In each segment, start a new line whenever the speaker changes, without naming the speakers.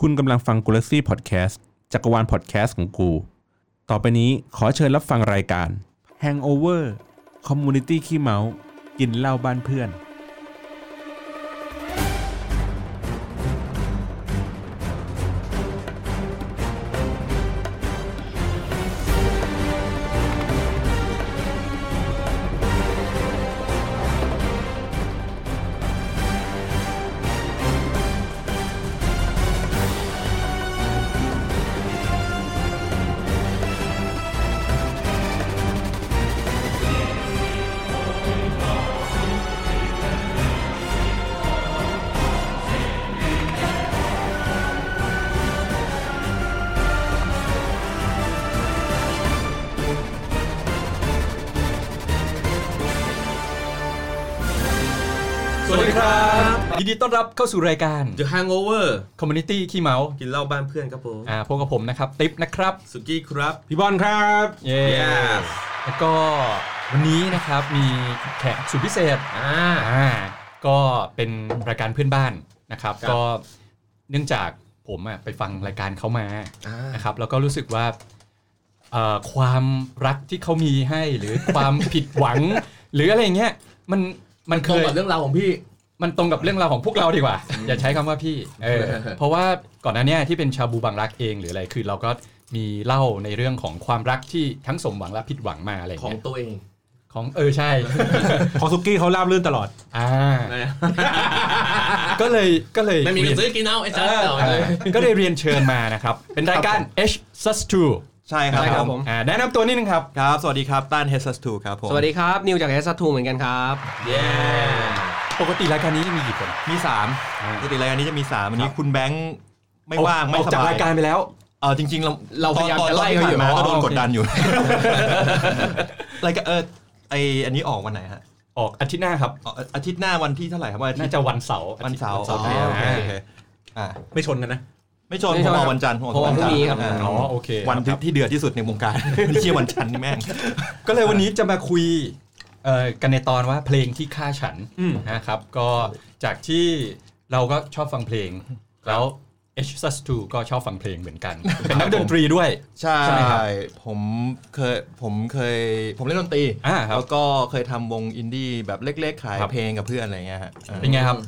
คุณกำลังฟังกูลักซี่พอดแคสต์จักรวาลพอดแคสต์ของกู ต่อไปนี้ขอเชิญรับฟังรายการ Hangover Community ขี้เมา กินเหล้าบ้านเพื่อน
สวัสดีครับยินดีต้อนรับเข้าสู่รายการ
The Hangover
Community ขี้เมา
กินเหล้าบ้านเพื่อนครับผม
อ่าพวกกับผมนะครับติ๊บนะครับ
สุกี้ครับ
พี่บอลครับ
เย้
Yes
แล้วก็วันนี้นะครับมีแขกสุดพิเศษ
อ่า
อ่าก็เป็นรายการเพื่อนบ้านนะครับ
ครับ
ก็เนื่องจากผมอ่ะไปฟังรายการเขามา
อ่า
นะครับ แล้วก็รู้สึกว่าเอ่อความรักที่เขามีให้หรือความผิดหวัง หรืออะไรอย่างเงี้ยมันมันเค
ตรง
ย
กับเรื่องราวของพี่
มันตรงกับเรื่องราวของพวกเราดีกว่า อย่าใช้คำว่าพี่เออ
เออ
เพราะว่าก่อนหน้าเนี้ที่เป็นชาบูบางรักเองหรืออะไรคือเราก็มีเล่าในเรื่องของความรักที่ทั้งสมหวังและผิดหวังมาอะไร
ของ
เงี้ย
ตัวเอง
ของเออใช่
ของสุกี้เขาราบลื่นตลอด
อ่าก็เลยก็เลย
ไม่มี
เรีย
เงิ
น
นซื้อกินเอาไอ้จ้า
เออก็เลยเรียนเชิญมานะครับ เป็นรายการ H s u s 2
ใช่ครับผม
อ่าแนะนำตัวนิดนึงครับ
ครับ สวัสดีครับต้านเฮสัสทูครับผม
สวัสดีครับ นิวจากเอสซัทูเหมือนกันครับ
เย้
ปกติรายการนี้จะมีกี่คน
มี3ปกติรายการนี้จะมี3อันนี้คุณแบงค์ไม่ว่าง ไม่
ออก
ส
จาก
บาย
รายการไปแล้ว
เออจริง ๆ เรา
เราพยายาม
ตน
จะไล่
ตน
เขาอ
ที่
ยู่
ผ่นมาก็โดน
อ๋อ
กดดันอยู่ รายการเออไออันนี้ออกวันไหนฮะ
ออกอาทิตย์หน้าครับ
อ๋ออาทิตย์หน้าวันที่เท่าไหร่ครับวันอาทิ
น่า
ตย์
จะวันเสาร์
วันเสาร์
อทิตย์
อ๋อโอเค
อ่า
โอเคอ่า
ไม่ชนกันนะ
ไม่ชนผมออกวันจันทร์ผมออกวันจันทร์อ่า
อ๋อโอเค
วัน
ครับ
ที่เดือดที่สุดในวงการ นี่เชี่ยวันจันทร์นี่แม่ง
ก็เลยวันนี้จะมาคุยเอ่อกันในตอนว่าเพลงที่ฆ่าฉัน
อืม
นะครับก็จากที่เราก็ชอบฟังเพลง แล้ว H s u s 2ก็ชอบฟังเพลงเหมือนกัน เป็นนักดนตรีด้วย
ใช่
ใช่ไหมครับ
ผมเคยผมเคยผมเล่นดนตรี
อ่าครับ
แล้วก็เคยทำวงอินดี้แบบเล็กๆขาย
ครับ
เพลงกับเพื่อนอะไรเงี้ยฮะอ่า
เป็นไงครับ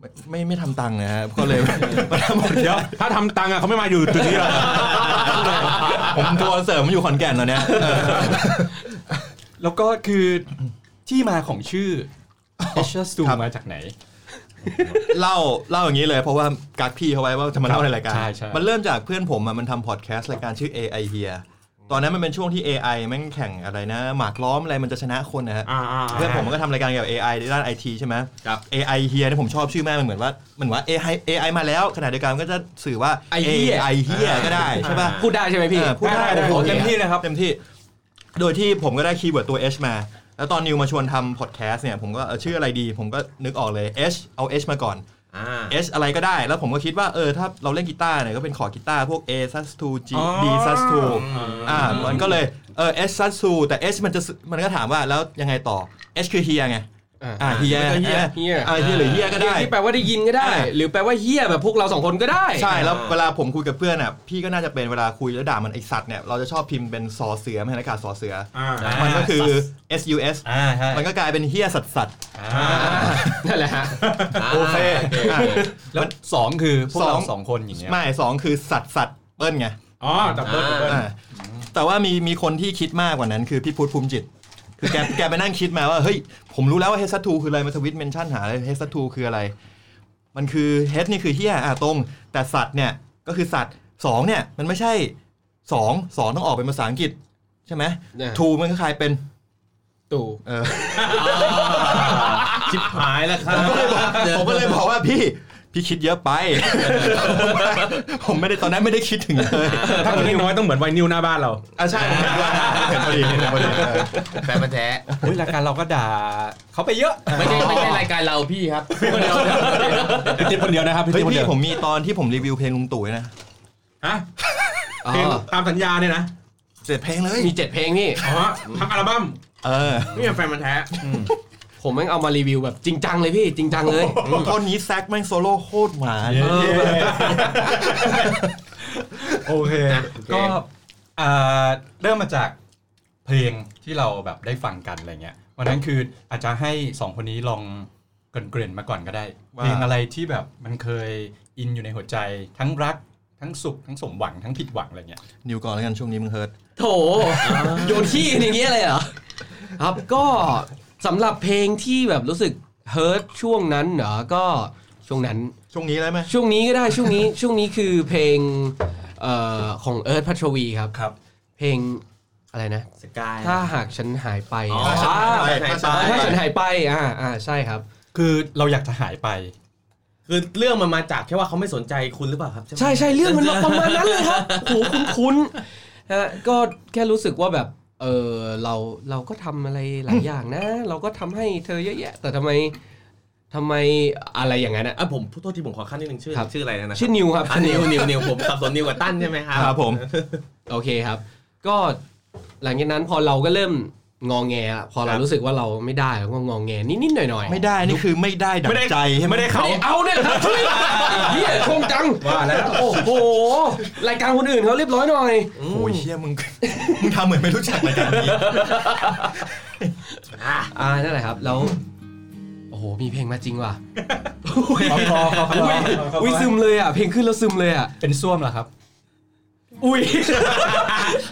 ไม่ไม่ไม่ทำตังค์นะฮะก็เลย มาทำหมด
เดี๋ยว ถ้าทำตังค์อะเขาไม่มาอยู่จุดนี้หรอก
ผมตัวเสริมมันอยู่ขอนแก่นแล้วเนี่ยเออ
แล้วก็คือที่มาของชื่อ H s u s 2มาจากไหน
เล่าเล่าอย่างนี้เลยเพราะว่ากักพี่เขาไว้ว่าจะมาเล่าในรายการ
ใช่ใช่
มันเริ่มจากเพื่อนผมอ่ะมันทำพอดแคสต์รายการชื่อ AI Here ตอนนั้นมันเป็นช่วงที่ AI แม่งแข่งอะไรนะ หมากล้อมอะไรมันจะชนะคนนะฮะ
อ่าๆๆ
เพื่อนผมมันก็ทำรายการเกี่ยวกับ AI ในด้าน IT ใช่ไหมครับ AI เฮียเนี่ยผมชอบชื่อมากมันเหมือนว่ามันเหมือนว่า AI AI มาแล้วขณะเดียวกันมันก็จะสื่อว่า
ไอเฮีย
AI เฮียก็ได้ใช่ป่ะ
พูดได้ใช่ไหมพี่
เออพูดได้
ได้
โอ้โห
ได้
เต็มที่เลยครับเต็มที่ โดยที่ผมก็ได้คีย์เวิร์ดตัว H มา แล้วตอนนิวมาชวนทำพอดแคสต์เนี่ยผมก็เออชื่ออะไรดี ผมก็นึกออกเลย H เอา H มาก่อน
อ่า
H อะไรก็ได้ แล้วผมก็คิดว่าเออถ้าเราเล่นกีตาร์เนี่ยก็เป็นขอดกีตาร์พวก A sus 2 G D sus 2 อ่ามันก็เลยเออเอสซัตซูแต่เอสมันจะสมันก็ถามว่าแล้วยังไงต่อเอสคือเฮียไง
อ่า
อ่าเฮีย
มันก็เฮียเฮีย
อ่าเฮียหรือเฮียก็ได้
ที่แปลว่าได้ยินก็ได้
อ่า
หรือแปลว่าเฮียแบบพวกเราสองคนก็ได้
ใช่แล้วเวลาผมคุยกับเพื่อนอ่ะพี่ก็น่าจะเป็นเวลาคุยแล้วด่ามันไอสัตว์เนี่ยเราจะชอบพิมพ์เป็นซอเสือไม่ใช่อากาศซอเสือ
อ่า
อมันก็คือ S U S
อ่าใช่
มันก็กลายเป็นเฮียสัตว์สัตว์
อ่า
นั่นแหละฮะ
โอเคอ่ะ
แล้วสองคือพวกเรา
สอง
สองคนอย่างเงี้ย
ไม่สองคือสัตว์สัตว์เปิ้ลไง
อ๋อจับเบิร์ดจับเบิร์ด
อ่าแต่ว่ามีมีคนที่คิดมากกว่านั้นคือพี่พุทธภูมิจิต คือแกแกไปนั่งคิดมาว่า เฮ้ย ผมรู้แล้วว่าเฮสัตทูคืออะไรมาทวิตเมนชั่นหาเลยเฮสัตทูคืออะไร มันคือเฮสนี่คือเฮียอ่ะตรง แต่สัตว์เนี่ยก็คือสัตว์สองเนี่ยมันไม่ใช่สองสองต้องออกเป็นภาษาอังกฤษ ใช่ไหม
เนี่ย
ทูมันก็กลายเป็น
ตู่
เออ
ชิบหายแล้วครับ
ผมก็เลยบอกผมก็เลยบอกว่าพี่พี่คิดเยอะไป ผมไม่ได้ตอนนั้นไม่ได้คิดถึงเลย
ถ้าคนน้อยๆต้องเหมือนไวนิวหน้าบ้านเรา
อ่ะใช่ผมคิดว่าเห็นพอดีเห็นพอดีเออ
แฟนมันธุ์แท้
เฮ้ยรายการเราก็ด่าเขาไปเยอะ
ไม่ใช่ไม่ใช่รายการเราพี่ครับ
พี่ติ๊บคนเดียวนะครับพี่
เฮ้
ติ๊บ
ย
คนเดียว
พี่ผมมีตอนที่ผมรีวิวเพลงลุงตู่ด้วยนะ
ฮะ
อ๋อ
เพลงตามสัญญาเนี่ยนะ
เสร็จเพลงเลย
มีเจ็ดเพลงพี่
อ๋อทำอัลบั้ม
เออ
นี่เป็นแฟนมันธุ์แท้
โค ผมแม่งเอามารีวิวแบบจริงจังเลยพี่จริงจังเลย
ตอนนี้แซกแม่งโซโล่โคตรหวาน
เออแบบ
โอเค ก็อ่าเริ่มมาจากเพลงที่เราแบบได้ฟังกันอะไรเงี้ยวันนั้นคืออาจจะให้สองคนนี้ลองเกริ่นๆมาก่อนก็ได้ เพลงอะไรที่แบบมันเคยอินอยู่ในหัวใจทั้งรักทั้งสุขทั้งสมหวังทั้งผิดหวังอะไรเงี้ย
นิวก่อนแล้วกันช่วงนี้มึงเฮิร์ต
โถโยนขี้อย่างเงี้ยเลยเหรอครับก็สำหรับเพลงที่แบบรู้สึกเฮิร์ตช่วงนั้นเหรอก็ช่วงนั้น
ช่วงนี้ได้ไหม
ช่วงนี้ก็ได้ช่วงนี้ ช่วงนี้คือเพลงเอ่อของเอิร์ธพัชวีครับ
ครับ
เพลงอะไรนะ
สกาย
ถ้าหากฉันหายไป
อ๋อ
อ่า
ถ้าฉันหายไป
ถ้าฉันหายไปอ่าอ่าใช่ครับ
คือเราอยากจะหายไป
คือเรื่องมันมาจากแค่ว่าเขาไม่สนใจคุณหรือเปล่าครับไหม
ใช่ใช่เรื่องมันประมาณนั้นเลยครับโอ้โหคุ้นคุ้นๆฮะก็แค่รู้สึกว่าแบบเออเราเราก็ทำอะไรหลายอย่างนะ เราก็ทำให้เธอเยอะแยะ แต่ทำไมทำไมอะไรอย่างนั้นอะ
อ่ะผมพูดโทษทีผมขอขั้นนิดนึงชื่อ
ครับ
ชื่ออะไรนะครับ
ชื่อนิวครับ
อ่ะนิวนิวนิวผมสับสนนิวกับตั้นใช่ไหมครับ
ครับผม
โอเคครับ ก็หลังจากนั้นพอเราก็เริ่มงองแงละพอเรา
ครับ
รู้สึกว่าเราไม่ได้เราก็งองแงนิดๆหน่อยๆ
ไม่ได้นี่คือไม่ได้ดั่งใจใช่ไหม
ไม่ได้เขา
ไม่ได้เอาเนี่ยเหรอครับทุยเฮียชงจังว่าแล้วโอ้โหรายการคนอื่นเขาเรียบร้อยหน่อย
โอ้ยเชี่ยมึง มึงทำเหมือนไม่รู้จักรายการนี้
อ่ะ
อ่านั่นแหละครับแล้วโอ้โหมีเพลงมาจริงว่ะ
พอพอ
อุ้ยอุ้ยซึมเลยอ่ะเพลงขึ้นแล้วซึมเลยอ่ะ
เป็นส้วมเหรอครับ
อุ้ย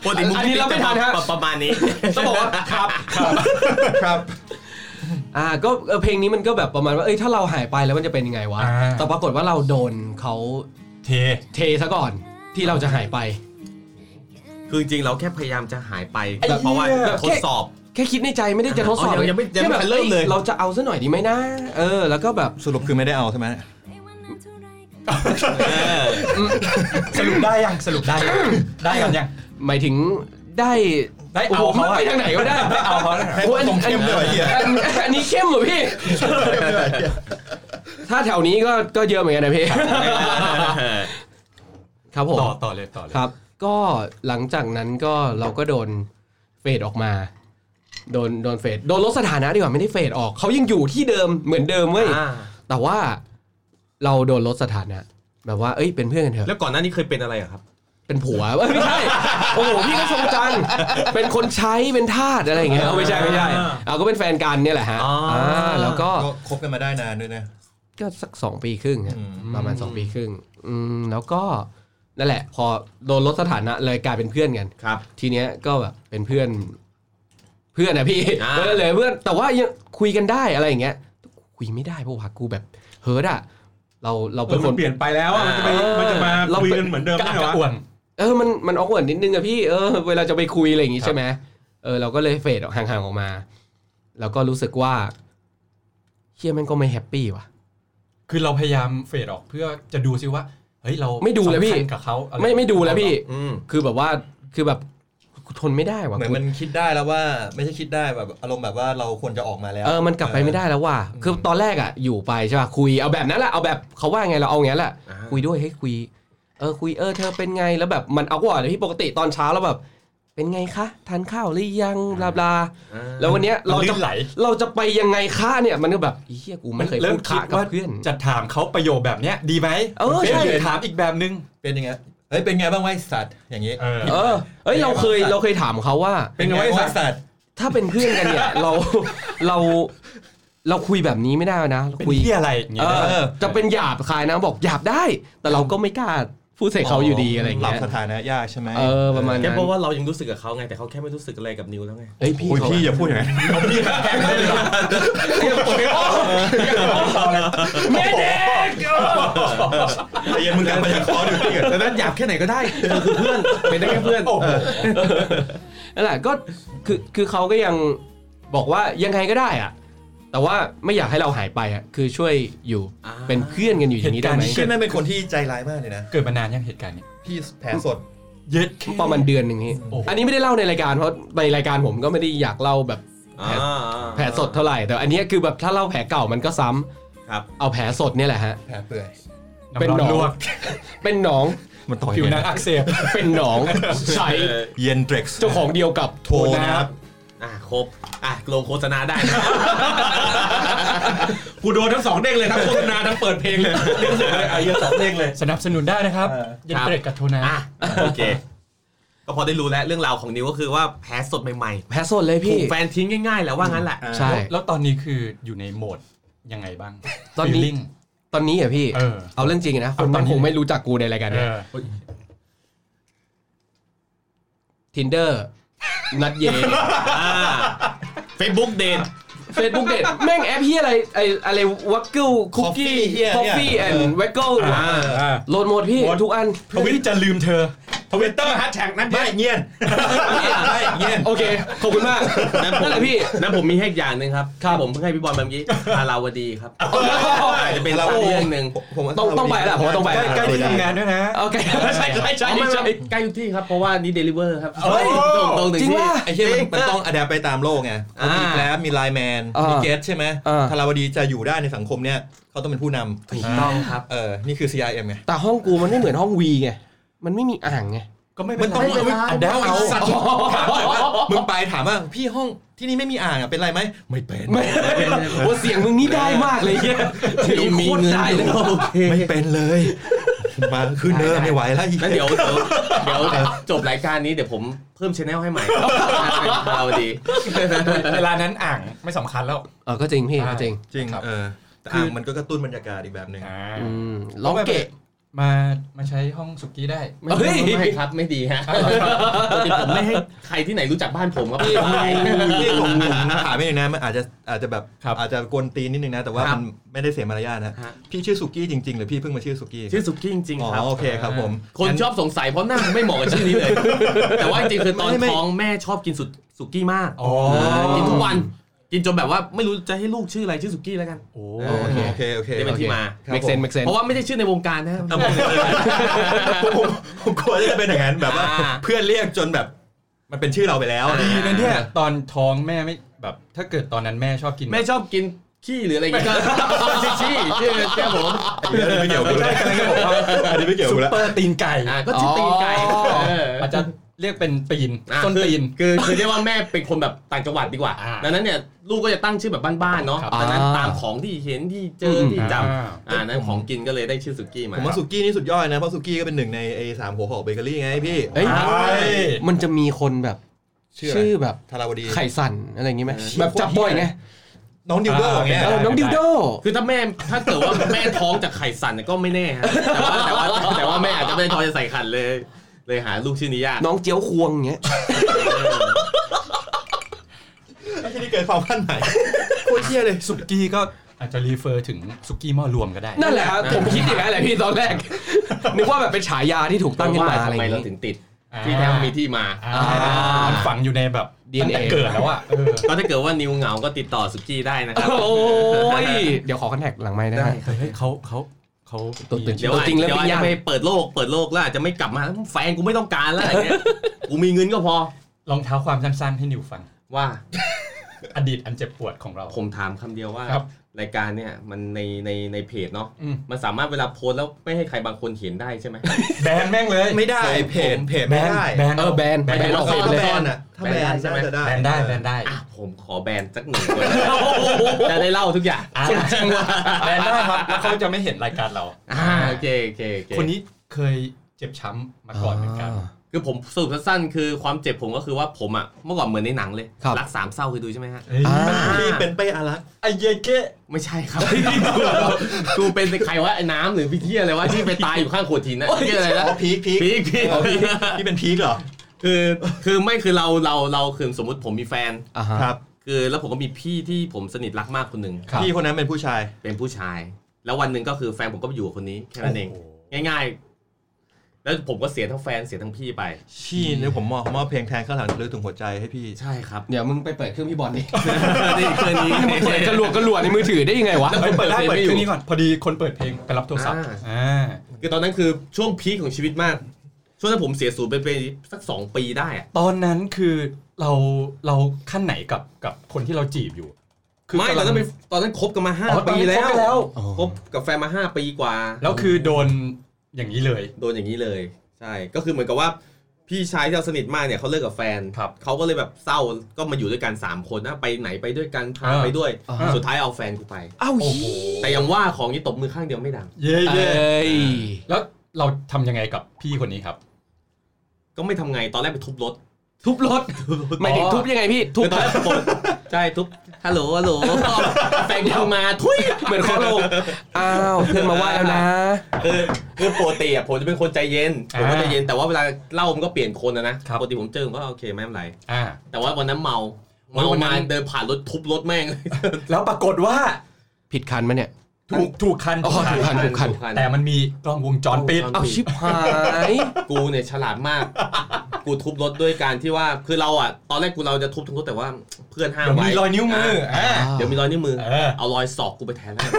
ปกติมุก
อันนี้เราไม่ทันฮะ
ปประมาณนี้
ต้องบอกว่าครับ
ครับ
อ่าก็เออเพลงนี้มันก็แบบประมาณว่าเอ้ยถ้าเราหายไปแล้วมันจะเป็นยังไงวะ
อ่า
แต่ปรากฏว่าเราโดนเขา
เท
เทซะก่อนที่เราจะหายไป
คือจริงๆเราแค่พยายามจะหายไป
ไอ้เหี้ย
เพราะว่าทดสอบ
แค่คิดในใจไม่ได้จะทดสอบ
อ๋อยังยังไม่ยังไม่
แค่แบบ
ทันเริ่มเลย
อ้เราจะเอาซะหน่อยดีไหมนะเออ แล้วก็แบบ
สรุปคือไม่ได้เอาใช่ไหม
สรุปได้ยังสรุปได้ยังได้กันยัง
หมายถึงได้
ได้เอา
โโห
เขาอะ
ไปทางไหนก็ได้
ได้เอาเขาแล้ว
โอ้โหอัน
ตรงเข้มเลยว่ะเหี้ย
อันอันอันนี้เข้มเหรอพี่ ถ้าแถวนี้ก็ก็เยอะเหมือนกันนะพี่ ครับผม
ต่อต่อเลยต่อเลย
ครับ ก็หลังจากนั้นก็เราก็โดนเฟดออกมา โดนโดนเฟดโดนลดสถานะดีกว่าไม่ได้เฟดออกเขายังอยู่ที่เดิมเหมือนเดิมเว้ย
อ่า
แต่ว่าเราโดนลดสถานะแบบว่าเอ้ยเป็นเพื่อนกันเถอะ
แล้วก่อนหน้านี้เคยเป็นอะไรอะครับ
เป็นผัวเอ้ยไม่ใช่โอ้โหพี่ก็ทรงจังเป็นคนใช้เป็นทาสอะไรอย่างเงี้ยเอาไม่ใช่ไม่ใช่
อ่า
เอาก็เป็นแฟนกันเนี่ยแหละฮะ
อ๋ออ่
าแล้วก็
ก็คบกันมาได้นานด้วยนะ
ก็สักสองปีครึ่งฮะ
อืม
ประมาณสองปีครึ่งอืมแล้วก็นั่นแหละ พอโดนลดสถานะเลยกลายเป็นเพื่อนกัน
ครับ
ทีเนี้ยก็แบบเป็นเพื่อนเพื่อนนะพี่
อ่า
เออเลยเพื่อนแต่ว่ายังคุยกันได้อะไรอย่างเงี้ยคุยไม่ได้เพราะว่ากูแบบเฮิร์ตอ่ะเราเราเป็นคน
เปลี่ยนไปแล้วอะมันจะไป
เออ
มันจะมา
เรา
คุย
เป็
กั
น
นเหมือนเดิม
กระ
ไม่
อั
เหรอวะ
กกระอ่วน
เออมันมันออกเวิร์ดนิดนึงอะพี่เออเวลาจะไปคุยอะไรอย่างงี้ใช่ไหมเออเราก็เลยเฟดออกห่างๆออกมา แล้วก็รู้สึกว่าเฮียมันก็ไม่แฮปปี้ว่ะ
คือเราพยายามเฟดออกเพื่อจะดูซิว่า เฮ้ยเรา
ไม่ดูแล้วพี่
สำคัญกับเขาอะร
ไม่ไม่ดูแล้วพี่
อืม
คือแบบว่าคือแบบกูทนไม่ได้ว่ะ
เหมือน
กู
มันคิดได้แล้วว่าไม่ใช่คิดได้แบบอารมณ์แบบว่าเราควรจะออกมาแล้ว
เออ มันกลับไปไม่ได้แล้วว่ะ คือตอนแรกอ่ะ อยู่ไปใช่ป่ะ คุย เอาแบบนั้นแหละ เอาแบบเขาว่าไงเราเอาอย่างนั้นแหละ
อ่า
คุยด้วยให้ยคุย เออ คุย เออ เธอเป็นไง แล้วแบบมันเอาก่อนเลยพี่ปกติตอนเช้าแล้วแบบ เป็นไงคะ ทานข้าวหรือยัง บลาบลา
อ่า
แล้ววันเนี้ยเรา
เรา
จะ
จะไหล
เราจะไปยังไงคะเนี่ย มันก็แบบอีเฮียกูไม่เคย
ริ่
พูดคะกับเพื่อน
จะถามเขาประโยคแบบเนี้ยดีไหม
เออใช่
ดี๋ยวถามอีกแบบนึง
เป็นยังไง เฮ้ย เป็นไงบ้างไวะไอ้สัตว์ อย่างนี้
เออ
เออ เอ้ย เราเคย เราเคยถามเขาว่า
เป็นไงบ้างไอ้สัตว์
ถ้าเป็นเพื่อนกันเนี่ย เรา เรา เราคุยแบบนี้ไม่ได้นะ
เป็น
คุย
ที่อะไรอย่างเงี้ย
เอ
นะ
เอ
อ
อ
จะเป็นหยาบคายนะบอกหยาบได้ แต่เราก็ไม่กล้าพูดใส่เขาอยู่ดีอะไรอย่าง
ปรั
เงี้
บ
ย
สถานะยากใช่ไหม
เออประมาณ
แค่
นั้น
เพราะว่าเรายังรู้สึกกับเขาไงแต่เขาแค่ไม่รู้สึกอะไรกับนิวแล้วไง
เอ้ยพี่
โอ้ยพี่อย่าพูดอย่างนั้น
แม่เด็ก
แต่ยังมึงกลับมายังคออยู่พี่
แต่นั้นหยาบแค่ไหนก็ได้เออคือเพื่อนเป็นได้แค่เพื่อน
โอ้โห
นั่นแหละก็คือคือเขาก็ยังบอกว่ายังไงก็ได้อะแต่ว่าไม่อยากให้เราหายไปอะคือช่วยอยู่
อ่า
เป็นเพื่อนกันอยู่อย่างนี้ได้ไหม
ชื่อนั่นเป็นคนที่ใจร้ายมากเลยนะ
เกิดมานานยังเหตุการณ์เนี้ย
พี่แผลสด
เย็ด
ประมาณเดือนหนึ่งนี่
โอ้โห
อันนี้ไม่ได้เล่าในรายการเพราะในรายการผมก็ไม่ได้อยากเล่าแบบ
อ่า
แผลสดเท่าไหร่แต่อันเนี้ยคือแบบถ้าเล่าแผลเก่ามันก็ซ้ำ
ครับ
เอาแผลสดเนี่ยแหละฮะ
แผลเปื่อย
เป็นหนอง
ลวก
เป็นหนอง
มันต่อย
ผิวหนังอักเสบ
เป็นหนอง ใส
เย็นเดร็กซ์
เจ้าของเดียวกับ
โทนะครับ
อ่า ครบอ่ะลงโฆษณาได้นะ
กูโดนทั้งสองเด้งเลยทั้งโฆษณาทั้งเปิดเพลงเลยเรื่องเสียงเลยไอ้เหี้ยสองเด้งเลย
สนับสนุนได้นะครับ
เออ
เยัน
ครับ
เตรดกับโทนา
อ่ะโอเค ก็พอได้รู้แล้วเรื่องราวของนิวก็คือว่าแพ้สดใหม่
แพ้สดเลย
ๆถู
พี่
กแฟนทิ้งง่ายๆแหล้วว่างั้นแหละ
ใช่
แล้วตอนนี้คืออยู่ในโหมดยังไงบ้าง
ตอนนี้
Feeling
ตอนนี้เหรอพี่
เออ
เอาเรื่องจริงนะค
เอา
น
ตอน
มัน
นี้
คงไม่รู้จักกูในรายการ
เอ
เนี้ย
อ
tinder นัดเย่
เฟซบุ๊กเดท
เฟซบุ๊กเด็ดแม่งแอปเฮียอะไรไออะไรวักเกิลคุกกี้
Coffee เหี้ย
คอฟ
เนี่ย
ฟี่แอนด์วักเกิล
อ่า
โหลดหมดพี่
หมด
ทุกอัน
ทวิตจะลืมเธอ
ทวิตเตอร์แฮชแท็กนั้นไม่เงียนไม่เงียน
โอเค ขอบคุณมาก
นั่นผม
นั่นแหละพี่
นั่นผมมีให้อีกอย่างหนึ่งครับค่าผมเพิ่งให้พี่บอลไปเมื่อกี้พาราวดีครับอาจจะเป็น
เรา
เรื่องหนึ่ง
ผมว่า
ต้องต้องไปละผมว่าต้องไป
ใกล้ใก
ละ
ล้ที่ทำงานด้วยนะ
โอเค ใช่ใช่ใช่
อ๋อไม่
ใช่
ไม่ใกล้ทุกที่ครับ เพราะว่านี่เดลิเวอร์ครับ
เฮ้ย
ตรงตรงๆถึง
จริง
ที่
ป่ะ
ไอ้เหี้ยมันมันต้องอัดแอปไปตามโลกไง
อ่ามี
มีแกร็บมีไลแมน
อ่ามี
มีเกสใช่ไหม
อ่า
ธาราวดีจะอยู่ได้ในสังคมเนี่ยเขาต้องเป็นผู้น
ถูกต้องครับ
ำเออนี่คือ CRM ไง
แต่ห้องกูมันไม่เหมือนห้องวีไง มันไม่มีอ่างไง
ก็ไม่
มันต้อง
เป็ไร
เอาได้เอาสัตว์ถามหน่อยว่ามึงไปถามว่าพี่ห้องที่นี่ไม่มีอ่างอะเป็นไรไหมไม่เป็น
ไม่โอ้เสียงมึงนี่ได้มากเลยเฮียเสียงโคตรได้เลย
โอเค
ไม่เป็นเลย มาขึ้นเนอะไม่ไหวแล้วอีก
งั้นเดี๋ยวเดี๋ยวเดี๋ยวจบรายการนี้เดี๋ยวผมเพิ่มชแนลให้ใหม่พาราวดี
เวลานั้นอ่างไม่สำคัญแล้ว
เออก็จริงพี่ก็จริง
จริง
ครับ
เออแต่อ่างมันก็กระตุ้นบรรยากาศอีกแบบหนึ่ง
อืมร้องเกะ
มามาใช้ห้องสุกี้ได้
ไม่
เฮ้ย
ไม่ครับไม่ดีฮะปกติผมไม่ให้ใครที่ไหนรู้จักบ้านผมครับ
นี่ผมผมถามไม่ได้นะมันอาจจะอาจจะแบบ
ครับ
อาจจะกวนตีนนิดนึงนะ แต่ว่า
ครั
มั
บ
นไม่ได้เสียมารยาทนะ
ฮะ
พี่ชื่อสุกี้จริงๆหรือพี่เพิ่งมาชื่อสุกี้
ชื่อสุกี้จริง
อ๋อ
ๆครับ
โอเคครับผม
คน
งั้
ชอบสงสัยเพราะหน้ามันไม่เหมาะกับชื่อนี้เลย แต่ว่าจริงๆคือตอนท้องแม่ชอบกินสุดสุกี้มาก
อ๋อ
กินทุกวัน กินจนแบบว่าไม่รู้จะให้ลูกชื่ออะไรชื่อสุกี้แล้วกัน
โอ้
โอเคโอเคโอเค
นี่เป็นที่มา
ครับ
make
ผม
sense make sense
เพราะว่าไม่ได้ชื่อในวงการนะครับ
ผมผมกลัวจะเป็นอย่างนั้นแบบว่า
อ่า
เพื่อนเรียกจนแบบ มันเป็นชื่อเราไปแล้ว
ดีนะเนี่ย ตอนท้องแม่ไม่แบบ ถ้าเกิดตอนนั้นแม่ชอบกิน
แม่ชอบกินขี้หรืออะไรอย่างเงี้ยชื่อชี้ชื่อชื่อผม
อันนี้ไม่เกี่ยวกับกูแล้วอันนี้ไม่เกี่ยวกับกูแล้ว
เปิดตีนไก่
อ่าก็ชื่อตีนไก่เออ
อาจจะเรียกเป็นตีน
อ่ะ
ส้นตีน
คือคือเรียกว่าแม่เป็นคนแบบต่างจังหวัดดีกว่า
อ่า
ดังนั้นเนี่ยลูกก็จะตั้งชื่อแบบบ้านๆเนาะ
ครับ
ดังนั้น
อ่า
ตามของที่เห็นที่เจอที่จำ
อ่า
อ่านั้นของกินก็เลยได้ชื่อสุกี้มา
ผมว่าสุกี้นี่สุดยอดนะเพราะสุกี้ก็เป็นหนึ่งในไอ้สามหัวหอกเบเกอรี่ไงพี่
เอ้ย มันจะมีคนแบบ
ชื่ออะไร
ชื่อแบบ
ธาราวดี
ไข่สั่นอะไรอย่างงี้ไหม
เชี่ย
แบบจับบ่อยไง
น้องดิวเดอร์เนี่ย
เออน้องดิวโด
คือถ้าแม่ถ้าเกิดว่าแม่ท้องจากไข่สั่นก็ไม่แน่ฮะแต่ว่าแต่ว่าแต่ว่าแม่อาจจะไม่ได้ท้องจากไข่ขันเลย เลยหาลูกชื่อนี้ยาก
น้องเจียวควงอย่างเงี้ย
ไม่ใช่ที่เกิดความคาดหมายโคตรเที่ยเลย
สุกี้ก็อาจจะรีเฟอร์ถึงสุกี้หม้อรวมก็ได้
นั่นแหละครับผมคิดอย่างนั้นแหละพี่ตอนแรก นึกว่าแบบเป็นฉายาที่ถูกตั้งขึ้น
ว่า
มาอะไรอ
ทำไม
ย่าง
เรา
งี้
ถึงติด
อ่า
ที่แท้มันมีที่มา
อ่า
อ่ามั
มันฝังอยู่ในแบบ
DNA
ตั้งแต่เกิดแล้วอ่ะเออ
ก็ถ้าเกิดว่านิวเหงาก็ติดต่อสุกี้ได้นะครับ
โอ้ย เดี๋ยวขอคอนแทคหลังไม้ได้ไหม
เฮ้ยเขาเขาเขา
ตัวตึง
เดี๋ยว
ตัวจริงแล้ว
เดี๋ยว
เป็ยั
อาน จ
ง
จะไปเปิดโลกเปิดโลกแล้วอาจจะไม่กลับมาแฟนกูไม่ต้องการแล้วอะไรเงี้ยกูมีเงินก็พอ
ลองเท้าความสั้นๆให้นิวฟัง
ว่า
อดีตอันเจ็บปวดของเรา
ผมถามคำเดียวว่า
ครับ
รายการเนี่ยมันในในในเพจเนาะ
อืม
มันสามารถเวลาโพสต์แล้วไม่ให้ใครบางคนเห็นได้ใช่ไหม
แบนแม่งเลย
ไม่ได้เพจเพจไม่ได้
แบน
เออแบน
แบ
ไป
น
แบ
อ
นอ
อ
อก ก
ไป
เฟซเลย
ถ้าแบนอ่ะถ้าแบนน่าจะได้
แบนได้แบนได้
อ่ะผมขอแบนสักหนึ่งคน จะได้เล่าทุกอย่าง
อ่าแบนได้ครับแล้วเขาจะไม่เห็นรายการเรา
อ่าโอเคโอเคโอเค
คนนี้เคยเจ็บช้ำมาก่อนเหมือนกัน
คือผมสรุปสั้นๆคือความเจ็บผมก็คือว่าผมอ่ะเมื่อก่อนเหมือนในหนังเลย
ครับ
รักสามเศร้าเคยดูใช่ไหมฮะ
เอ้ย
อ่า
พี่เป็นเป้อารักษ์
ไอ้เหี้ยเกะ
ไม่ใช่ครับ กูเป็นใครวะไอ้น้ำหรือพี่เทียอะไรวะที่ไปตายอยู่ข้างโขดหินนะพี่อะไร
อ๋
นะ
อพีคพีค
พี่พี่
อ๋อพีคพี่เป็นพีคเหรอ
คือคือไม่คือเราเราเราคือสมมติผมมีแฟน
อ่าฮะ
ครับ
คือแล้วผมก็มีพี่ที่ผมสนิทรักมากคนหนึ่ง
ครับ
พี่คนนั้นเป็นผู้ชาย
เป็นผู้ชาย แล้ววันหนึ่งก็คือแฟนผมก็ไปอยู่กับคนนี้แค่นั้นเอง
โอ้โห
ง่ายๆ แล้วผมก็เสียทั้งแฟนเสียทั้งพี่ไป
ชี่เดี๋ยวผมมอบมอบเพลงแทนข้างหลังลึกถึงหัวใจให้พี่
ใช่ครับ
เดี๋ยวมึงไปเปิดเครื่องพี่บอลดิ
นี่เคยนี้นี่
เปิดกระหลวกกระหลวกในมือถือได้ยังไงวะ
เฮ้ยเปิดได้เปิด
ไม่อยู่
ที่นี่ก่อน พอดีคนเปิดเพลงไปรับโทรศัพท์อ่า
คือตอนนั้นคือช่วงพีคของชีวิตมาก ช่วงนั้นผมเสียศูนย์ไปไปสักสองปีได้อะ
ตอนนั้นคือเราเราขั้นไหนกับกับคนที่เราจีบอยู่
ไม่ตอน
กำลั
นั้
ง
นเป็นตอนนั้นคบกันมาห้า
อ๋อตอน
ปี
นั้น
แล้ว
คบกันแล้ว
คบกับแฟนมาห้าปีกว่า
แล้วคือโดนอย่างนี้เลย
โดนอย่างนี้เลย ใช่ ก็คือเหมือนกับว่า พี่ชายที่เราสนิทมากเนี่ยเขาเลิกกับแฟน
ครับ
เขาก็เลยแบบเศร้าก็มาอยู่ด้วยกัน 3 คนนะไปไหนไปด้วยกันพา
อ่า
ไปด้วย
อ่า
สุดท้ายเอาแฟนกูไป
เอ้า
โอ้โห
แต่ยังว่าของนี้ตบมือข้างเดียวไม่ดัง
เย่เย่
เอ้ย
แล้วเราทำยังไงกับพี่คนนี้ครับ
ก็ไม่ทำไงตอนแรกไปทุบรถ
ทุบรถหมายถึงทุบยังไงพี่ทุบ
คือตอนแรกผมใช่ทุบฮัลโหลฮัลโหลแฟนกูมาทุย
เหมือนเขาลงอ้าวเพื่อนมาไหว้แล้วนะ
คือคือปกติอ่ะผมจะเป็นคนใจเย็นผมก็
อ่า
ใจเย็นแต่ว่าเวลาเล่ามันก็เปลี่ยนคนนะนะครับ ปกติผมเจอผมก็โอเคไม่เป็นไร
อ่า
แต่ว่าวันนั้นเมา
โอ้ย
เมา
วันนั้
มาน เดินผ่านรถทุบรถแม่งเลย
แล้วปรากฏว่า
ผิดคันไหมเนี่ย
ถูกถูกคัน
อ๋อถูกคัน
แต่มันมีกล้องวงจรปิด
เอาชิบหาย
กูเนี่ยฉลาดมาก กูทุบรถด้วยการที่ว่าคือเราอ่ะตอนแรกกูเราจะทุบทั้งรถแต่ว่าเพื่อนห้าม
เดี๋ยว
ไว้
มีรอยนิ้วมืออ่า
เดี๋ยวมีรอยนิ้วมือ
เออ
เอารอยศอกกูไปแทนแล้ว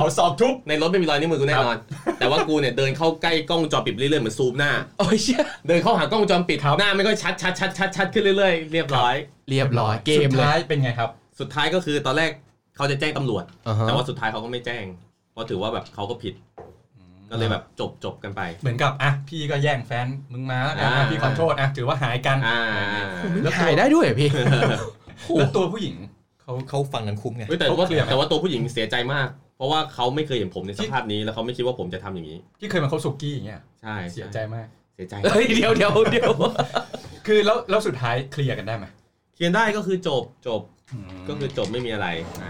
เอาสอบทุบ
ในรถไม่มีรอยนิ้วมือกูแน่นอน แต่ว่ากูเนี่ยเดินเข้าใกล้กล้องวงจอปิดไปเรื่อยๆเหมือนซูมหน้า
โอ้ยเชี่ย
เดินเข้าหากล้องวงจอปิด
ครับ
หน้าไม่ก็ชัดชัดชัดชัดชัดขึ้นเรื่อยๆเรียบร้อย
เรียบร้อยเก
สุ
ม
ด
เล
ท้าย
ย
เป็นไงครับ
สุดท้ายก็คือตอนแรกเขาจะแจ้งตำรวจ
อ่าฮะ
แต่ว่าสุดท้ายเขาก็ไม่แจ้งเพราะถือว่าแบบเขาก็ผิด ก็เลยแบบจบจบกันไป
เหมือนกับอ่ะพี่ก็แย่งแฟนมึงมาแล้วกัน
อ่า
พี่ขอโทษอ่ะถือว่าหายกัน
อ่า
แล้วตัว
ถ่ายได้ด้วยเหรอพี่
แล้วตัวผู้หญิง
เขาเขาฟังกันคุ้มไง
เฮ้ยแต่
เขา
ว่า
เคลียร์ไหม
แต่ว่าตัวผู้หญิงเสียใจมาก เพราะว่าเขาไม่เคยเห็นผมในสภาพนี้แล้วเขาไม่คิดว่าผมจะทำอย่างนี้
ที่เคยมาเขาสุกี้อย่างเงี้ย
ใช่
เสียใจมาก
เสียใจ
เฮ้ยเดี๋ยวเดี๋ยวเดี๋ยว
คือแล้วแล้วสุดท้ายเคลียร์กันได้ไหม
เขียนได้ก็คือจบจบก็
ก็
คือจบไม่มีอะไร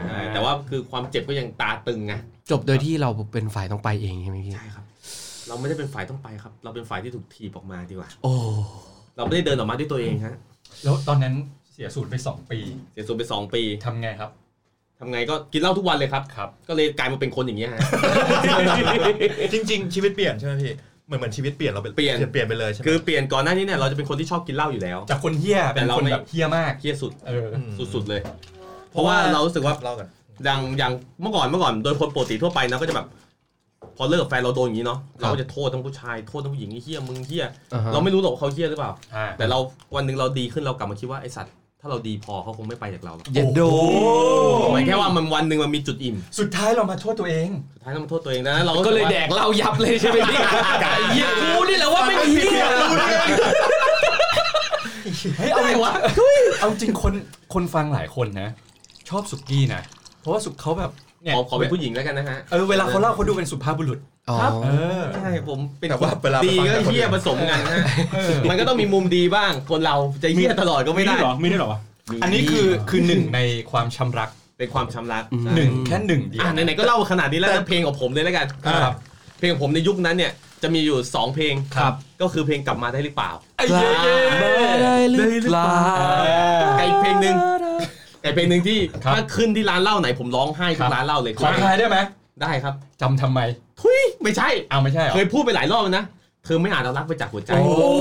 ใช่แต่ว่าคือความเจ็บก็ยังตาตึงไง
จบโดยที่เราเป็นฝ่ายต้องไปเองใช่ไหมพี่
ใช่ครับ เราไม่ได้เป็นฝ่ายต้องไปครับ เราเป็นฝ่ายที่ถูกถีบออกมาดีกว่า
โอ้
เราไม่ได้เดินออกมาด้วยตัวเองฮะ
แล้วตอนนั้นเสียสูตรไปสองปี
เสียสูญไปสองปี
ทำไงครับ
ทำไงก็กินเหล้าทุกวันเลยครับ
ครับ
ก็เลยกลายมาเป็นคนอย่างเงี้ย ฮะ
จริง ๆ ชีวิตเปลี่ยนใช่ไหมพี่เหมือนเหมือนชีวิตเปลี่ยนเรา
เปลี่ยน
เปลี่ยนไปเลยใช่ไหม
คือเปลี่ยนก่อนหน้านี้เนี่ยเราจะเป็นคนที่ชอบกินเหล้าอยู่แล้ว
จากคนเฮี้ยเป็น
แต่เรา
คน
ไม่
แบบเฮี้ยมาก
เครียดสุด
เอออ
อืม
สุดๆเลย เพราะว่าเรารู้สึกว่า
เล่ากัน
อย่างอย่างเมื่อก่อนเมื่อก่อนโดยคนปกติทั่วไปนะก็จะแบบ พอเลิกกับแฟนเราโดนอย่างนี้เนาะเราก็จะโทษทั้งผู้ชายโทษทั้งผู้หญิงไอ้เฮี้ยมึงเฮี้ย
อ่าฮะ
เราไม่รู้หรอกว่าเขาเฮี้ยหรือเปล่า
อ่า
แต่เราวันหนึ่งเราดีขึ้นเรากลับมาคิดว่าไอสัตว์ถ้าเราดีพอเขาคงไม่ไปจากเราหรอก
เย็ดโด
หมายแค่ว่ามันวันหนึ่งมันมีจุดอิ่ม
สุดท้ายเรามาโทษตัวเอง
สุดท้ายต้องมาโทษตัวเองนะเรา
ก็เลย
รู้สึ
แดกเหล้ายับเลยใช่ไหมพี่ไอ้เหี้ยกูนี่แหละว่าไม่มีเหี้ย
เฮ้ยเอาไงวะเอาจริงคนคนฟังหลายคนนะ ชอบสุกี้นะ เพราะว่าสุกเขาแบบเนี่
ก
ย
ว่าขอขอเป็นผู้หญิงแล้วกันนะฮะ
เออเวลาเขาเล่าเขาดูเป็นสุภาพบุรุษ
อ๋อ
เออ
ใช่ผมเป็น
แต่ว่าเวลาไป
ดี
ฟัง
ก็
จากคน
เฮี้ย
อื่น
ผสมกันนะ
เออ
มันก็ต้องมีมุมดีบ้าง คนเราจะเฮี้ยตลอดก็ไม่ได้
หรอมีด้วยเหรอวะ
อันนี้คือคือหนึ่งในความชำรัก
เป็นความชำรัก
หนึ่งแค่หนึ่งเดียว
อ่ะไหนๆก็เล่าขนาดนี้แล้วนะเพลงของผมเลยแล้วกัน
อ่า
ครับเพลงของผมในยุคนั้นเนี่ยจะมีอยู่สองเพลง
ครับ
ก็คือเพลงกลับมาได้หรือเปล่า
ไอ้เย้เย้
ได้หรือเปล่า
ไก่เพลงหนึ่งไก่เพลงหนึ่งที่
ครับ
ถ้าขึ้นที่ร้านเหล้าไหนผมร้องไห้ทุกร้านเหล้าเลย
ขอทายได้ไหม
ได้ครับ
จำทำไม
ทุยไม่ใช่
เอาไม่ใช่เหรอ
เคยพูดไปหลายรอบแล้วนะ เธอไม่อาจเอารักไปจากหัวใจ
โอ้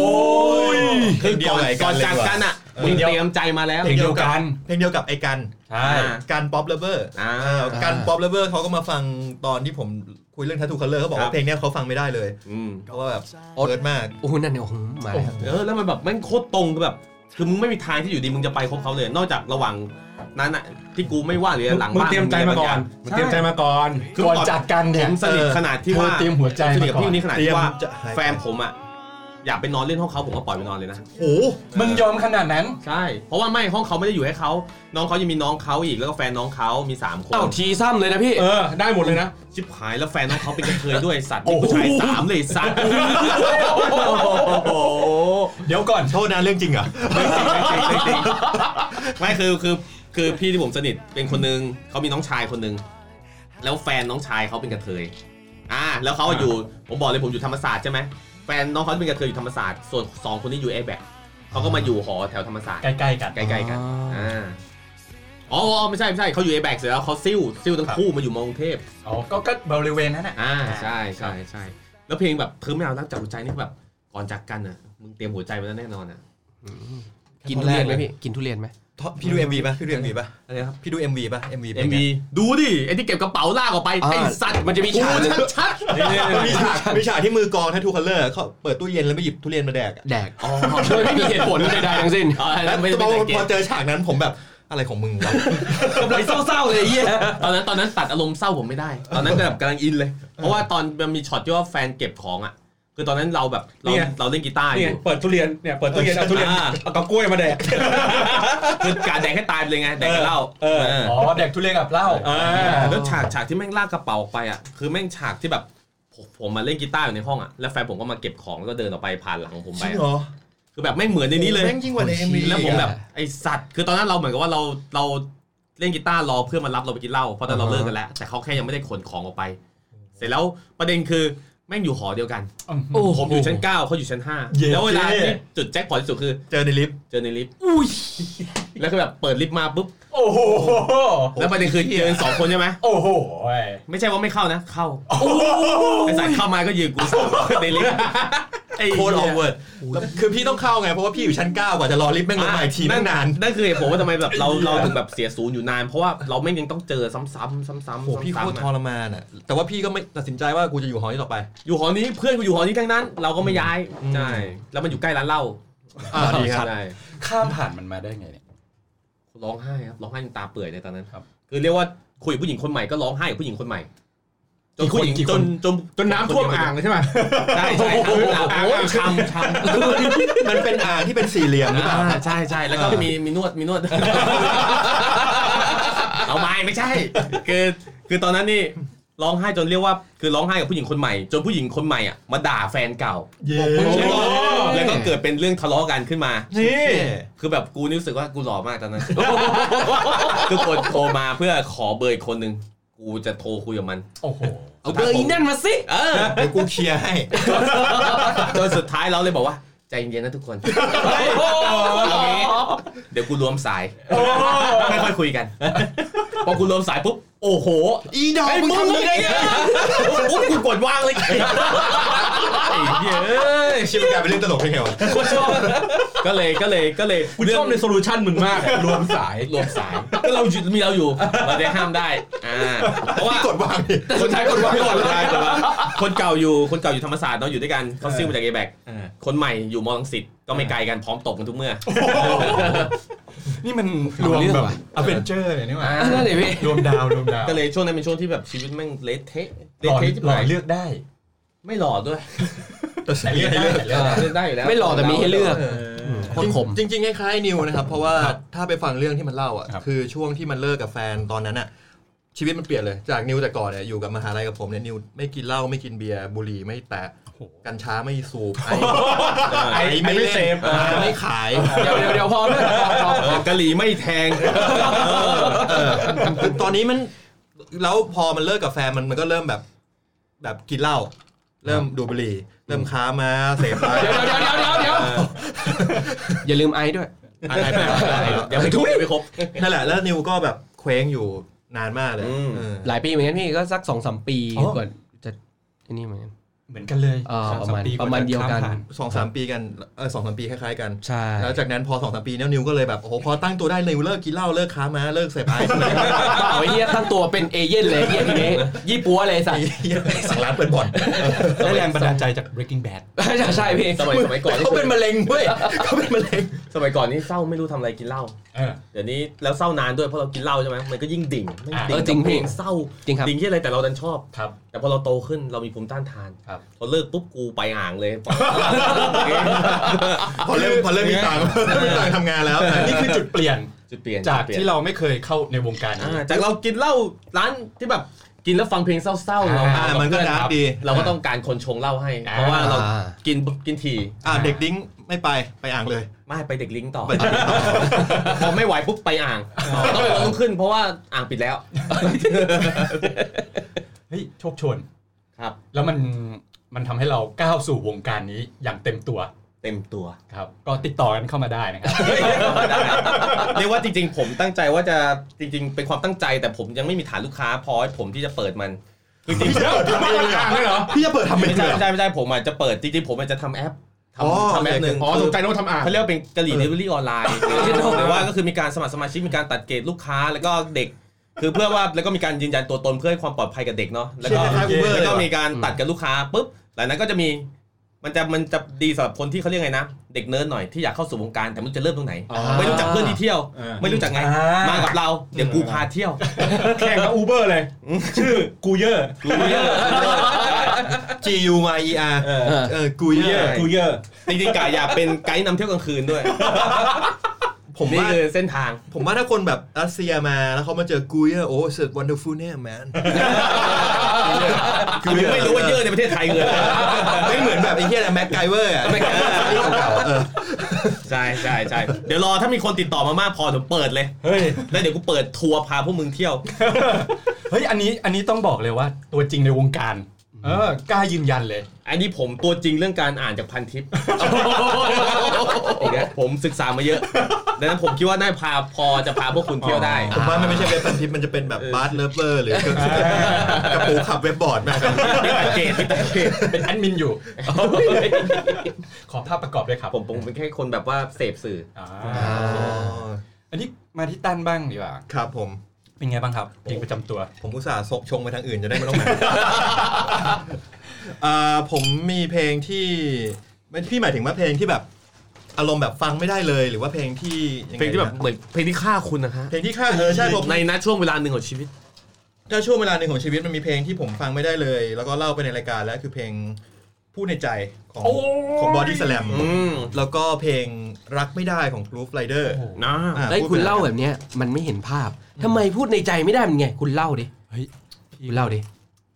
ย
คือ
เพลงเดีย
ก่
ว
อน
ไหนกั
ก่อน น
เลย
จาก
ดีกว่า
กันอ่ะ
เออ
มึง
เดี๋ยว
เตรียมใจมาแล้ว
เพลงเดียวกัน
เพลงเดียวกับไอ้กัน
ใช่
อ่า
การป๊อปเลเวอร์
อ่า
การป๊อปเลเวอร์เขาก็มาฟังตอนที่ผมคุยเรื่องทัตูคัลเลอร์เขาบอก
ครั
ว่า
บ
เพลงเนี้ยเขาฟังไม่ได้เลย
อืม
เขาว่าแบบเปิดมาก
โอ้โหนั่นเนี่ยโอ้โหมาแล้วครับ
เออแล้วมันแบบแม่งโคตรตรงกับแบบ คือมึงไม่มีทางที่อยู่ดีมึงจะไปคบเขาเลย นอกจากระหว่างนั้นอ่ะที่กูไม่ว่าหรือหลัง
มึง
บ้าน
เตรียมใจมาก่อนมึงเตรียมใจมาก่อน
ก่อนจากกัน
ผ
เนี่ย
มสนิท
เออ
ขนาดที่
เธอ
ว่า
เตรียมหัวใจ
สนิท
มา
กับ
ก่อน
พี่คนนี้ขนาดที่ว่า
เตรียมจะหาย
แฟนผมอ่ะอยากไปนอนเล่นห้องเขาผมก็ปล่อยไปนอนเลยนะ
โอ้โห
มึงยอมขนาดนั้น
ใช่ เพราะว่าไม่ห้องเขาไม่ได้อยู่ให้เขา น้องเขายังมีน้องเขาอีกแล้วก็แฟนน้องเขามีสามคน
เอ้าทีซ้ำเลยนะพี่
เออได้หมดเลยนะ
ชิบหายแล้วแฟนน้องเขาเป็นกระเทยด้วยสัตว์มีผู้ชายสามเลยสัตว์โอ้โห
เดี๋ยวก่อน
โทษนะเรื่องจริงเหรอ
ไม่คือคือคือพี่ที่ผมสนิทเป็นคนนึงเขามีน้องชายคนนึงแล้วแฟนน้องชายเขาเป็นกระเทยอ่าแล้วเขาอยู่ผมบอกเลยผมอยู่ธรรมศาสตร์ใช่ไหมแฟนน้องเขาเป็นกระเทยอยู่ธรรมศาสตร์ส่วนสองคนนี้อยู่เอแบกเขาก็มาอยู่หอแถวธรรมศาสตร์
ใกล้ๆกัน
ใกล้ๆกัน
อ๋ออ่
อ่า อ๋ออ๋อไม่ใช่ไม่ใช่เขาอยู่ a อแบกเสร็จแล้วเขาซิ่วซิ่วทั้งคู่มาอยู่มอกรุงเทพ
อ๋อ ก็ก็บริเวณนั้นน่ะ
อ่า ใช่ใช่ใช่ แล้วเพลงแบบเธอไม่เอารักจากหัวใจนี่แบบก่อนจากกันอ่ะ มึงเตรียมหัวใจไว้แล้วแน่นอนอ่ะ
กินทุเรียนไหมพี่ กินทุเรียนไหม
ท็อปพี่ดู MV ป่ะพี่ดู MV ป่ะ
อะไรครับ
พี่ดู MV ป่ะ MV
เอ็มวีดูดิ ไอ้ที่เก็บกระเป๋าลากออกไป
อ่า
ไอ้สัตว์
มันจะมีฉาก
กูชัด
มีฉาก มีฉากที่มือกองทัตูคัลเลอร์เขาเปิดตู้เย็นแล้วไปหยิบทุเรียนมาแดกอะ
แดก
ๆอ๋อ
โดยไม่มีเหตุผลใดๆทั้งสิ้น
อ๋ออัน
แล้ว
นั้นไม่ไม่สังเกต
พอเจอฉากนั้นผมแบบอะไรของมึงวะ
กำลังเศร้าๆเลยไอ้เหี้ย
ตอนนั้นตอนนั้นตัดอารมณ์เศร้าผมไม่ได้ ตอนนั้นแบบกำลังอินเลย เพราะว่าตอนมันมีช็อตที่ว่าแฟนเก็บของอ่ะ คือตอนนั้นเราแบบเรา
เนี่ย
เราเล่นกีตาร์อ
นี่ไง
ยู่
เปิดทุเรียนเนี่ยเปิดตู้เย็นเอาทุเรียน
อ่า
เอากับกล้วยมาแดก
คือการแดกให้ตายไปเลยไงแดกกับเหล้า
เออ
เออ
อ๋อเด็กทุเรียนกับเหล้า
เออแล้วฉากฉากที่แม่งลากกระเป๋าออกไปอ่ะคือแม่งฉากที่แบบผมผมมาเล่นกีตาร์อยู่ในห้องอ่ะแล้วแฟนผมก็มาเก็บของแล้วก็เดินออกไปผ่านหลังผม
จ
ไป
ริง
อะ
เหรอ
คือแบบแม่งเหมือนในนี้เลย
แม่งยิ่งกว่าในเอ็มวี
แล้วผมแบบไอสัตว์ คือตอนนั้นเราเหมือนกับว่าเราเราเล่นกีตาร์รอเพื่อนมารับเราไปกินเหล้าเพราะตอนเราเลิกกันแล้ว แต่เขาแค่ยังไม่ได้ขนของออกไป เสร็จแล้วประเด็นคือแม่งอยู่หอเดียวกัน
โอ้โห
ผมอยู่ชั้นเก้าเขาอยู่ชั้นห้า
เย้
แล้วเวลาที่จุดแจ็คพอตที่สุดคือ
เจอในลิฟต์
เจอในลิฟต์แล้วก็แบบเปิดลิฟต์มาปุ๊บ
โอ้โห
แล้วประเด็นคือเจอกันสองคนใช่ไหม
โอ้โห
ไม่ใช่ว่าไม่เข้านะ เข้าไอสายเข้ามาก็ยืนกูสามคนในลิฟต์ไอ้
โคตรออเวิร์ดคือพี่ต้องเข้าไงเพราะว่าพี่อยู่ชั้น9กว่าจะรอลิฟต์แม่งลงมาอีกทีแม่งนาน
นั่นคือเหตุผลว่าทำไมแบบเราเราถึงแบบเสียศูนย์อยู่นาน เพราะว่าเราแม่งยังต้องเจอซ้ำๆซ้ำๆซ้ำ
โหพี่โคตรท
อะ
รมานอ่ะ แต่ว่าพี่ก็ไม่ตัดสินใจว่ากูจะอยู่หอนี้ต่อไป
อยู่หอนี้เพื่อนกูอยู่หอนี้ทั้งนั้น เราก็ไม่ย้ายใช่แล้วมันอยู่ใกล้ร้านเหล้า
อ่าดีครับ
ใช่
ข้ามผ่านมันมาได้ไงเนี่ย
ร้องไห้ครับร้องไห้จนตาเปื่อยในตอนนั้น
ครับ
คือเรียกว่าคุยกับผู้หญิงคนใหม่ก็ร้องไห้กับผู้หญิงคนใหม่จน
กี่คน
ผู้หญิง
กี่
จ
คน
นจน
จนน้ำท่วมอ่างเลยใช่ไหม
ใช่ใช่ครับอ่างอ่างช้ำช้ำ
มันเป็นอ่างที่เป็นสี่เหลี่ยมหรือเปล่า
อ่าใช่ใช่แล้วก็มีมีนวดมีนวด เอาไม่ไม่ใช่ คือคือตอนนั้นนี่ร้องไห้จนเรียกว่าคือร้องไห้กับผู้หญิงคนใหม่ จนผู้หญิงคนใหม่อ่ะมาด่าแฟนเก่า
เย้
แล้วก็แล้วก็เกิดเป็นเรื่องทะเลาะกันขึ้นมา
นี่
คือแบบกูนี่รู้สึกว่ากูหล่อมากตอนนั้น คือคนโทรมาเพื่อขอเบอร์อีกคนนึงกูจะโทรคุยกับมัน
โอ้โห
เอา
เบอร์อีนั่นมาสิ
เออ
เดี๋ยวกูเคลียร์ให้
จนสุดท้ายเราเลยบอกว่า ใจเย็นๆนะทุกคนเอางี้เดี๋ยวกูรวมสาย ไม่ค่อยคุยกัน พอกูรวมสายปุ๊บ โอ้โห
อีดอก
ไอ้
มึง
มึง
ทำยั
อะ
ง
ไร
ไง
เนี่ยปุ๊บกูกดวางเลยไอ้เหี้ยเอ้ย
ชิบกลายเป็นเรื่องตลกไปไงวะ
กูชอบก็เลยก็เลยก็เลย
กูชอบในโซลูชันมึงมากอะรวมสาย
รวมสายก็เราอยู่มีเราอยู่เราได้ห้ามได้อ่าเพราะว่า
พี่กดวางดิ
คนไทยคนก่อนคนไทยแต่ว่าคนเก่าอยู่คนเก่าอยู่ธรรมศาสตร์เนาะอยู่ด้วยกันเขาซิ่วมาจากเอแบก
เออ
คนใหม่อยู่มอลังสิตก็ไม่ไกลกันพร้อมตบกันทุกเมื่อ
นี่มันรวมแบบ
เอา
อ
เรื่องว่ะ
เวนเจอร์เลยนี่หว่า
อ่า
นั่นเลยพี่
รวมดาวรวมดาว
ก็เลยช่วงนั้นเป็นช่วงที่แบบชีวิตแม่งเละเทะ
ห
เละ
ล่อ
เทะที่
หล่อ
ไหน
เลือกได้
ไม่หล่อด้วย
แต่เลือกได้แต่เลือกได้
เลือกได้อยู่แล้ว
ไม่หล่อแต่มีให้เลือกโคตรขม
จริงๆคล้ายๆนิวนะครับ เพราะว่าถ้าไปฟังเรื่องที่มันเล่าอ่ะ
ครับ
คือช่วงที่มันเลิกกับแฟนตอนนั้นอ่ะ ชีวิตมันเปลี่ยนเลย จากนิวแต่ก่อนเนี่ยอยู่กับมหาลัยกับผมเนี่ยนิวไม่กินเหล้าไม่กินเบียร์บุหรี่ไม่แตะกัญชาไม่สูบไอ้
ไอ้ไม่เซฟ
เออไม่ขาย
เดี๋ยวเดี๋ยวเดี๋ยวพอด้วยพอพอ
เออกะหรี่ไม่แทง
เออตอนนี้มันแล้วพอมันเลิกกับแฟนมันมันก็เริ่มแบบ แบบกินเหล้าเริ่มดูดบุหรี่เริ่มค้ามาเสพไป
เดี๋ยวเดี๋ยวเดี๋ยวเดี๋ยวเดี๋ยวอย่าลืมไอซ์ด้วย
อะไรแบบเดี๋ยวไปทุบเดี๋ยวไปครบ
นั่นแหละแล้วนิวก็แบบเคว้งอยู่นานมากเลย
อืม
เออ
หลายปีเหมือนกันพี่ก็สักสองสามปี
อ๋อ
ก่อนจะไอันนี้เหมือนกัน
เหมือนกันเลย
เออ
ส
ประ
ส
มาณ
ปี
ประมาณเดียวกัน
ข้ผ่า
สองสามปีกันเออสองสามปีคล้ายๆกัน
ใช่
แล้วจากนั้นพอสองสามปีเนี่ยนิวก็เลยแบบโอ้โหพอตั้งตัวได้นิวเลิกกินเหล้าเลิกค้ามาเลิกเสพไอซ์เลย
เปล่าไอ้เหี้ยตั้งตัวเป็นเอเย่นเลยไอ้เหี้ยทีนี้ยี่ปัวเลยไอ้สัตว์
สั่งร้านเปิดบ่อน
ได้แรงบันดาลใจจาก Breaking Bad
ใช่ใช่พี่
สมัยสมัยก่อนนี่
เขา
คื
เป็
อน
มะเร็งเว้ยเขาเป็นมะเร็ง
สมัยก่อนนี่เศร้าไม่รู้ทำอะไรกินเหล้า
เออ
เดี๋ยวนี้แล้วเศร้านานด้วยเพราะเรากินเหล้าใช่ไหมมันก็ยิ่งดิ่งแม่
เออจริ
ดิ่
ง
ง
พี่
ดิ่งเศร้า
จริงครับ
ดิ่งที่อะไรแต่เราดันชอบ
ครับ
แต่พอเราโตขึ้นเรามีภูมิต้านทาน
ครับ
พอเลิกปุ๊บกูไปอ่างเลย
พอเริ่มพอเริ่มมีตังค์เริ่มมีตังค์ทำงานแล้ว
นี่คือจุดเปลี่ยน
จุดเปลี่ยน
จาก
จุดเปลี่ยน
ที่เราไม่เคยเข้าในวงการนี้
อ่าจากเรากินเหล้าร้านที่แบบกินแล้วฟังเพลงเศร้าๆเรา
อ่า
เรา
มันก็ดาร์กดี
เราก็ต้องการคนชงเหล้าให้ เพราะว่าเรา
อ่า
กินกินถี่
อ่าเด็กดิ้งไม่ไปไปอ่างเลย
ไม่ไปเด็กลิงก์ต่อ พอไม่ไหวปุ๊บไปอ่างต้องต้องขึ้นเพราะว่าอ่างปิดแล้ว
เฮ้ยโชคโชน
ครับ
แล้วมันมันทำให้เราก้าวสู่วงการนี้อย่างเต็มตัว
เต็มตัว
ครับ ก็ติดต่อกันเข้ามาได้นะครับ
เรียกว่าจริง ๆ ผมตั้งใจว่าจะจริง ๆ เป็นความตั้งใจ แต่ผมยังไม่มีฐานลูกค้าพอให้ผมที่จะเปิดมันจริงๆ
พี่จะเปิดทำเป็น
ไม่
เล
ใช่
ยเหรอ
ไม่ใช่ไม่ใช่ผมอาจจะเปิดจริงๆผมอาจจะทำแอป
อ๋อ
ทำทำแอปหนึ่ง
อ๋อสนใจโน้ตทำอ่าง
เขาเรียกว่าเป็นกะหรี่เดลิเวอรี่ออนไลน์แต่ว่าก็คือมีการสมัครสมาชิกมีการตัดเกรดลูกค้าแล้วก็เด็ก คือเพื่อว่าแล้วก็มีการยืนยันตัวตนเพื่อให้ความปลอดภัยกับเด็กเนาะแล้ว
เชื่อค
ก็
ล้ายอูเบอร์
แล้
เล
วย ก็
เหร
มี
อ
การตัดกับลูกค้าปุ๊บหลังนั้นก็จะมีมันจะมันจะดีสำหรับคนที่เขาเรียกไงนะ เด็กเนิร์ดหน่อยที่อยากเข้าสู่วงการแต่ไม่รู้จะเริ่มตรงไหน
อ่า
ไม่รู้จักเพื่อนที่เที่ยว
อ่า
ไม่รู้จักไง
อ่าม
มากับเรา เดี๋ยวกูพาเที่ยว
แข่งกับอูเบอร์เลย ชื่อกูเยอร์
กูเยอะ
G U Y E R
เออ
เออ
เออกูเย
กูเย่
อะ
กูเยอะ
จริงๆกะอยากเป็นไกด์นำเที่ยวกลางคืนด้วย
ผม
นี่
ว่า
คือเส้นทาง
ผมว่าถ้าคนแบบรัสเซียมาแล้วเขามาเจอกูเยอะโอ้เสิร์ฟวันเดอร์ฟูลเนี่ยแมน
คือไม่รู้ว่าเยอะในประเทศไทยเงิน
ไม่เหมือนแบบไอ้เหี้ยแม็กไกเวอร์อะ
ใช่ใช่ใช่เดี๋ยวรอถ้ามีคนติดต่อมามากพอผมเปิดเลย
เฮ้ย
แล้วเดี๋ยวกูเปิดทัวร์พาพวกมึงเที่ยว
เฮ้ย อันนี้ อันนี้ต้องบอกเลยว่า ตัวจริงในวงการ เออ กล้ายืนยันเลย
อันนี้ผมตัวจริงเรื่องการอ่านจากพันทิปอีกแล้วผมศึกษามาเยอะดังนั้นผมคิดว่าน่าพาพอจะพาพวกคุณเที่ยวได้
ผมว่ามันไม่ใช่เว็บพันทิปมันจะเป็นแบบบาร์เลเวอร์หรือกระปูขับเว็บบอร์ดมา
เป็นเกตเป็นเกต
เป็นแอดมินอยู่ ขอภาพประกอบด้วยครับ
ผมผมเป็นแค่คนแบบว่าเสพสื่อ
อ่า
อ๋อ
อันนี้มาที่ตั้นบ้างดีกว่า
ครับผม
เป็นไงบ้างครับเพลงประจำตัว
ผมอุตส่าห์ซกชงไปทางอื่นจะได้ไม่ต้องมา เอ่อผมมีเพลงที่ไม่พี่หมายถึงว่าเพลงที่แบบ อารมณ์แบบฟังไม่ได้เลยหรือว่าเพลงที่ยัไ
เพลงที่แบบเหมือนเพลงที่ฆ่าคุณนะฮะ
เพลงที่ค่าเออใช่ผม
ในณช่วงเวลาหนึ่งของชีวิต
ถ้าช่วงเวลาหนึ่งของชีวิตมันมีเพลงที่ผมฟังไม่ได้เลย แล้วก็เล่าไปในรายการแล้วคือเพลงพูดในใจของของบอดี้สแลม
อืม
แล้วก็เพลงรักไม่ได้ของ Proof Rider
นะ
อ่ะ
ไอ้ยคุณ
พูดไป
เล่าแบบเนี้ยมันไม่เห็นภาพทำไมพูดในใจไม่ได้มันไง คุณเล่าดิ
เฮ้ย
คุณเล่าดิ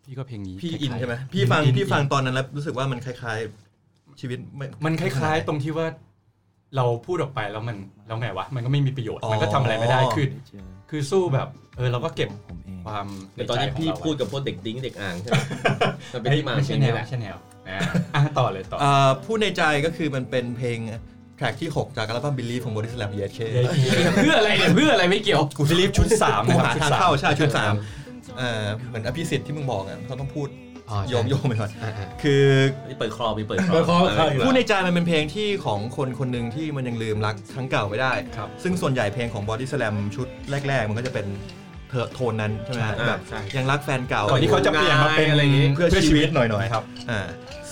พี่ก็เพลงนี้
พี่
คล้ายๆ
อินใช่ไหมพี่ฟัง
อิน
พี่
อิน
ฟังตอนนั้นแล้วรู้สึกว่ามันคล้ายๆ ชีวิตไม่
มันคล้าย ๆ ตรงที่ว่า เราพูดออกไปแล้วมันแล้วไงวะ มันก็ไม่มีประโยชน์ มันก็ทำอะไรไม่ได้ คือ คือสู้แบบ เออเราก็เก็บความ
แต่ตอนนี้
ใใจขง
พี่
เราไว้
พูดกับพวกเด็กดิ้งเด็กอ่างใช่ไหมมันเป็น
เฮ้ย
ที่มา
ไม่
เพล
ใช่
ง
แน
นี้
ว
แหละ
ไม่ใช่แนวนะอ่ะต่อเลยต่อ
เอ่อพูดในใจก็คือมันเป็นเพลงแทร็กที่ 6 จากอัลบั้มบิลลี่ของบริสแลมเยสเค
เพื่ออะไรเนี่ยเพื่ออะไรไม่เกี่ยว
กูจะรีบชุดสาม
กู
นะครับ
หาทางเข้าใช่ชุดสามเอ่อเหมือนอภิสิทธิ์ที่มึงบอกอ่ะเขาต้องพูด
อ๋อใช่
โยมโยมไปก่อนคือ
เปิดคลอมีเปิดคลอ
เปิดคลอ
เออ
เปิ
พูดในใจมันเป็นเพลงที่ของคนคนหนึ่งที่มันยังลืมรักครั้งเก่าไม่ได้
ครับ
ซึ่งส่วนใหญ่เพลงของบอดี้สแลมชุดแรก ๆ มันก็จะเป็นเธอโทนนั้นใช่ไหมฮะ
อ่า
แบบ
ใช่
ยังรักแฟนเก่า
ก่อนที่เขาจะเปลี่ยนมาเป็น
อะไรอย่างงี้
เพื่อชีวิตหน่อยๆ
ครับ
อ่า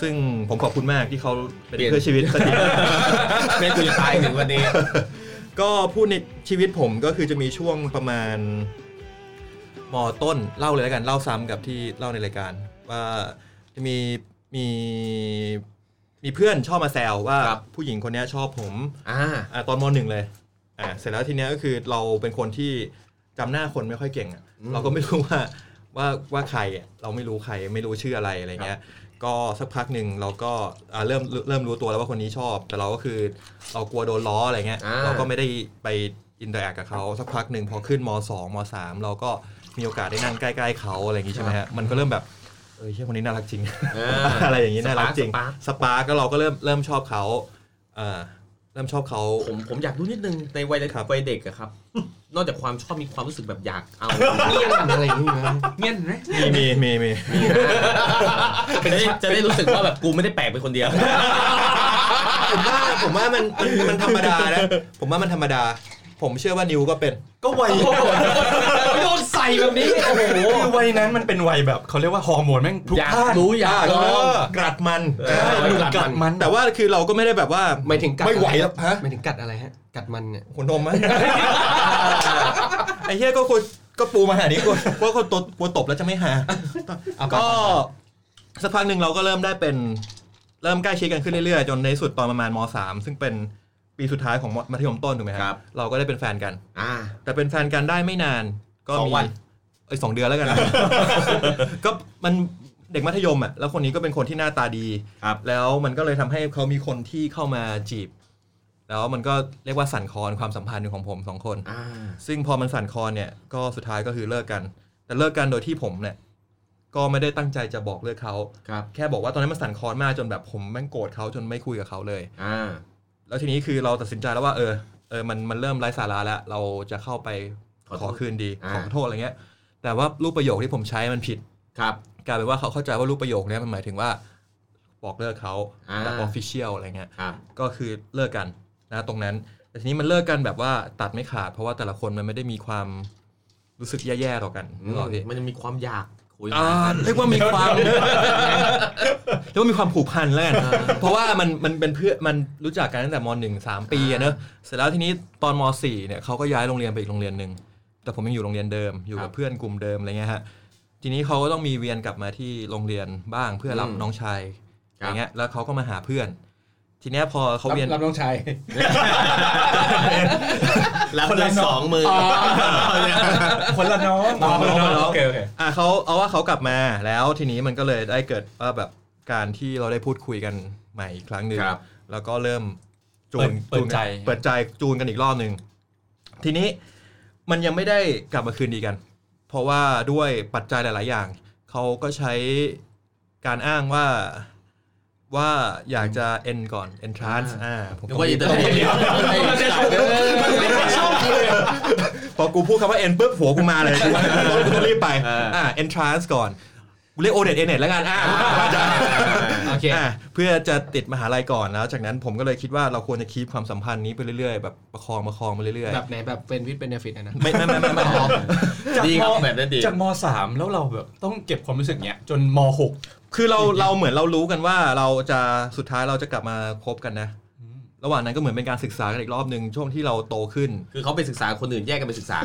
ซึ่งผมขอบคุณมากที่เขาเป็น
เปลี่ยน
เพื่อชีวิตสักที
แม่กูจะตายหนึ่งวันนี้
ก็พูดในชีวิตผมก็คือจะมีช่วงประมาณมต้นเล่าเลยแล้วกันเล่าซ้ำกับที่เล่าในรายการ ว่าจะมีมีมีเพื่อนชอบมาแซวว่า
ครับ
ผู้หญิงคนเนี้ยชอบผม
อ่า
อ่าตอนมหนึ่งเลยอ่าเสร็จแล้วทีเนี้ยก็คือเราเป็นคนที่จำหน้าคนไม่ค่อยเก่งอะ
อืม
เราก็ไม่รู้ว่า ว่าว่าใครอะเราไม่รู้ใครไม่รู้ชื่ออะไรอะไรเงี้ย ก็สักพักหนึ่งเราก็อ่าเริ่มเริ่มรู้ตัวแล้วว่าคนนี้ชอบ แต่เราก็คือเรากลัวโดนล้ออะไรเงี้ย
อ่า
เราก็ไม่ได้ไปอินเตอร์แอคกับเขาสักพักหนึ่งพอขึ้นม2ม3เราก็มีโอกาสได้นั่งใกล้ๆเขาอะไรอย่างงี้ใช่ไหมฮะมันก็เริ่มแบบเออเชี่ยคนนี้น่ารักจริง
อ่า
อะไรอย่างงี้น่ารักจริง
สปาร์ค
สปาร์กก็เราก็เริ่มเริ่มชอบเขาเอ่อเริ่มชอบเขา
ผมผมอยากรู้นิดนึงในวัย
ครับ
วัยเด็กอะครับ นอกจากความชอบมีความรู้สึกแบบอยากเอา
เงียบอะไรอย่างงี้นะ
เงี้ยนไหม
มีมีมีมี
จะได้จะได้รู้สึกว่าแบบกูไม่ได้แปลกไปคนเดียว
ผมว่าผมว่ามันมันมันธรรมดานะผมว่ามันธรรมดา ผมเชื่อว่านิวก็เป็น
ก็วัย
โดนใส่แบบนี้โอ้โห
คือวัยนั้นมันเป็นวัยแบบเขาเรียกว่าฮอร์โมนแม่งพลุก
อยาก
พล่าน
รู้อยากลอง
เ
กรัดมัน
เออ
ใช่
หนุ่มกัดมัน
แต่ว่าคือเราก็ไม่ได้แบบว่า
ไม่ถึงกัด
ไม่ไหวแล้วฮะ
ไม่ถึงกัดอะไรฮะ กัดมันเนี่ย
หัวนม มั้ย ไอ้เหี้ยก็คนก็ปูมาหานี้คนว่าคนตบกลัวตบแล้วจะไม่หา ก็สักพักหนึ่งเราก็เริ่มได้เป็นเริ่มใกล้ชิดกันขึ้นเรื่อยๆ จนในที่สุดตอนประมาณมสามซึ่งเป็นปีสุดท้ายของมัธยมต้นถูกไหม
ครับ
เราก็ได้เป็นแฟนกัน
อ่า
แต่เป็นแฟนกันได้ไม่นานก็
สอง
มี
วัน
เอ้ยสองเดือนแล้วกัน ก็มันเด็กมัธยมอ่ะแล้วคนนี้ก็เป็นคนที่หน้าตาดี
ครับ
แล้วมันก็เลยทำให้เขามีคนที่เข้ามาจีบ แล้วมันก็เรียกว่าสั่นคลอนความสัมพันธ์ของผมสองคน
อ่า
ซึ่งพอมันสั่นคลอนเนี่ยก็สุดท้ายก็คือเลิกกัน แต่เลิกกันโดยที่ผมเนี่ยก็ไม่ได้ตั้งใจจะบอกเลิกเขา
ครับ
แค่บอกว่าตอนนั้นมันสั่นคลอนมากจนแบบผมแม่งโกรธเขาจนไม่คุยกับเขาเลย
อ่า
แล้วทีนี้คือเราตัดสินใจแล้วว่าเออเออมันมันเริ่มไร้สาระแล้ว เราจะเข้าไป
ขอโทษ
ขอคืนดี
อ่า
ขอโทษอะไรเงี้ย แต่ว่ารูปประโยคที่ผมใช้มันผิด
ครับ
กลายเป็นว่าเขาเข้าใจว่ารูปประโยคเนี้ยมันหมายถึงว่าบอกเลิกเขา
อ่า
แบบออฟฟิเชียลอะไรเงี้ย
ครับ
ก็คือเลิกกันนะตรงนั้น แต่ทีนี้มันเลิกกันแบบว่าตัดไม่ขาด เพราะว่าแต่ละคนมันไม่ได้มีความรู้สึกแย่ๆต่อกันนึกออกพี่
มันยังมีความอยากคุย
อ่าเรียกว่ามีความเรียกว่ามีความผูกพันแล้วกันเพราะว่ามันมันเป็นเพื่อนมันรู้จักกันตั้งแต่มหนึ่งสามปีอะเนอะเสร็จแล้วทีนี้ตอนมสี่เนี่ยเขาก็ย้ายโรงเรียนไปอีกโรงเรียนหนึ่งแต่ผมยังอยู่โรงเรียนเดิมอยู่กับเพื่อนกลุ่มเดิมอะไรเงี้ยฮะจ ทีนี้เขาก็ต้องมีเวียนกลับมาที่โรงเรียนบ้างเพื่อรับ
อืม
น้องชาย
ค
อ
รับ
ย่างเงี้ยแล้วเขาก็มาหาเพื่อน ทีเนี้ยพอเขาเวียน
รับน้องชาย
รับด้วยสองมืออ
คนละน้อง
อ๋อคนละน้อง
โอเคโอเค
อ่ะเขาเอาว่าเขากลับมาแล้วทีนี้มันก็เลยได้เกิดว่าแบบการที่เราได้พูดคุยกันใหม่อีกครั้งหนึ่ง
ครับ
แล้วก็เริ่มจูน
เปิดเปิดใจ
เปิดใจจูนกันอีกรอบหนึ่งทีนี้มันยังไม่ได้กลับมาคืนดีกัน เพราะว่าด้วยปัจจัยหลาย ๆ อย่างเขาก็ใช้การอ้างว่าว่าอยากจะ end ก่อน entrance อ่าผม
นึกว่าอินเตอร์เน็ต
พอกูพูดคำว่า end ปุ๊บหัวกูมา เลยกูกูต้องรีบไปอ่า entrance ก่อนกูเรียก onet enet แล้วกันอ่า
โอเค
อ่ะเพื่อจะติดมหาลัยก่อนแล้วจากนั้นผมก็เลยคิดว่าเราควรจะคีบความสัมพันธ์นี้ไปเรื่อยๆแบบประคองประคองไปเรื่อย
แบบไหนแบบเป็นพิษเป็นเนฟิตนะ
ๆไม่ไม่ไม่ไม่ไม่ไม่
ดีครับ
จากม
แบบนั้นดี
จากมสามแล้วเราแบบต้องเก็บความรู้สึกเนี้ยจนมหก
คือเราเราเหมือนเรารู้กันว่าเราจะสุดท้ายเราจะกลับมาคบกันนะ ระหว่างนั้นก็เหมือนเป็นการศึกษากันอีกรอบหนึ่งช่วงที่เราโตขึ้น
คือเขาไปศึกษาคนอื่นแยกกันไปศึกษา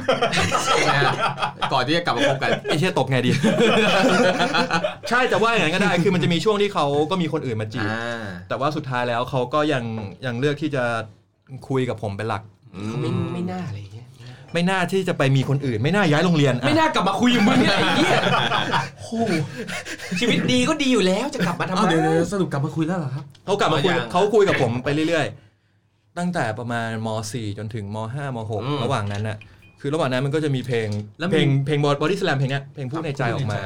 นะฮะก่อนที่จะกลับมาพบกัน
ไอ้เชี่ยตบไง ดี ใช่แต่ว่าอย่างนั้นก็ได้คือมันจะมีช่วงที่เขาก็มีคนอื่นมาจีบ
อ่า
แต่ว่าสุดท้ายแล้วเขาก็ยังยังเลือกที่จะคุยกับผมเป็นหลัก
ไม่ไม่น่าอะไรอย่างเงี้ย
ไม่น่าที่จะไปมีคนอื่น ไม่น่าย้ายโรงเรียนอ่ะ
ไม่น่ากลับมาคุยกับมึงเนี่ยไอ้เหี้ยโอ้โหชีวิตดีก็ดีอยู่แล้วจะกลับมาทำไม
สรุปกลับมาคุยแล้วเหรอครับ
เขากลับมาคุย
อ๋อยัง
เขาคุยกับผมไปเรื่อยๆ ตั้งแต่ประมาณม .4 จนถึงม .5 ม
อืม
.6 ระหว่างนั้นน่ะ คือระหว่างนั้นมันก็จะมีเพลง
แล้วมี
เพลงเพลงบอดี้สแลมเพลงเนี้ยเพลงพูดในใจออกมา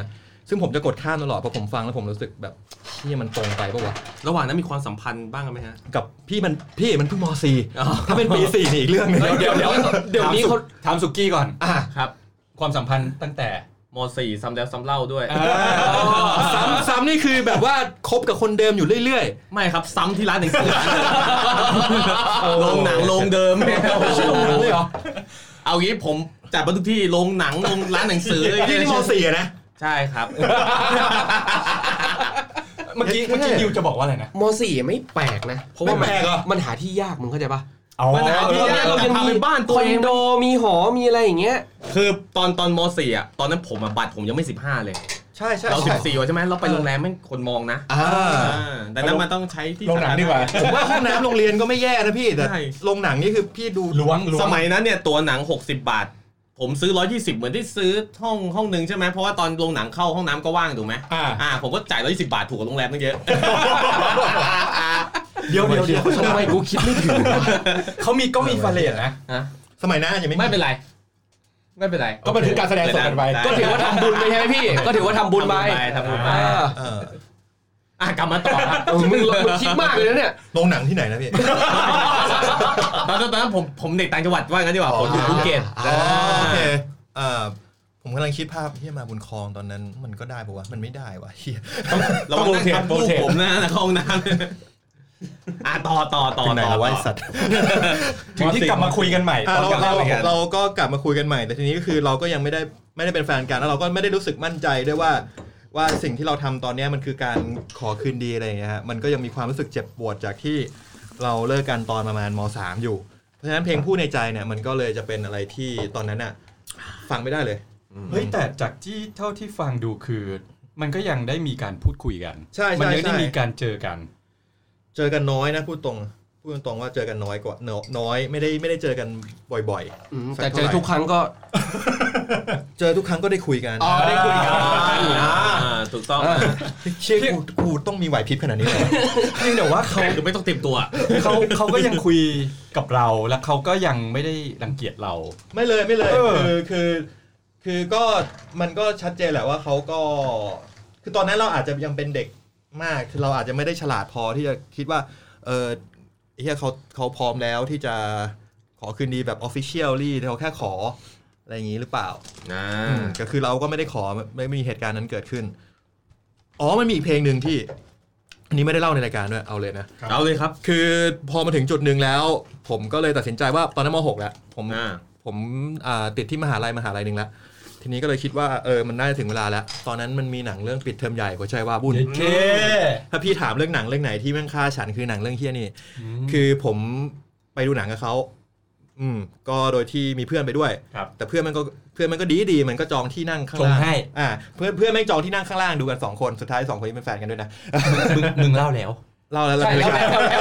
ซึ่งผมจะกดข้ามตลอดเพราะผมฟังแล้วผมรู้สึกแบบที่มันตรงไปปะวะ
ระหว่างนั้นมีความสัมพันธ์บ้างไหมฮะ
กับพี่มันพี่มันเพิ่งม
อ๋อ
.4 ถ้าเป็นปี4นี่อีกเรื่องหนึง
เดี๋ยวเดี๋ยว
เดี๋ยวนี้เขา
ถามสุกี้ก่อน
อ่ะ
ครับ
ความสัมพันธ์ตั้งแต่
มสี่ซ้ำแล้วซ้ำเล่าด้วย
ซ้ำซ้ำนี่คือแบบว่าคบกับคนเดิมอยู่เรื่อย
ไม่ครับ ซ้ำที่ร้านหนังสือ โรงหนังโรงเดิม
ๆชื่อโรงหนังเลยเหรอ
เอางี้ผมจัดมาทุกที่โรงหนังโรงร้านหนังสือเลย
พี่นี่ม .4 อะนะ
ใช่ครับ
เมื่อกี้
เอ๊ะ
เมื่อกี้ยิวจะบอกว่าอะไรนะ
มสี่ไม่แปลกนะเพราะว่ามันมันหาที่ยากมึงเข้าใจปะ
เอา
ปัญหาที่ ยาก
เรายัง
แต่พาไป
มี
บ้านตัว
คอ
เอน ง
โดมีหอมีอะไรอย่างเงี้ย
คือตอนตอนมสี่อ่ะตอนนั้นผมอะบัตรผมยังไม่ 15 เลย
ใช่ใช่
เรา
ใช่
14วันใช่ไหมเราไปโรงแรมแม่งคนมองนะ
อ่า
อ่าแต่นั้นมันต้องใช้ที่
โรงหนังดีกว่า
ผมว่าห้องน้ำโรงเรียนก็ไม่แย่นะพี่แต่
ใช่
โรงหนังนี่คือพี่ดู
ล้วงล้วง
สมัยนั้นเนี่ยตัวหนัง 60 บาท ผมซื้อ 120 เหมือนที่ซื้อห้องห้องหนึ่งใช่ไหมเพราะว่าตอนโรงหนังเข้าห้องน้ำก็ว่างถูกไหม
อ่า
อ่าผมก็จ่าย 120 บาทถูกกว่าโรงแรมตั้งเยอะ
เดี๋ยวเดี๋ยวเดี๋ยว
ทำไมกูคิดไม่ถึงวะ
เขามีกล้องอินฟราเรดนะ
สมัยหน้ายังไม่
ไม่เป็นไร ไม่เป็นไร
ก็บันทึกการแสดงสดกันไป
ก็ถือว่าทำบุญไปใช่ไหมพี่ ก็ถือว่าทำบุญไป
ทำบุญไป
อ่า
เออ
อ่ะกลับมาต่อครับ
เออมึงมึงคิดมากเลยนะเนี่ย
โรงหนังที่ไหนนะพี่
ตอนนั้นตอนนั้นผมผมเด็กต่างจังหวัดว่างั้นดีกว่าผมอยู่ภูเก็ต
อ๋อโอเคเอ่อผมกำลังคิดภาพที่มาบุญคลองตอนนั้นมันก็ได้ปะวะมันไม่ได้วะเฮีย
ระวังนะครับ
โปร
ลูก
เทค
ผมนะ นะเข้าห้องน้ำอ่ะต่อต่อต่อ
ถึงไหน
ต่อ
แล้ววะไอ้
ต่อ
สัตว์
ถึงที่กลับมาคุยกันใหม่
อ่ะ
ตอน
เรา
กลับมาคุย
เรา
กัน
เราเราก็กลับมาคุยกันใหม่ แต่ทีนี้ก็คือเราก็ยังไม่ได้ไม่ได้เป็นแฟนกันแล้วเราก็ไม่ได้รู้สึกมั่นใจด้วยว่า ว่าสิ่งที่เราทำตอนเนี้ยมันคือการขอคืนดีอะไรอย่างเงี้ยฮะมันก็ยังมีความรู้สึกเจ็บปวดจากที่เราเลิกกันตอนประมาณมสามอยู่ เพราะฉะนั้นเพลงพูดในใจเนี่ยมันก็เลยจะเป็นอะไรที่ตอนนั้นอะฟังไม่ได้เลย
เฮ้ยแต่จากที่เท่าที่ฟังดูคือ มันก็ยังได้มีการพูดคุยกัน
ใช่ใช่
มัยังได้
ใช่
มีการเจอกัน
เจอกันน้อยนะพูดตรงพูดตรงๆว่าเจอกันน้อยกว่าน้อยน้อยไม่ได้ไม่ได้เจอกันบ่อย
อืม
สัก
แต่เจ
เท่า
อ
ไหร่
ทุกครั้งก็
ๆ เจอทุกครั้งก็ได้คุยกัน
อ๋อได้คุยกัน
อ่าถูกต้อง
อ่า
เชื่อกูกูต้องมีไหวพริบขนาดนี้เลยเหรอ
เพียงแต่ว่าเขา
คือไม่ต้องเตรียมตัว
เขาเขาก็ยังคุยกับเรา และเขาก็ยังไม่ได้รังเกียจเรา
ไม่เลยไม่เลย
เออ
คือคือคือก็มันก็ชัดเจนแหละว่าเขาก็ คือตอนนั้นเราอาจจะยังเป็นเด็กมากคือเราอาจจะไม่ได้ฉลาดพอที่จะคิดว่า เออเฮียเขาเขาพร้อมแล้วที่จะขอคืนดีแบบออฟฟิเชียลลี่เขาแค่ขออะไรอย่างนี้หรือเปล่าอืมก็คือเราก็ไม่ได้ขอไม่มีเหตุการณ์นั้นเกิดขึ้น อ๋อมันมีอีกเพลงหนึ่งที่ อันนี้ไม่ได้เล่าในรายการด้วยเอาเลยนะ
เอาเลยครับ
คือพอมาถึงจุดหนึ่งแล้ว ผมก็เลยตัดสินใจว่าตอนนั้นมหกแล้วผม
อ่า
ผมอ่าติดที่มหาลัยมหาลัยหนึ่งแล้ว ทีนี้ก็เลยคิดว่าเออมันน่าจะถึงเวลาแล้ว ตอนนั้นมันมีหนังเรื่องปิดเทอมใหญ่หัวใจว่าบุญ
โอเค
ถ้าพี่ถามเรื่องหนังเรื่องไหนที่แม่งฆ่าฉันคือหนังเรื่องเฮี้ยนี่ คือผมไปดูหนังกับเขา อืมก็โดยที่มีเพื่อนไปด้วย
ครับ
แต่เพื่อนมันก็เพื่อนมันก็ดีดีๆมันก็จองที่นั่งข้าง
จ
ล่าง
งให้
อ่าเพื่อนเพื่อนแม่งจองที่นั่งข้างล่างดูกันสองคนสุดท้ายสองคนนี้เป็นแฟนกันด้วยนะ
มึงมึงเล่าแล้ว
เล่าแล้วเรา
ใช่
ใ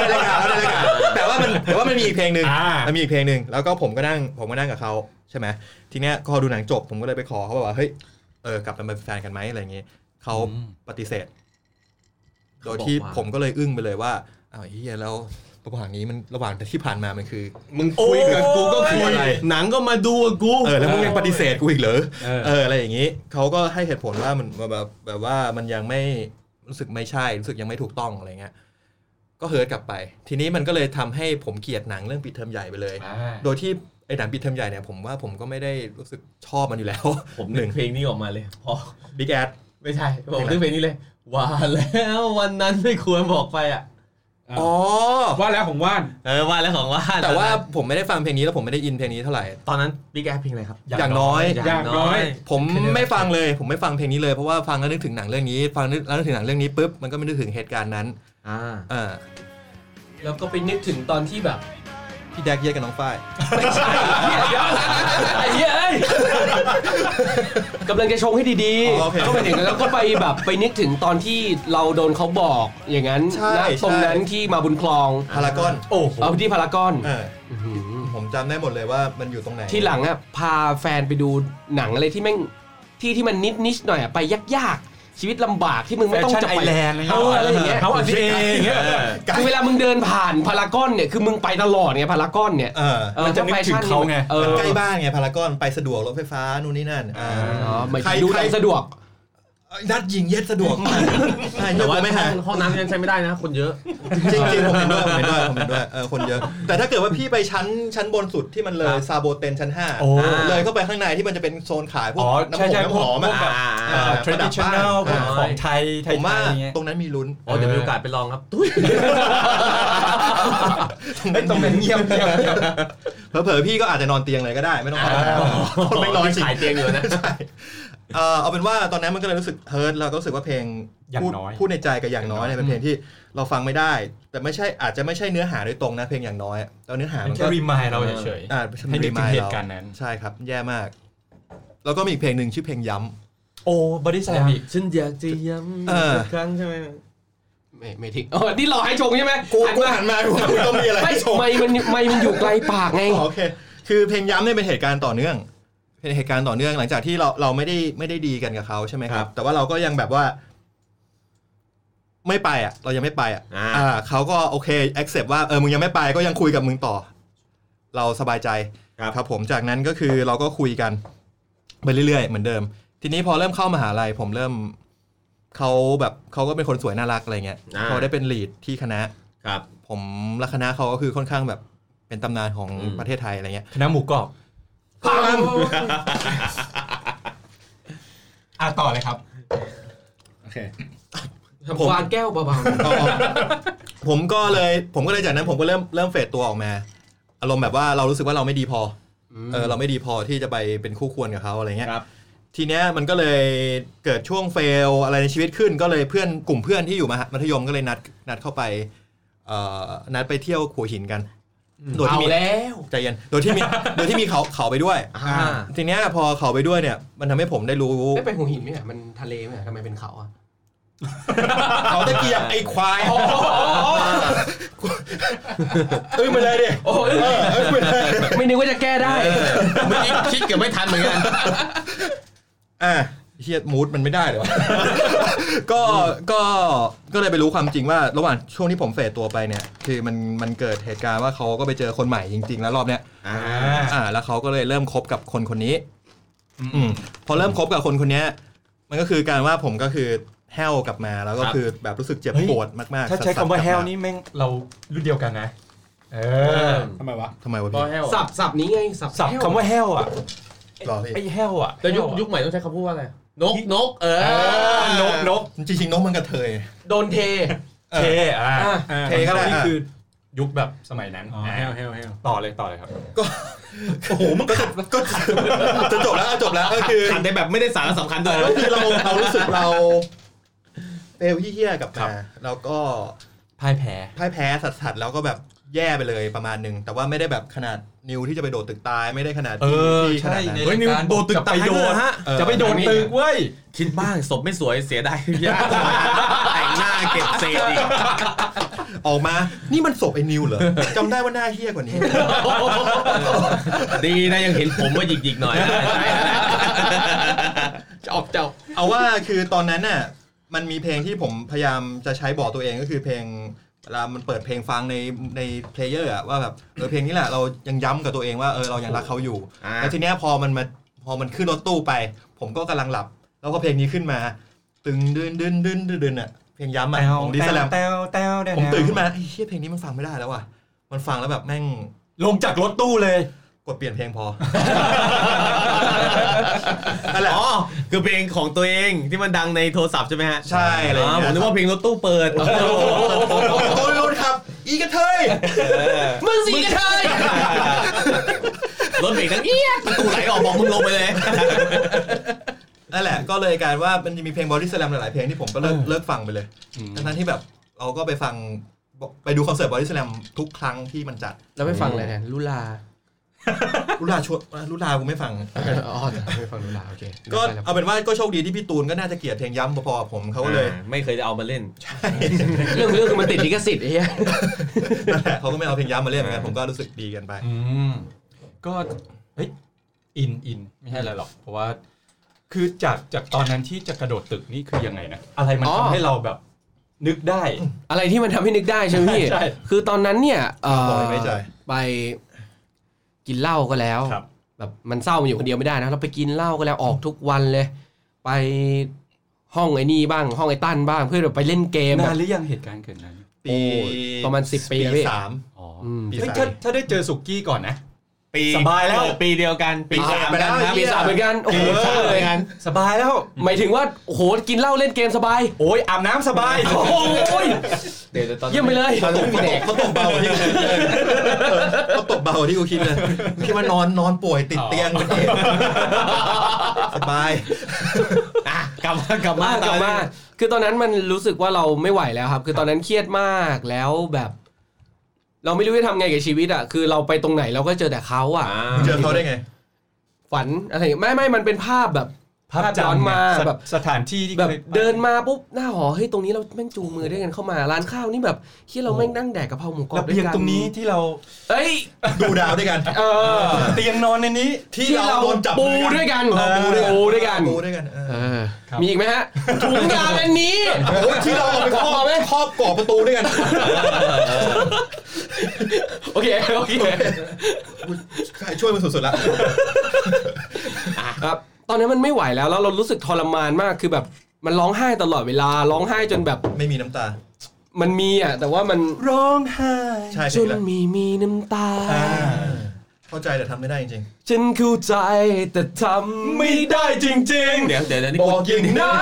นรายการ
เล่าแล้ว
เล่าในรายการเล่าในรายการแต่ว่ามันแต่ว่ามันมีอีกเพลงหนึ่ง
อ่ามั
มันมีอีกเพลงหนึ่งแล้วก็ผมก็นั่งผมก็นั่งกับเขาใช่ไหมทีเนี้ยพอดูหนังจบผมก็เลยไปขอเขาบอกว่าเฮ้ยเออกลับมาเป็นแฟนกันไหมอะไรอย่างงี้เขาปฏิเสธ โดยที่ผมก็เลยอึ้งไปเลยว่าอ้าวเฮียแล้วระหว่างนี้มันระหว่างที่ผ่านมามันคือ
มึงคุยกับกูก็คุยหนังก็มาดูกับกู
เออแล้วมึงยังปฏิเสธกูอีกเหรอ
เออ
เอออะไรอย่างนี้เขาก็ให้เหตุผลว่ามันแบบแบบว่ามันยังไม่รู้สึกไม่ใช่รู้สึกยังไม่ถูกต้องอะไรเงี้ยก็เฮิร์ตกลับไป ทีนี้มันก็เลยทำให้ผมเกลียดหนังเรื่องปิดเทอมใหญ่ไปเลย
อ่า
โดยที่ไอ้หนังปิดเทอมใหญ่เนี่ยผมว่าผมก็ไม่ได้รู้สึกชอบมันอยู่แล้ว
ผม
ห
ห
นึ่
นึ่
ง
งเพลงนี้ออกมาเลยพอ
บิ๊กแอด
ไม่ใช่ ผ
เพลง
ม
อะไร
นึกเพลงนี้เลย ว่าแล้ววันนั้นไม่ควรบอกไปอ่ะ
อ๋อ
ว่าแล้วของว่าน
เออว่าแล้วของว่า
แต่ว่าผมไม่ได้ฟังเพลงนี้แล้วผมไม่ได้อินเพลงนี้เท่าไหร่
ตอนนั้นบิ๊กแอเพลงอะไรครับ
อย่างน้อย
อย่างน้อย
ผมไม่ฟังเลย ผมไม่ฟังเพลงนี้เลยเพราะว่าฟังแล้วนึกถึงหนังเรื่องนี้ ฟังนึกแล้วนึกถึงหนังเรื่องนี้ปุ๊บมันก็ไม่นึกถึงเหตุการณ์นั้น
อ่า
เออ
แล้วก็ไปนึกถึงตอนที่แบบ
พี่แดกเยียกับน้องฝ้าย
เหี้ยเดี๋ยวไอ้เหี้ยเอ้ยกำลังจะชงให้ดี
อ๋อโอเค
ๆก็ไปถึงแล้วก็ไปแบบไปนึกถึงตอนที่เราโดนเขาบอกอย่างนั้น
ใช่
ณตรง
ใช่
นั้นที่มาบุญคลอง
พารากอน
โอ้โห
เอาที่พารากอน
เออ
อื้อหือ
ผมจำได้หมดเลยว่ามันอยู่ตรงไหน
ที่หลังอ่ะพาแฟนไปดูหนังอะไรที่แม่งที่ที่มันนิดนิดหน่อยอะไปยากๆ ชีวิตลำบากที่มึงไม่ต้องจะไป
Fashion Island อะไรเงี้ย
เอออะไรอย่างเงี้ย
เขาอันนี้เอง
คือเวลามึงเดินผ่านพารากอนเนี่ยคือมึงไปตลอดไงพารากอนเนี่ย
เออ
เออ
มันจะนึกถึงเขาไง
อ
มัน
อ
ใกล้บ้านไงพารากอนไปสะดวกรถไฟฟ้านู่นนี่นั่นอ่า
อ๋อไม่
ใคร
ดู
ใค
ห
ร
นังสะดวก
นัดยิงเย็ดสะดวกใช่
แต่
แต่
ว่า
ว่า
ไม่
ไม่
หา
หา
ห้องน้ำยังใช้ไม่ได้นะ คนเยอะ
จริงจริงๆผมเห็นด้วยผมเห็นด้วยผมเห็นด้วยเออคนเยอะ แต่ถ้าเกิดว่าพี่ไปชั้นชั้นบนสุดที่มันเลยซาโบเตนชั้นห้า
โอ้
เลยเข้าไปข้างในที่มันจะเป็นโซนขายพวก
อ๋อ
น้ำ
ใช่ใช่
หอมน้ำ
พ
ห
วก
อม
พวก
อะ
แบบ
เออ
traditional
ประดับ
ของ
บ้าน
ของไทยไทย
ผมว่า
ไทยอย่เงี้ย
ตรงนั้นมีลุ้น
อ๋อ เดี๋ยวมีโอกาสไปลองครับ ตุ้ย
เฮ้ยตรงนั้นเงียบเงียบเงียบ
เผลอๆพี่ก็อาจจะนอนเตียงเลยก็ได้ไม่ต้องเข้าห้องน้ำคนไม่งร้อนจริง
ขายเตียงอยู่นะ
ใช่เอ่อเอาเป็นว่าตอนนั้นมันก็เลยรู้สึกเฮิร์ตแล้วก็รู้สึกว่าเพลง
อย่าง
พูด
น้อย
พูดในใจกับอย่างน้อยเนี่ยเป็นเพลงที่เราฟังไม่ได้ แต่ไม่ใช่อาจจะไม่ใช่เนื้อหาโดยตรงนะเพลงอย่างน้อยอะแต่เนื้อหา
มั
มัน น
แค่
ก็
รีมายเราเฉย
อ่ามัน
ให้นึกถึง
ย
เหตุการณ์นั้น
ใช่ครับ แย่มาก แล้วก็มีอีกเพลงหนึ่งชื่อเพลงย้
ๆโอ้บอดี้สแลมอีก
ฉันอยากจะย้ำสักครั้งใช่ไหม
ไม่ไม่ทิ้งอ๋อนี่รอให้ชงใช่ไหม
ำกูกูหันมากูกูต้องมีอะไร
ไม่
ให้ชม
ไม่มันไม่มันอยู่ไกลปากไง
อ๋อโอเค คือเพลงย้ำเนี่ยเป็นเหตุการณ์ต่อเนื่อง เป็นเหตุการณ์ต่อเนื่องหลังจากที่เราเราไม่ได้ไม่ได้ดีกันกับเขาใช่ไหมค
ครั
รับ
บ
แต่ว่าเราก็ยังแบบว่า ไม่ไปอ่ะ เรายังไม่ไปอ่ะ
อ่า
อ่าเขาก็โอเค accept ว่าเออมึงยังไม่ไปก็ยังคุยกับมึงต่อ เราสบายใจครับผมจากนั้นก็คือเราก็คุยกัน ไปเรื่อยๆ เหมือนเดิม ทีนี้พอเริ่มเข้ามหาลัยผมเริ่มเขาแบบเขาก็เป็นคนสวยน่ารักอะไรเงี้ย
อ่า
เขาได้เป็นลีดที่คณะ
ครับ
ผมและคณะเขาก็คือค่อนข้างแบบเป็นตำนานของ
อืม
ประเทศไทยอะไรเงี้ย
คณะหมูกรอบ
ปั ง
อ่ะต่อเลยครับ
โอเค
ผม
วางแก้วเบา
อ๋อผมก็เลยผมก็เลยจากนั้นผมก็เริ่มเริ่มเฟดตัวออกมา อารมณ์แบบว่าเรารู้สึกว่าเราไม่ดีพออเออเราไม่ดีพอที่จะไปเป็นคู่ควรกับเขาอะไรเงี้ย
ครับ
ทีเนี้ยมันก็เลยเกิดช่วงเฟลอะไรในชีวิตขึ้น ก็เลยเพื่อนกลุ่มเพื่อนที่อยู่มหามัธยมก็เลยนัดนัดเข้าไปเอ่อนัดไปเที่ยวขัวหินกัน โด
ๆ
ย
เอา
ที่มี
แล้ว
ใจเย็นโดยที่มีโดยที่มีเขาเขาไปด้วย
อ่า
ทีเนี้ยพอเขาไปด้วยเนี่ย มันทำให้ผมได้รู้
ได้ไปหัวหินไหมอ่ะมันทะเลไหมอ่ะทำไมเป็นเขาอ่ะ
เขาตะเกียบไอ้ควายอึ้งไปเลยดิ
โอ้ย
เอึ้งไปเลย
ไม่นึกว่าจะแก้ได้
เมื่อกี้คิดเกือบไม่ทันเหมือนกัน
อ่ะเฮียมูดมันไม่ได้เหรอวะ ก็ก็ก็เลยไปรู้ความจริงว่า ระหว่างช่วงที่ผมเฟดตัวไปเนี่ย คือมันมันเกิดเหตุการณ์ว่าเขาก็ไปเจอคนใหม่จริง ๆ แล้วรอบเนี้ย
อ่า
อ่า แล้วเขาก็เลยเริ่มคบกับคนคนนี้ อืมพอเริ่มคบกับคนคนเนี้ยมันก็คือการว่าผมก็คือแห้วกลับมาแล้วก็
ครับ
คือแบบรู้สึกเจ็บ
เฮ้ย
ปวดมากๆ
ถ้าใช้
สัสๆ
คำว่าก
ลับม
แห้วนี่แม่งเรารุ่นเดียวกันนะ เออ
ทำไมวะ
ทำไมวะ
บอ
พี่
แห้ว
สับสับนี้ไงสับ
สับคำว่าแห้วอ่ะ
รอพี่
ไอ้แห้วอ่ะ
แต่ยุค
แห้วอะ
ยุคใหม่ต้องใช้คำพูดว่าอะไร นก นก เออ
นกนก
จริงๆนกมันกระเทย
โดนเท
เทอ่ะ
อ่ะ
เทก็ได้
นี่คือยุคแบบสมัยนั้น
อ๋อแห้วแห้วแห้ว
ต่อเลยต่อเลยครับ
โอ้โหมันก็ก็จะจบแล้วจบแล้วก็คือ
ขัดได้แบบไม่ได้สาระสำคัญด้วย
ก็คือเราเรารู้สึกเราเฟลเฮี้ยๆกับมาแล้วก็
พ่ายแพ้
พ่ายแพ้สัสๆแล้วก็แบบ แย่ไปเลยประมาณหนึ่งแต่ว่าไม่ได้แบบขนาดนิวที่จะไปโดดตึกตายไม่ได้ขนาด
เออ
ที่ข
ใช่
นาดนั้
ใน
น
เฮ้ยนิว
รายการ
โดดตึก
จะไป
ตาย
โด
ด้วย
ด
เหรอฮะ
เออจะไปโดนตึกเว้ย
คิดบ้างศพไม่สวยเสียดายยากแต่งหน้าเก็บเศษอีก
ออกมา นี่มันศพไอ้นิวเหรอ จำได้ว่าหน้าเฮี้ยกว่านี้
ดีนะยังเห็นผมว่าหยิกๆหน่อยนะใช่นะจะออกเจ้า
เอาว่าคือตอนนั้นน่ะ มันมีเพลงที่ผมพยายามจะใช้บอกตัวเองก็คือเพลงเวลามันเปิดเพลงฟังในในเพลเยอร์อะว่าแบบเออเพลงนี้แหละเรายังย้ำกับตัวเองว่าเออเรายังรักเขาอยู่
อ่า
แล้วทีเนี้ยพอมันมาพอมันขึ้นรถตู้ไป ผมก็กำลังหลับ แล้วพอเพลงนี้ขึ้นมา ตึงดึนดึนดึนดึนดึนอะเพลงย้ำอะของดิสแลม
แต้วแต้วแต้ว
ผมตื่นขึ้นมาไอ้เหี้ยเพลงนี้มันฟังไม่ได้แล้วว่ะมันฟังแล้วแบบแม่ง
ลงจากรถตู้เลย
กดเปลี่ยนเพลง พอ
อะไรอ๋อคือเพลงของตัวเองที่มันดังในโทรศัพท์ใช่ไหมฮะ
ใช่อะไรอย่างเงี้ย
ผมนึกว่าเพลงรถตู้เปิด
ตัวรถครับ อีกระเทย
มึงสีกระเทย
รถเบรกทั้งเอียดประตูไหลออกบอกมึงลงไปเลย
นั่นแหละก็เลยกลายว่ามันจะมีเพลงบอดี้สแลมหลายๆเพลงที่ผมก็เลิกเลิกฟังไปเลย
อืม
ทั้งๆที่แบบเราก็ไปฟังไปดูคอนเสิร์ตบอดี้สแลมทุกครั้งที่มันจัด
แล้วไปฟังอะไรแทนลุลา
ลุลาชวนลุลากูไม่ฟัง
อ๋อไปฟังลุลาโอเค
ก็
ได้แล้ว
เอาเป็นว่าก็โชคดีที่พี่ตูนก็น่าจะเกลียดเพลงย้ำพอๆกับผมเขาก็เลย
ไม่เคยจะเอามาเล่น
เรื่องเรื่องคือมันติดลิขสิทธิ์ไอ้เหี้ย
นั่นแหละเขาก็ไม่เอาเพลงย้ำมาเล่นเหมือนกันผมก็รู้สึกดีกันไป
อืมก็เฮ้ยอินอินไม่ใช่อะไรหรอก เพราะว่า คือจากจากตอนนั้นที่จะกระโดดตึกนี่คือยังไงนะ อะไรมัน
อ๋อ
ทำให้เราแบบ นึกได้
อะไรที่มันทำให้นึกได้ใช่ไหมพี่
ใช่ใช่
คือตอนนั้นเนี่ยเอ่อ
บอกเลยไม่ใจ
ไปกินเหล้าก็แล้ว
ครับ
แบบมันเศร้ามันอยู่คนเดียวไม่ได้นะเราไปกินเหล้าก็แล้วออกทุกวันเลย ไปห้องไอ้นี่บ้างห้องไอ้ตั้นบ้างเพื่อแบบไปเล่นเกมแบ
นา
บ
นหรือยังเหตุการณ์เกิดนั้น
ปี
ประมาณ10ปีอะพี่
สาม
อ๋อ
อืม
ปี
เฮ้ย
สาม
ถ้าถ้าได้เจอสุกี้ก่อนนะ
ปี
สบายแล้ว
ปีเดียวกันปี
อ่า
สาม
ไปแล้ว
กันครับ
ไอ้
ปี
เหี้ย
สามเหมือนกันโอ้โห
ปีสามเลยกัน
สบายแล้ว
หมายถึงว่าโอ้โหกินเหล้าเล่นเกมสบาย
โอ้ยอาบน้ำสบาย
โอ้ย
เดี๋ยวตอน
เยี่ยมไปเลย
เขาตบเขาตบเบาที่กูคิดเลยเขาตบเบาที่กูคิดเลยคิดว่านอนนอนป่วยติดเตียงเป็นเหตุสบาย
อ่ะกลับมากลับมา
อ่ะกลับ
ตอนนี้
มาคือตอนนั้นมันรู้สึกว่าเราไม่ไหวแล้วครับ คือตอนนั้นเครียดมากแล้วแบบ เราไม่รู้จะทำไงกับชีวิตอ่ะคือเราไปตรงไหนเราก็เจอแต่เขาอ่ะ
อ่า
เจอเขาได้ไง
ฝันอะไรอย่างเงี้ยไม่ไม่มันเป็นภาพแบบ
ภาพ
ย้อน
จำ
มา
สถ
แบบ
สถานที่ที่
แบบ
คยไป
เดินมาปุ๊บหน้าหอเฮ้ยตรงนี้เราแม่งจูงมือด้วยกันเข้ามาร้านข้าวนี่แบบเฮียเราแม่งนั่งแดกกะเพราหมูกรอบ
ระ
ด้วย
เบียง
กัน
ตรงนี้ที่เรา
เอ้ย
ดูดาวด้วยกัน
เออ
เตียงนอนในนี้
ที่เราโดนจับ
ปู
มือ
ด้วยกัน
เออปูด้วยกัน
ปูด้วยกัน
ปูด้วยกันเออ
เออ
ครับ
มีอีกไหมฮะถุงยางอันนี้
โอ้ยที่เราเอาไปครอบครอบกรอบประตูด้วยกัน
โอเคโอเค
ใครช่วยมันสุดๆละ
ครับตอนนั้นมันไม่ไหวแล้วแล้วเรารู้สึกทรมานมากคือแบบมันร้องไห้ตลอดเวลาร้องไห้จนแบบ
ไม่มีน้ำตา
มันมีอ่ะแต่ว่ามัน
ร้องไห้
ใช่
จ
ใช่
น
แล้ว
มีมีน้ำตา
เข้าใจแต่ทำไม่ได้จริง
ฉันเข้าใจแต่ทำไม่ได้จริง
เดี๋ยวเดี๋ยวเดี๋ย
ๆ
วนี่
บ
กู
อกยิง
ๆ
นะ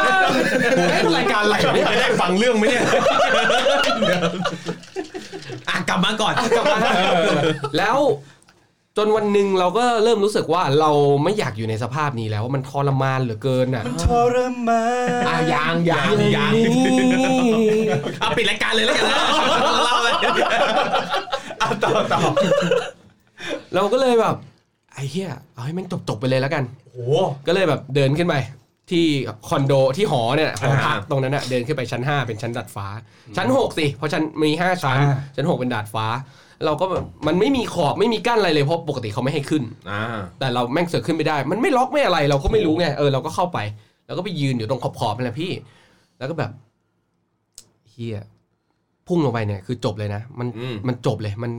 นะ
รายการอะไรเนี่ยได้ฟังเรื่องไหมเนี่ยอ่ะกลับมาก่อนกลับมา
แล้วจนวันหนึ่งเราก็เริ่มรู้สึกว่าเราไม่อยากอยู่ในสภาพนี้แล้วว่ามันทรมานเหลือเกินอ่ะ
มันทรมาน
อ่ะยางยางยางเอาปิดรายการเลยแล้วกันนะเราเลย
อ่ะต่อต่อ
เราก็เลยแบบไอ้เหี้ยเอาให้แม่งจบๆไปเลยแล้วกัน
โอ้
ก็เลยแบบเดินขึ้นไปที่คอนโดที่หอเนี่ยหอพัก
อ่า
ตรงนั้นอ่ะเดินขึ้นไปชั้น 5 เป็นชั้นดาดฟ้า ชั้น 6 สิ เพราะชั้นมี 5 ชั้น
อ่า
ชั้น 6 เป็นดาดฟ้า เราก็แบบมันไม่มีขอบไม่มีกั้นอะไรเลยเพราะปกติเขาไม่ให้ขึ้น
อ่า
แต่เราแม่งเสือกขึ้นไม่ได้ มันไม่ล็อกไม่อะไร เราก็ไม่รู้ไง เออเราก็เข้าไป แล้วก็ไปยืนอยู่ตรงขอบขอบนั่นแหละพี่ แล้วก็แบบเฮียพุ่งลงไปเนี่ย คือจบเลยนะ มัน
อืม
มันจบเลย มัน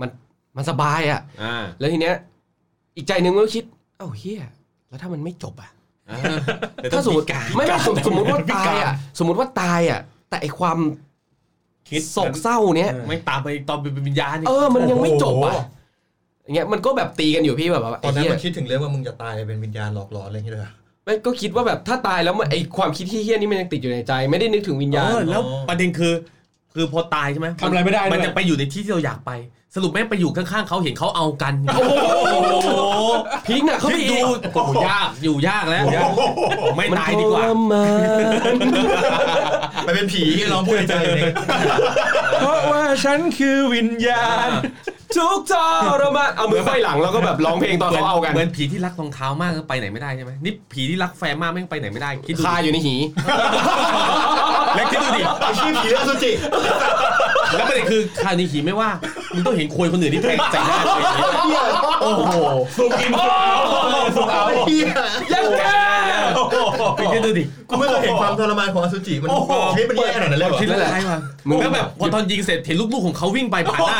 มันมันสบายอะ่ะ
อ่า
แล้วทีเนี้ย อีกใจหนึ่งมันก็คิด เอ้าเฮียแล้วถ้ามันไม่จบอ่ะ
อ่า
ถ้าสมมติไม่ไม่สมสมมติว่าตายอ่ะ สมมติว่าตายอ่ะ แต่ไอความ
คิด
โศกเศร้าเนี้ย
ไม่ตามไปตอนเป็นวิญญาณนี่
เออ มันยังไม่จบอ่ะ
โอ้โห
อย่างเงี้ยมันก็แบบตีกันอยู่พี่แบบว่า
ตอนนั้น
ไเหี้ย
มันคิดถึงเรื่องว่ามึงจะตายเป็นวิญญาณหลอกหลอนอะไรอย่างเงี้ยเลยเหรอ
ไม่ก็คิดว่าแบบถ้าตายแล้วมันไอความคิดที่เฮี้ยนี่มันยังติดอยู่ในใจ ไม่ได้นึกถึงวิญญาณ
เออแล้วประเด็นคือ คือพอตายใช่ไหม
ทำอะไรไม่ได้
มั
ด้
น
วย
จะไปอยู่ในที่ที่เราอยากไป สรุปแม่งไปอยู่ข้างๆเขาเห็นเขาเอากัน โอ้โห
พีกหนักเขาไป
คิด
อี
ดู
ก
โอ้โหยากอยู่ยากแล้ว ไม่
มัน
ตาย
ท
ดีกว่า
รมาน
ไปเป็นผีร้องพูดในใจเลย
เพราะว่า
ฉันคือวิญญาณ
ทุกทรมานเอามือไขว้หลังแล้วก็แบบร้องเพลงตอนเขาเอากัน
เหมือนผีที่รักรองเท้ามากก็ไปไหนไม่ได้ใช่ไหมนี่ผีที่รักแฟนมากแม่งไปไหนไม่ได้คิดดู
คาอยู่ในหี
แล้วคิดดูดิ
ไอ้ชื่อผีเรื่องสุจิ
แล้วประเด็นคือคานิหีไม่ว่ามึงต้องเห็นควยคนอื่นที่แปลกใส่หน้าตัวเองโอ้โหสุกินสุกเอา
ยังแก
ไปคิดดูดิ
กูไม่เคยเห็นความทรมานของอสุจิมันชีวิตมันแย่ขนาดนั้นเลยเหรอ
คิดอะไรวะแล้วแบบพอตอนยิงเสร็จเห็นลูกๆของเขาวิ่งไปผ่านหน้า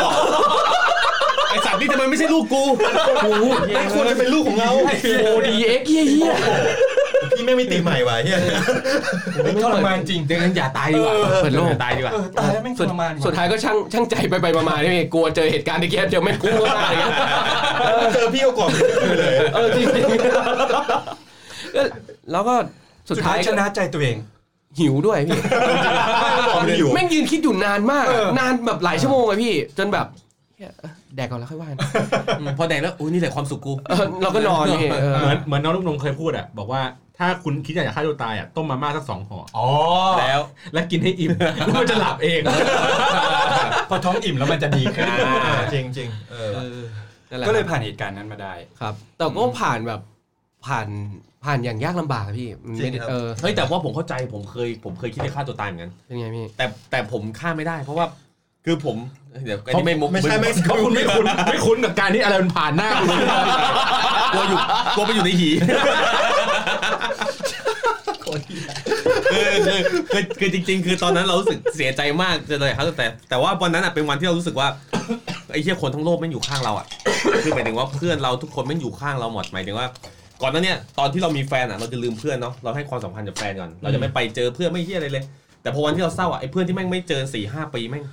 ไอสัตว์นี่ทำไมไม่ใช่ลูกกู
นั่นควรจะเป็นลูกของเรา
โอดีเอ็กเฮีย
พี่แม่งมิติใหม่ว่ะเฮีย
ทรมานจริง
ดังนั้นอย่าตายดีกว่า
เปิดโลก
อย่าตายดีกว่า
เออตายแล้วแม่งท
สุด
รมานกว่
สุดท้ายก็ช่างช่างใจไปไปมาๆนี่เองกลัวเจอเหตุการณ์ที่แกเจอไม่คุ้มมากเลย
เจอพี่ก็กอดเลย
เออจริงๆแล้วก็สุด
สุด
ท้า
ท้าย ย
ก็
ชนะใจตัวเอง
หิวด้วยพี่ แม่งยืนคิดอยู่นานมาก
เออ
นานแบบหลายชั่วโมงเลยพี่ จนแบบเหี้ยแดกก่อนแล้วค่อยว่ากัน
อืมพอแดกแล้วโอ้ยนี่แหละความสุขกู
เออเราก็นอนพี่เออ
เหมือนเหมือนน้องลูกนงเคยพูดอ่ะ บอกว่าถ้าคุณคิดอยากจะฆ่าตัวตายอ่ะต้มมาม่าสักสองห่อ
อ๋อ
แล้ว
และกินให้อิ่มแล้วมันจะหลับเอง
พอท้องอิ่มแล้วมันจะดีขึ้น
จริงจริงเออ
นั่นแหะ
ก็เลยผ่านเหตุการณ์นั้นมาได้
ครับแต่ก็ผ่านแบบผ่านผ่านอย่างยากลำบากอะพี่มันไม่
จริ
ได้
งครับ
เออ
เฮ้ยแต่ว่าผมเข้าใจผมเคยผมเคยคิดจะฆ่าตัวตายเหมือนกัน
เป็นไงพี่
แต่แต่ผมฆ่าไม่ได้ เพราะว่าคือผมเดี๋ยวอันนี้
เขา
ไม่มุก
ไม่ใช่ไม่
เขา
คุณไม่คุ้นไม่คุ้นกับการที่อะไรมันผ่านหน้าคุณ
กลัวอยู่กลัวไปอยู่ในหีคือคือคือคือจริง ๆ คือตอนนั้นเรารู้สึกเสียใจมากเลยครับแต่ แต่ว่าวันนั้นอ่ะเป็นวันที่เรารู้สึกว่าไอ้เหี้ยคนทั้งโลกไม่งอยู่ข้างเราอ่ะคือหมายถึงว่าเพื่อนเราทุกคนไม่งอยู่ข้างเราหมดหมายถึงว่า ก่อนหนั้นเนี่ยตอนที่เรามีแฟนอ่ะเราจะลืมเพื่อนเนาะเราให้ความสัมพันธ์กับแฟนก่อนเราจะไม่ไปเจอเพื่อนไม่เฮียอะไรเลย แต่พอวันที่เราเศร้าอ่ะไอ้เพื่อนที่แม่งไม่เจอสี่ห้าปีแม่ง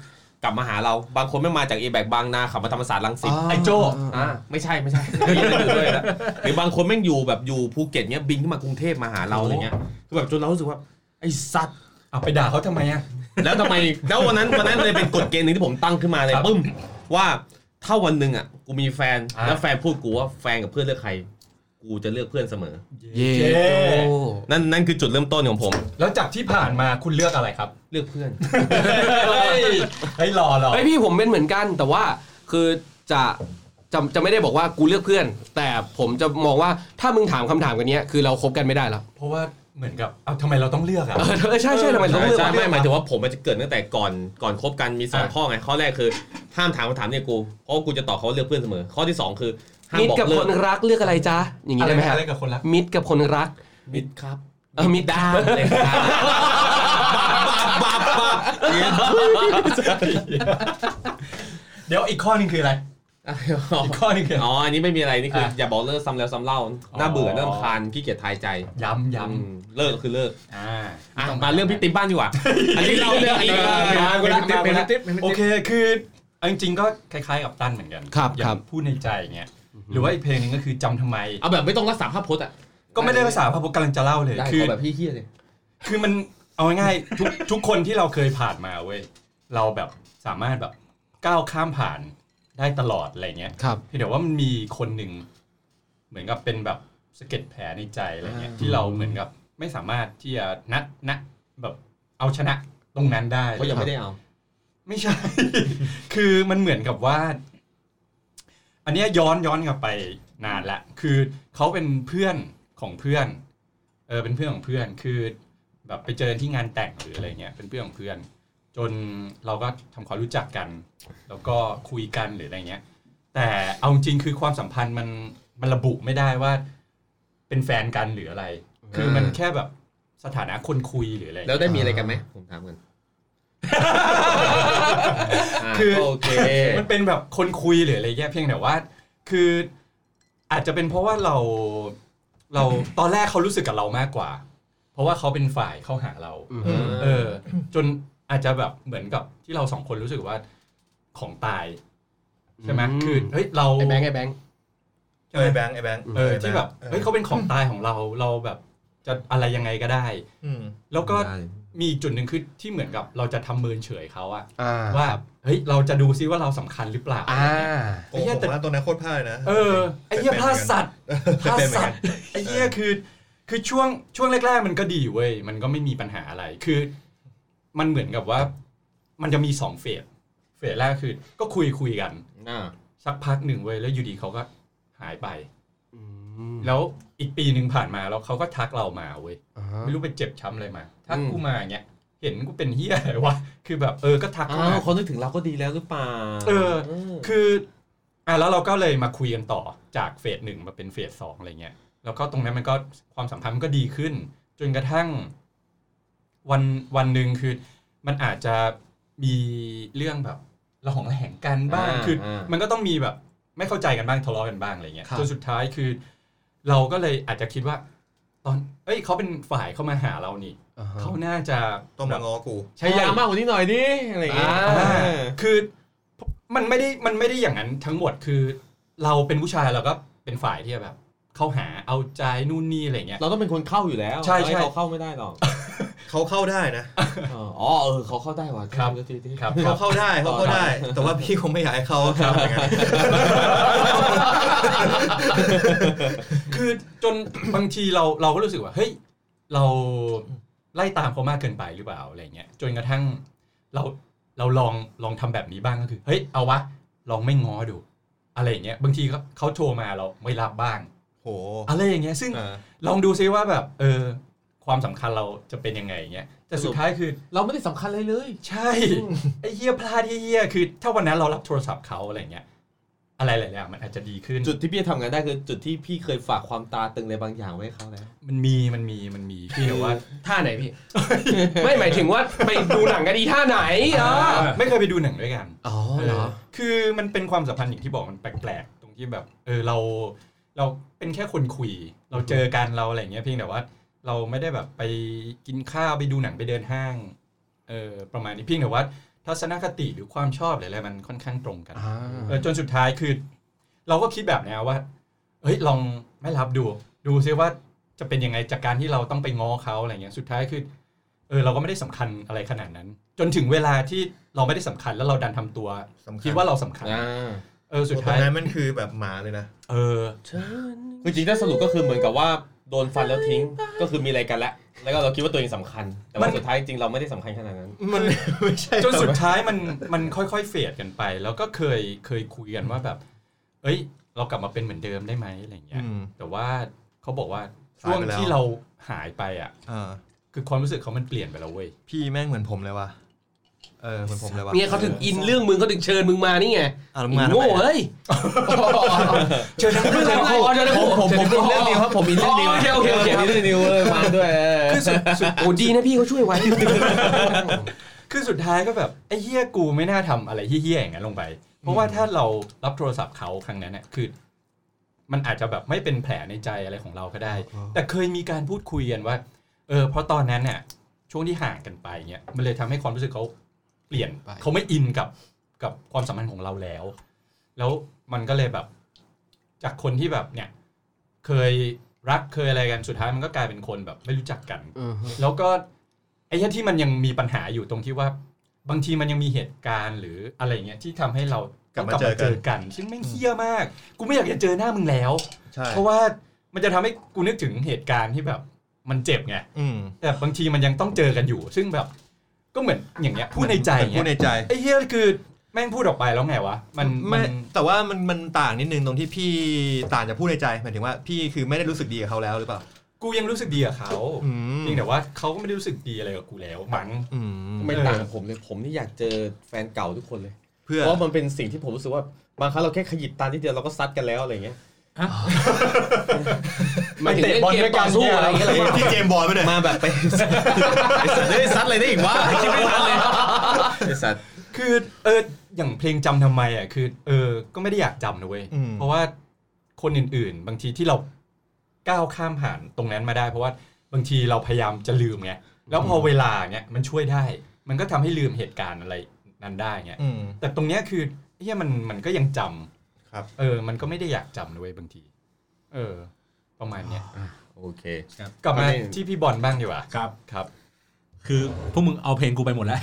กลับมาหาเราบางคนไม่งมาจากเอแบกบางนาขับมาธรรมศาสตร์รังสิต
อ๋อ
ไอ้โจอ่าไม่ใช่ไม่ใช่ไม่ได้อยู่ด้วยนะหรือบางคนแม่งอยู่แบบอยู่ภูเก็ตเนี้ยบินขึ้นมากรุงเทพมาหาเราอะไรเงี้ยคือแบบจนเรารู้สึกว่าไอ้สัตว์
เอาไปด่าเขาทำไมอ่ะ
แล้วทำไมแล้ววันนั้นวันนั้นเลยเป็นกฎเกณฑ์หนึ่งที่ผมตั้งขึ้นมาเลยปึ้มว่าถ้าวันหนึ่งอ่ะกูมีแฟน
อ่า
แล้วแฟนพูดกูว่าแฟนกับเพื่อนเลือกใคร กูจะเลือกเพื่อนเสมอ
เย่โอ้
นั่นนั่นคือจุดเริ่มต้นของผม
แล้วจากที่ผ่านมาคุณเลือกอะไรครับ
เลือกเพื่อน
เฮ้ยเฮ้ยรอรอ
เฮ้ยพี่ผมเป็นเหมือนกันแต่ว่าคือจะจะจะไม่ได้บอกว่ากูเลือกเพื่อน แต่ผมจะมองว่าถ้ามึงถามคำถามกันเนี้ยคือเราคบกันไม่ได้แล้ว
เพราะว่าเหมือนกับเอาทำไมเราต้องเลือกอ่ะ
เออเออใช่ใช่ทำไมต้
ใช่
องเลือก
ใช่
วะ
ไม่หมายถึงว่าผมมันจะเกิดตั้งแต่ก่อนก่อนคบกันมีสอง
อ่ะ
ข้อไงข้อแรกคือห้ามถามคำถามเนี่ยกูเพราะว่ากูจะตอบเขาว่าเลือกเพื่อนเสมอ ข้อที่สองคือห้าม
มิตร
บอก
กับ
เลิ
ค
ก
นรักเลือกอะไรจ๊ะอย่างงี้
อะไร
ได้ไห
ไม่
มฮะ
อะไรกับคนรัก
มิตรกับคนรัก
มิดครับ
เออมิตรได้
เลยครับบาปบาปบาป
เดี๋ยวอีกข้อหนึงคืออะไร อีกข้อหนึงคืออะไร
อ๋ออันนี้ไม่มีอะไรนี่คืออะ อย่าบอกเลิกซ้ำแล้วซ้ำเล่าน่าเบื่อ
อ๋อ
น่ารำคาญขี้เกียจทายใจ
ย้ำย้
อืมเลิกก็คือเลิก
ำอ่า
อ่ะมาเรื่องพี่ติ๊มบ้างดีกว่าอันนี้เราเรื่องอันนี้
า
มา
กูละมากูละ
ติ๊บเป็นติ๊บ
โอเคคือเอาจริงๆก็คล้ายๆกับตั้นเหมือนกัน
ครับ
อย่า
ค
ง
รับ
พูดในใจอย่างเงี้ยหรือว่าอีกเพลงหนึงก็คือจำทำไม
เอาแบบไม่ต้องรักษาภาพพจน์อ่ะ
ก็ไม่ได้ภาษาพระพุทธกำลังจะเล่าเลย
ได้
คื
ข
อ
อแบบพี่เฮียเลย
คือมันเอาง่ายๆทุก ทุกคนที่เราเคยผ่านมาเว้ยเราแบบสามารถแบบก้าวข้ามผ่านได้ตลอดอะไรเงี้ย
ครับ
เพียงแต่ว่ามันมีคนหนึ่งเหมือนกับเป็นแบบสะเก็ดแผลในใจอะไรเงี้ยที่เราเหมือนกับไม่สามารถที่จะนัดนะแบบเอาชนะตรงนั้นได้
เขายังไม่ได้เอา
ไม่ใช่ คือมันเหมือนกับว่า อันเนี้ยย้อนย้อนกลับไปนานละคือเขาเป็นเพื่อนของเพื่อน เออเป็นเพื่อนของเพื่อนคือแบบไปเจอที่งานแต่งหรืออะไรเงี้ยเป็นเพื่อนของเพื่อน จนเราก็ทำความรู้จักกัน แล้วก็คุยกันหรืออะไรเงี้ย แต่เอาจริงๆคือความสัมพันธ์มันมันระบุไม่ได้ว่า เป็นแฟนกันหรืออะไร คือมันแค่แบบสถานะคนคุยหรืออะไรเงี้ย
แล้วได้มีอะไรกันไหมผมถามกัน
คือ
โอ เค
มันเป็นแบบคนคุยหรืออะไรเงี้ยเพียงแต่ว่า คืออาจจะเป็นเพราะว่าเราเราตอนแรกเขารู้สึกกับเรามากกว่า เพราะว่าเขาเป็นฝ่ายเข้าหาเรา
อืม
เออ จนอาจจะแบบเหมือนกับที่เราสองคนรู้สึกว่าของตาย ใช่ไหม
อืม
คือเฮ้ยเรา
ไอ้แบงค์ไอ้แบงค์
ไอ้แบงค์ไอ้แบงค์
เออที่แบบเฮ้ยเขาเป็นของตายของเราเราแบบจะอะไรยังไงก็ได้ แล้วก็มีอีกจุดหนึ่งคือที่เหมือนกับเราจะทำเมินเฉยเขาอะ
อ่า
ว่าเฮ้ยเราจะดูซิว่าเราสำคัญหรือเปล่า
อ่า
โอ้โหแต่ตัวนั้นโคตรพลาดนะ
เออไอ้เหี้ย
เป็น
พลาดสัตว์พลาด
เป็นเหมือน
สั
กั
ต
น
ว์ไอ้เหี้ยคือ คือช่วงช่วงแรก ๆ มันก็ดีเว้ยมันก็ไม่มีปัญหาอะไร คือ มันเหมือนกับว่า มันจะมีสองเฟสเฟ เฟสแรกคือก็คุยคุยกัน
อ่า
สักพักหนึ่งเว้ยแล้วอยู่ดีเขาก็หายไป
อืม
แล้วอีกปีหนึ่งผ่านมาแล้วเขาก็ทักเรามาเว้ย
อ่าฮะ
ไม่รู้ไปเจ็บช้ำอะไรมาทักกูมาอย่างเงี้ยเห็นกูเป็นเฮียอะไรวะคือแบบเออก็ทักเข้า
อ้า
มา
วเขานึกถึงเราก็ดีแล้วหรือเปล่า
เออ
เออ
คืออ่ะแล้วเราก็เลยมาคุยกันต่อจากเฟสหนึ่งมาเป็นเฟสสองอะไรเงี้ยแล้วก็ตรงนั้นมันก็ความสัมพันธ์มันก็ดีขึ้น จนกระทั่ง วันวันหนึ่งคือ มันอาจจะมีเรื่องแบบระหองระแหงกันบ้าง
อ่า
คืออา
มั
มันก็ต้องมีแบบไม่เข้าใจกันบ้างทะเลาะกันบ้างอะไรเงี้ย
ครับ
จนสุดท้ายคือ เราก็เลยอาจจะคิดว่า ตอน เอ้ยเขาเป็นฝ่ายเข้ามาหาเรานี่
อ่าฮะ
เขาน่าจะ
ต้อง
แบ
มา
บ
ง้อกู
พยา
ใช้า
ยยามมากกว่านี้หน่อยดิอะไรอย่างเงี้ย
อ่า
อ่า
เออ
คือมันไม่ได้มันไม่ได้อย่างนั้นทั้งหมดคือ เราเป็นผู้ชายเราก็เป็นฝ่ายที่แบบ เข้าหาเอาใจนู่นนี่อะไรเงี้ย
เราต้องเป็นคนเข้าอยู่แล้ว
ใช่ใช่
เราห้เขาเข้าไม่ได้หรอก
เขาเข้าได้นะ
เอออ๋อเออเขาเข้าได้ว่ะ
ครับ
ทีที
ครับค
เขา
รับ
เข้าได้เขาเข้าได้ แต่ว่าพี่คงไม่อยากให้เขาครับอย่างนั้น
คือจน บางทีเราเราก็รู้สึกว่าเฮ้ยเราไล่ตามเขามากเกินไปหรือเปล่าอะไรเงี้ยจนกระทั่งเราเราลองลองทำแบบนี้บ้างก็คือเฮ้ยเอาวะลองไม่ง้อดู อะไรเงี้ยบางทีเขาเขาโทรมาเราไม่รับบ้าง
โห
อะไรอย่างเงี้ยซึ่ง
อ่า
ลองดูซิว่าแบบเออความสำคัญเราจะเป็นยังไงอย่างเงี้ยแต่
สรุ
สุด
ป
ท้ายคือ
เราไม่ได้สำคัญเลยเลย
ใช่ ไอ้เหี้ยพลาดไอ้เหี้ยคือ ถ้าวันนั้นเรารับโทรศัพท์เขาอะไรเงี้ยอะไรหลายๆอย่างมันอาจจะดีขึ้น
จุดที่พี่จะทำงานได้คือจุดที่พี่เคยฝากความตราตึงอะไรบางอย่างไว้ให้เขาแล้ว
มันมีมันมีมันมีพี่แต่ว่า
ท่าไหนพี่ ไม่หมายถึงว่าไปดูหนังกันดีท่าไหนอ่ะ
ไม่เคยไปดูหนังด้วยกัน
อ๋อ
เอ
เหรอ
อคือมันเป็นความสัมพันธ์อย่างที่บอกมันแปลกๆตรงที่แบบ เออเราเราเป็นแค่คนคุย เราเจอกันเราอะไรเงี้ยเพียงแต่ว่า เราไม่ได้แบบไปกินข้าวไปดูหนังไปเดินห้างเออประมาณนี้เพียงแต่ว่าทัศนคติหรือความชอบหรืออะไรมันค่อนข้างตรงกัน
อ่า
เออจนสุดท้ายคือ เราก็คิดแบบเนี้ยว่า เฮ้ยลองไม่รับดู ดูซิว่าจะเป็นยังไงจากการที่เราต้องไปง้อเขาอะไรเงี้ยสุดท้ายคือ เออเราก็ไม่ได้สำคัญอะไรขนาดนั้น จนถึงเวลาที่เราไม่ได้สำคัญแล้วเราดันทำตัว
สำคั
คิ
ญ
ดว่าเราสำคัญ เออสุด
ตร
ท้าย
งนั้นมันคือแบบหมาเลยนะ
เออ
คือจริงๆถ้าสรุปก็คือเหมือนกับว่าโดนฟันแล้วทิ้ง ก็คือมีอะไรกันละ แล้วก็เราคิดว่าตัวเองสำคัญ แต่
มั
ว่าน สุดท้ายจริงๆเราไม่ได้สำคัญขนาดนั้น
มันไม่ใช่
จนสุดท้าย มันมันค่อยๆเฟดกันไป แล้วก็เคยเคยคุยกันว่าแบบ เอ้ย เรากลับมาเป็นเหมือนเดิมได้ไหมอะไรเงี้ย
อืม
แต่ว่าเขาบอกว่า
สา
ช่วย ง
ไปแล้ว
ที่เราหายไปอ่ะ
อ่า
คือความรู้สึกเขามันเปลี่ยนไปแล้วเว้ย
พี่แม่งเหมือนผมเลยว่ะเออเหมือนผมเลยว่ะ
เนี่ยเขาถึงอินเรื่องมึงเขาถึงเชิญมึงมานี่ไง
อ่ะแล้ว
ไอ้
มึงมาทำไม
โง่เฮ้ย
เจอทั้งเรื่อง
โอ้เดี๋ยวนะผมผมผมเรื่องนี้ครับผมอินเรื่องนี้โอเคโอเคโอเค
นี่นิวเลยมาด้วยเออ
คือสุดสุดโอ้ดีนะพี่เขาช่วยไว้
คือสุดท้ายก็แบบไอ้เหี้ยกูไม่น่าทำอะไรเหี้ยๆอย่างนั้นลงไป เพราะว่าถ้าเรารับโทรศัพท์เขาครั้งนั้นเนี่ยคือ มันอาจจะแบบไม่เป็นแผลในใจอะไรของเราก็ได้ แต่เคยมีการพูดคุยกันว่า เออเพราะตอนนั้นเนี่ยช่วงที่ห่างกันไปเนี่ยมันเลยทำให้ความรู้สึกเขาเปลี่ยน
ไป
เขาไม่อินกับกับความสัมพันธ์ของเราแล้ว แล้วมันก็เลยแบบ จากคนที่แบบเนี่ย เคยรักเคยอะไรกันสุดท้ายมันก็กลายเป็นคนแบบไม่รู้จักกัน แล้วก็ไอ้เหี้ยที่มันยังมีปัญหาอยู่ตรงที่ว่า บางทีมันยังมีเหตุการณ์หรืออะไรเงี้ยที่ทำให้เรา
กลับมา
ต้ง
เจอกัน
กัน ซึ่งไม่งเฮี้ยมาก กูไม่อยากจะเจอหน้ามึงแล้ว
ใช่
เพราะว่ามันจะทำให้กูนึกถึงเหตุการณ์ที่แบบ มันเจ็บไง
อืม
แต่บางทีมันยังต้องเจอกันอยู่ ซึ่งแบบก็เหมือนอย่างเงี้ยพูดในใจ
พู
เงี้
ด
ย
ในใจ
ไอ้เฮี้ยคือแม่งพูดออกไปแล้วไงวะมันมั
ไม่
น
แต่ว่ามันมันต่างนิดนึงตรงที่พี่ต่างจะพูดในใจหมายถึงว่าพี่คือไม่ได้รู้สึกดีกับเขาแล้วหรือเปล่า
กูยังรู้สึกดีกับเขา
อืม
จริงแต่ว่าเขาก็ไม่ได้รู้สึกดีอะไรกับกูแล้วมั้ง
อืม
ไม่ต่างกับผมเลย ผมนี่อยากเจอแฟนเก่าทุกคนเลย
เพื่อ
เพราะมันเป็นสิ่งที่ผมรู้สึกว่าบางครั้งเราแค่ขยิบตานิดเดียวเราก็ซัดกันแล้วอะไรอย่างเงี้ย
หมายถึงเล่นเกมต่อสู้อะไรอย่างเงี้ยเหรอ
ที่เจมส์บอลไม่ได้
มาแบบไป ไอ้สัตว์ได้ยซัดเลยได้อีกวะคิดไม่ทันเลยไอ้สัตว์
คือเอออย่างเพลงจำทำไมอ่ะคือเออก็ไม่ได้อยากจำนะเว้ยเพราะว่าคนอื่นๆ บางทีที่เราก้าวข้ามผ่านตรงนั้นมาได้ เพราะว่าบางทีเราพยายามจะลืมไงแล้วพอเวลาเนี้ยมันช่วยได้ มันก็ทำให้ลืมเหตุการณ์อะไรนั้นได้เงี้ย
อืม
แต่ตรงเนี้ยคือเฮียมันมันก็ยังจำ
ครับ
เออ มันก็ไม่ได้อยากจำนะเว้ยบางที เออ ประมาณเนี้ย
โอเค
กลับมา
ไม่
ที่พี่บอลบ้างดีกว่า
ครับ
ครับ
คือพวกมึงเอาเพลงกูไปหมดแล้ว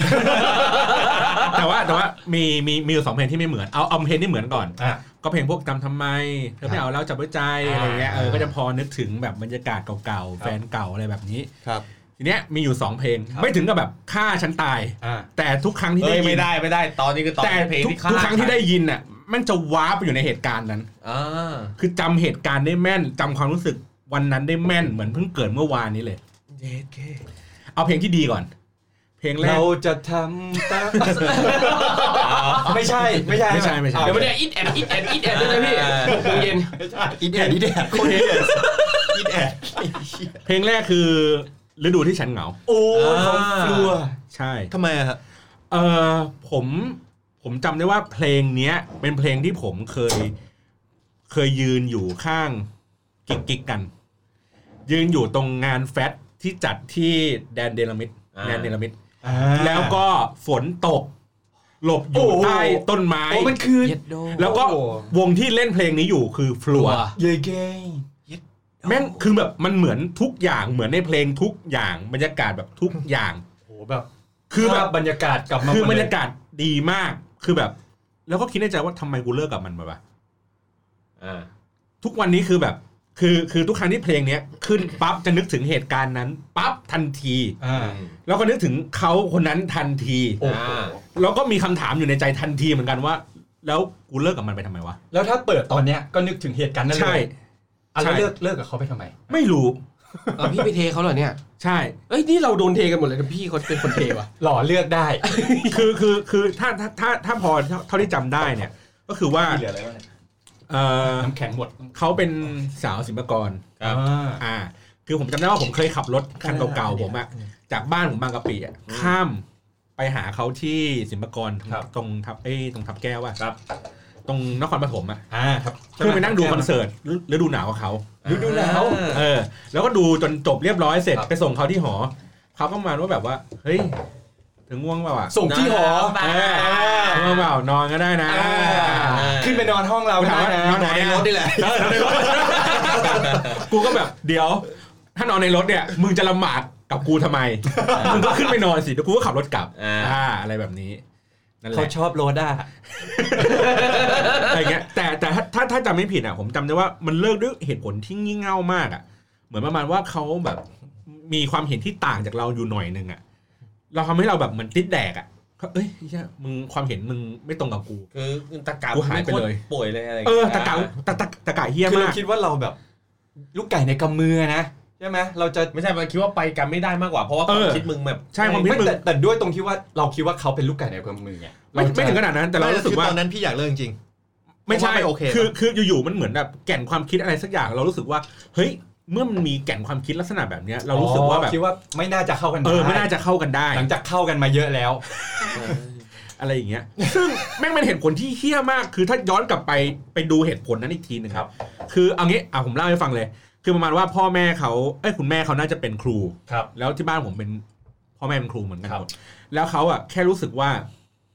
แต่ว่าแต่ว่ามีมีมีอยู่สองเพลงที่ไม่เหมือนเอาเอาเพลงที่เหมือนก่อน
อ่ะ
ก็เพลงพวกจำทำไม เธอไม่เอาแล้วจับไว้ใจอะไรเงี้ยเออก็จะพอนึกถึงแบบบรรยากาศเก่าๆแฟนเก่าอะไรแบบนี้
ครับ
ทีเนี้ยมีอยู่สองเพลง ไม่ถึงกับแบบฆ่าฉันตาย
อ่า
แต่ทุกครั้งที่
เอ้
ได้
ย
ยิ
ไม่
น
ได้ไม่ได้ตอนนี้คือตอน
แต่
เพลง
ทุก
ที่ฆ่า
ทุกครั้งที่ได้ยินน่ะมันจะว้าร์ปไปอยู่ในเหตุการณ์นั้น
อ่า
คือจำเหตุการณ์ได้แม่นจำความรู้สึกวันนั้นได้แม่นเหมือนเพิ่งเกิดเมื่อวานนี้เลย
เย็ดเก้
เอาเพลงที่ดีก่อน เพลงแรก
เราจะทำตามไม่ใช่ไม่ใช่
ไม่ใช่ไม่ใช่
เอา
เดี๋ยวมัน
ไม่
จะอิดแอดอิดแอดอิดแอดด้วยนะพี่ดูเย็น
อินแอดอินแอดโคตรอินแอด
เพลงแรกคือฤดูที่ฉันเหงา
โอ้ยเขาฟลัว
ใช่
ทำไมอะฮะ
เออผมผมจำได้ว่าเพลงเนี้ย เป็นเพลงที่ผมเคยเคยยืนอยู่ข้างกิ๊กกิ๊กกัน ยืนอยู่ตรงงานแฟตที่จัดที่แดนเดลามิดแดนเดลามิดแล้วก็ฝนตก หลบอยู่
โอ้โห
ใต้ต้นไม้
โอ้มันคือ
เย็ดโด
แล้วก็วงที่เล่นเพลงนี้อยู่คือฟลัว
Floor
เยเกย
แม่งคือแบบมันเหมือนทุกอย่างเหมือนในเพลงทุกอย่างบรรยากาศแบบทุกอย่าง
โอ้แบบ
คือแบบ
บรรยากาศกลับมา
คือบรร
หมดเลย
ากาศดีมาก คือแบบ แล้วก็คิดในใจว่าทำไมกูเลิกกับมันมาวะ
อ่า
ทุกวันนี้คือแบบ คือคือทุกครั้งที่เพลงเนี้ยขึ้นปั๊บจะนึกถึงเหตุการณ์นั้นปั๊บทันที
อ่า
แล้วก็นึกถึงเขาคนนั้นทันที
โอ้โห
แล้วก็มีคำถามอยู่ในใจทันทีเหมือนกันว่า แล้วกูเลิกกับมันไปทำไมวะ
แล้วถ้าเปิดตอนเนี้ยก็นึกถึงเหตุการณ์นั้นเลย
ใช่
อ่ะแล้ว
ใช่
เลิกเลิกกับเขาไปทำไม
ไม่รู้
เออพี่ไปเทเขาเหรอเนี่ย
ใช่
เอ้ยนี่เราโดนเทกันหมดเลยนะพี่คนเป็นคนเทว่ะ
หล่อเลือกได้
คือคือคือถ้าถ้าถ้าถ้าพอเท่าเท่าที่จำได้เนี่ย ก็คือว่า
เหลืออะไรบ้างเนี่ย
เออ
น้ำแข็งหมด
เขาเป็นสาวศิลปากร
ครับ
อ่า คือผมจำได้ว่าผมเคยขับรถคันเก่าๆผมอะจากบ้านผมบางกะปิอะข้ามไปหาเขาที่สิมปากรตรงตรงทับเอ้ยตรงทับแก้วอะครับ ตรงนครปฐมอะ
อ่าครับ
เพื่อไปนั่งดูคอนเสิร์ตฤดูหนาวกับเขา
ฤดูหนาว
เออ แล้วก็ดูจนจบเรียบร้อยเสร็จไปส่งเขาที่หอเขาก็มาว่าแบบว่า เฮ้ย ถึงง่วงเปล่าอะ
ส่งที่หอ
เออง่วงเปล่านอนก็ได้นะ
อ่าขึ้นไปนอนห้องเรา
ถา
ได้
มว่าน
นะ
อนไหน
ในรถนี่แหละ
เออนอนในรถ กูก็แบบเดี๋ยว ถ้านอนในรถเนี่ย มึงจะลำบากกับกูทำไม มึงก็ขึ้นไปนอนสิเดี๋ยวกูก็ขับรถกลับ
อ่า
อ่า อะไรแบบนี้นั่นแห
เขา
ละ
ชอบโรด้า
อะไรเงี้ยแต่แต่ถ้าถ้าถ้าจำไม่ผิดอ่ะ ผมจำได้ว่ามันเลิกด้วยเหตุผลที่งี่เง่ามากอ่ะ เหมือนประมาณว่าเขาแบบมีความเห็นที่ต่างจากเราอยู่หน่อยนึงอ่ะ เราทำให้เราแบบเหมือนติดแดกอ่ะก็เอ้ยเหี้ยมึงความเห็นมึงไม่ตรงกับกู
คือตะกา
กูหายไปเลย
ป่วยเลยอะไรย่าง
เอ
งี้
อย ตะกะตะตะตะกะเฮี้ย
คือ
มา
เรา
ก
คิดว่าเราแบบลูกไก่ในกำมือนะใช่ไหมเราจะ
ไม่ใช่มันคิดว่าไปกันไม่ได้มากกว่าเพราะว่าค
เอ
วา
อ
มคิดมึงแบบ
ใช่ความคิด
ไม่
มึง
แต่แต่ด้วยตรงที่ว่าเราคิดว่าเขาเป็นลูกไก่ในกำมือไง
ไม่ไม่ถึงขนาดนั้นแต่เรา
ไม่
รู้สึก
คือ
ว่า
ตอนนั้นพี่อยากเลิกจริง
ไม่ใช่
ผมว่าไม่โอเคนะ
คือคืออยู่ๆมันเหมือนแบบแก่นความคิดอะไรสักอย่างเรารู้สึกว่าเฮ้ยเมื่อมันมีแก่นความคิดลักษณะแบบเนี้ยเรารู้สึกว่าแบบ
คิดว่าไม่น่าจะเข้ากัน
เออ
ด้
ไม่น่าจะเข้ากันได้
หลังจากเข้ากันมาเยอะแล้ว
อะไรอย่างเงี้ย ซึ่งแม่งเป็นเหตุผลที่เฮี้ยมาก คือถ้าย้อนกลับไปไปดูเหตุผลนั้นอีกทีหนึงครับ คือเอางี้อ่ะผมเล่าให้ฟังเลย คือประมาณว่าพ่อแม่เขาเอ้ยคุณแม่เขาน่าจะเป็นครู
ครับ
แล้วที่บ้านผมเป็นพ่อแม่เป็นครูเหมือนกัน
ครับ
หมดแล้วเขาอ่ะแค่รู้สึกว่า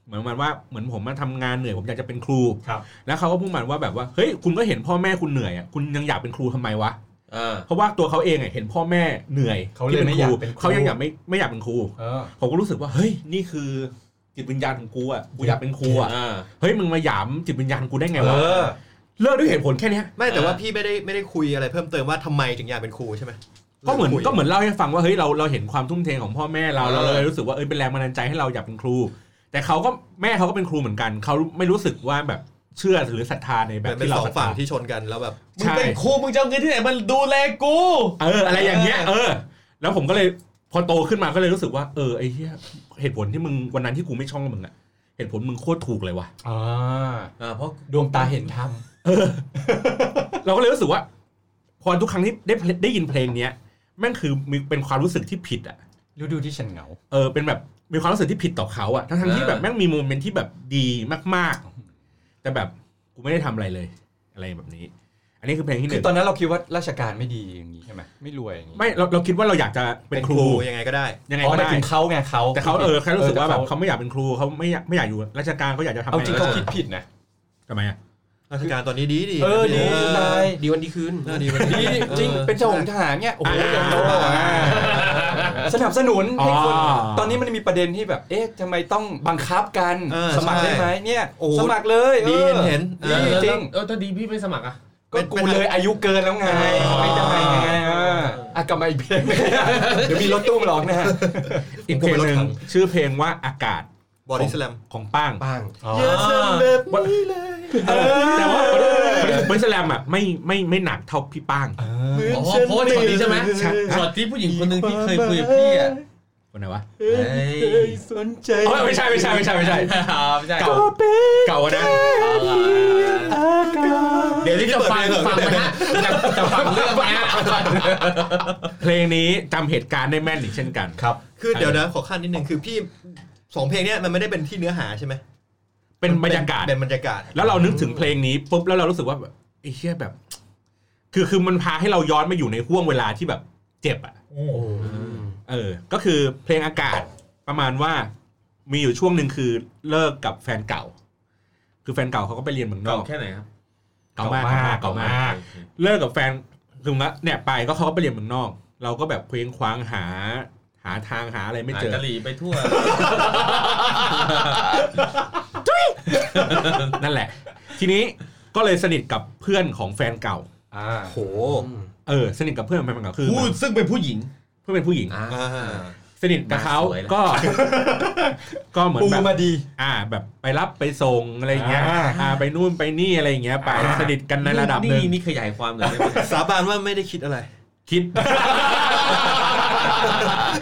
เหมือนประมาณว่าเหมือนผมมาทำงานเหนื่อยผมอยากจะเป็นครู
ครับ
แล้วเขาก็พูดมาว่าแบบว่าเฮ้ยคุณก็เห็นพ่อแม่คุณเหนื่อยอ่ะคุณยังอยากเป็นครูทำไมวะเพราะว่าตัวเขาเองอ่ะเห็นพ่อแม่เหนื่อย
เขาเลยไม่อยาก
ที่
เป็นครู
เขายังอยากไม่ไม่อยากเป็นครู
เออ
ผมก็รู้สึกว่าเฮ้ยนี่คือจิตวิญญาณของกูอ่ะกูอยากเป็นครูอ่ะ
อ่า
เฮ้ยมึงมาหยามจิตวิญญาณกูได้ไง
เอ
วะ
อ
เลิกด้วยเหตุผลแค่เนี้ย
ๆ ไม่แต่ว่า
อ่า
พี่ไม่ได้ไม่ได้คุยอะไรเพิ่มเติมว่าทำไมถึงอยากเป็นครูใช่ไหม
ก็เหมือน
คุย
ก็เหมือนเล่าให้ฟังว่าเฮ้ยเราเราเห็นความทุ่มเทของพ่อแม่เราเราเลยรู้สึกว่าเอ้ยเป็นแรงบันดาลใจให้เราอยากเป็นครู แต่เขาก็แม่เขาก็เป็นครูเหมือนกันเขาไม่รู้สึกว่าแบบเชื่อหรือศรัทธาใน
เห
แบ
มือบ นเป็น
ที่เรา
สอง
ศรัทธา
ฝั่งที่ชนกันแล้วแบบ
มึงเป็นครูมึงจะเอาเงินที่ไหนมันดูแลกู
เอออะไรอย่างเงี้ยเออ แล้วผมก็เลยพอโตขึ้นมาก็เลยรู้สึกว่าเออไอ้เหี้ยเหตุผลที่มึงวันนั้นที่กูไม่ช่องมึงอะเหตุผลมึงโคตรถูกเลยว่ะ
อ่า
อ่าเพราะ
ดวงตาเห็นธรรม
เราก็เลยรู้สึกว่า พอทุกครั้งที่ได้ได้ยินเพลงเนี้ยแม่งคือมีเป็นความรู้สึกที่ผิดอะ
ฤดูที่ฉันเหงา
เออเป็นแบบมีความรู้สึกที่ผิดต่อเขาอะทั้งทั้งๆที่แบบแม่งมีโมเมนต์ที่แบบดีมาก ๆ แต่แบบกูไม่ได้ทำอะไรเลย อะไรแบบนี้ อันนี้คือเพลงที่ห
คือ
นึ่ง
ตอนนั้นเราคิดว่าราชการไม่ดีอย่างนี้ใช่ไหมไม่รวยอย่างนี้
ไม่เราเราคิดว่าเราอยากจะเป็นครู
ยังไงก็ได้
ยังไง
อ๋อ
ก็
หมาย
ได้
ถึงเขาไงเขา
แต่เขาเออแค่รู้สึกว่าแบบ
เออ
เขาไม่อยากเป็นครูเขาไม่อยากไม่อยากอยู่ราชการเขาอยากจะทำ
เอาจริง
ะ
เขา
ไ
คิดผิดนะ
ทำไมอ่ะ
ราชการตอนนี้ดีดี
เออดี
เออ
เลาย
ดีวันดีคืน
เออดีมัน
ดีจริงเป็นเจ้าของทหารเนี่ยโอ้โหอย่างโตอ่ะ สนับสนุนให้คนตอนนี้มันมีประเด็นที่แบบ เอ๊ะทำไมต้องบังคับกันสมัครได้ไหมเนี่ย สมัครเลย
ดีเห็นเห็น
จริง
เออถ้าดีพี่ไม่สมัครอ่ะ
ก็ ก็กูเลยอายุเกินแล้วไงไม่ได้ไงอ่ะอ่ะกลับมาอีกเพลงหนึ่งเดี๋ยวมีรถตู้มาร้องนะฮะ
อีกเพลงหนึ่งชื่อเพลงว่าอากาศ
บอดี้สแลม
ของป้าง
บ้าง
เยอะเสมอแบบนี้เลย
แต่ว่าบริสแลมอ่ะไม่ไม่ไม่หนักเท่าพี่ป้าง
อ๋อเพราะว่าช็อตนี้ใช่ไหม
ใช่
ช็อตที่ผู้หญิงคนหนึ่งที่เคยคุยกับพี่อ่ะ
คนไหนวะ
เฮ้ย
สนใจ
อ๋อไม่ใช่ไม่ใช่ไม่ใช่ไม่ใช่
อ่าไม่ใช่
เก่า เก่าอะนะ
เดี๋ยวที่จะฟังฟังมันนะจะจะฟังเรื่องมันนะเอาก่อน
เพลงนี้จำเหตุการณ์ได้แม่นอีกเช่นกัน
ครับ
คือเดี๋ยวนะขอขั้นนิดนึงคือพี่สองเพลงเนี้ยมันไม่ได้เป็นที่เนื้อหาใช่ไหม
เป็นบรรยากาศ
เป็นบรรยากาศ
แล้วเรานึกถึงเพลงนี้ปุ๊บแล้วเรารู้สึกว่าแบบไอ้เชี่ยแบบ คือคือมันพาให้เราย้อนมาอยู่ในห่วงเวลาที่แบบเจ็บอ่ะ เออ ก็คือเพลงอากาศประมาณว่ามีอยู่ช่วงหนึ่งคือเลิกกับแฟนเก่า คือแฟนเก่าเขาก็ไปเรียนเมืองน
เก่า
อก
แค่ไหนครับ
เก่ามากเก่ามากเก่ามาก เลิกกับแฟนถึงละเนี่ยไปก็เขาก็ไปเรียนเมืองนอก เราก็แบบเคว้งคว้างหา หาทางหาอะไรไม่เจอก
หาะหรี่ไป ทั่ว
นั่นแหละ ทีนี้ก็เลยสนิทกับเพื่อนของแฟนเก่า
อ่า
โห
เออ สนิทกับเพื่อนของแฟนเก่าคือ
พูดซึ่งเป็นผู้หญิง
เพื่อนเป็นผู้หญิง
อ่า
สนิทกับเขา
สวยเลย
ก็ ก็เหมือน
ปู
แบบ
มาดี
อ่า แบบไปรับไปส่งอะไรอย่างเงี้ย
อ่า
อ่าไปนู่นไปนี่อะไรอย่างเงี้ยไป
อ่า
สนิทกันในระดับหนึ่ง
นี่นี่ขยายความหน่อยได้ไหม
สาบานว่าไม่ได้คิดอะไร
คิด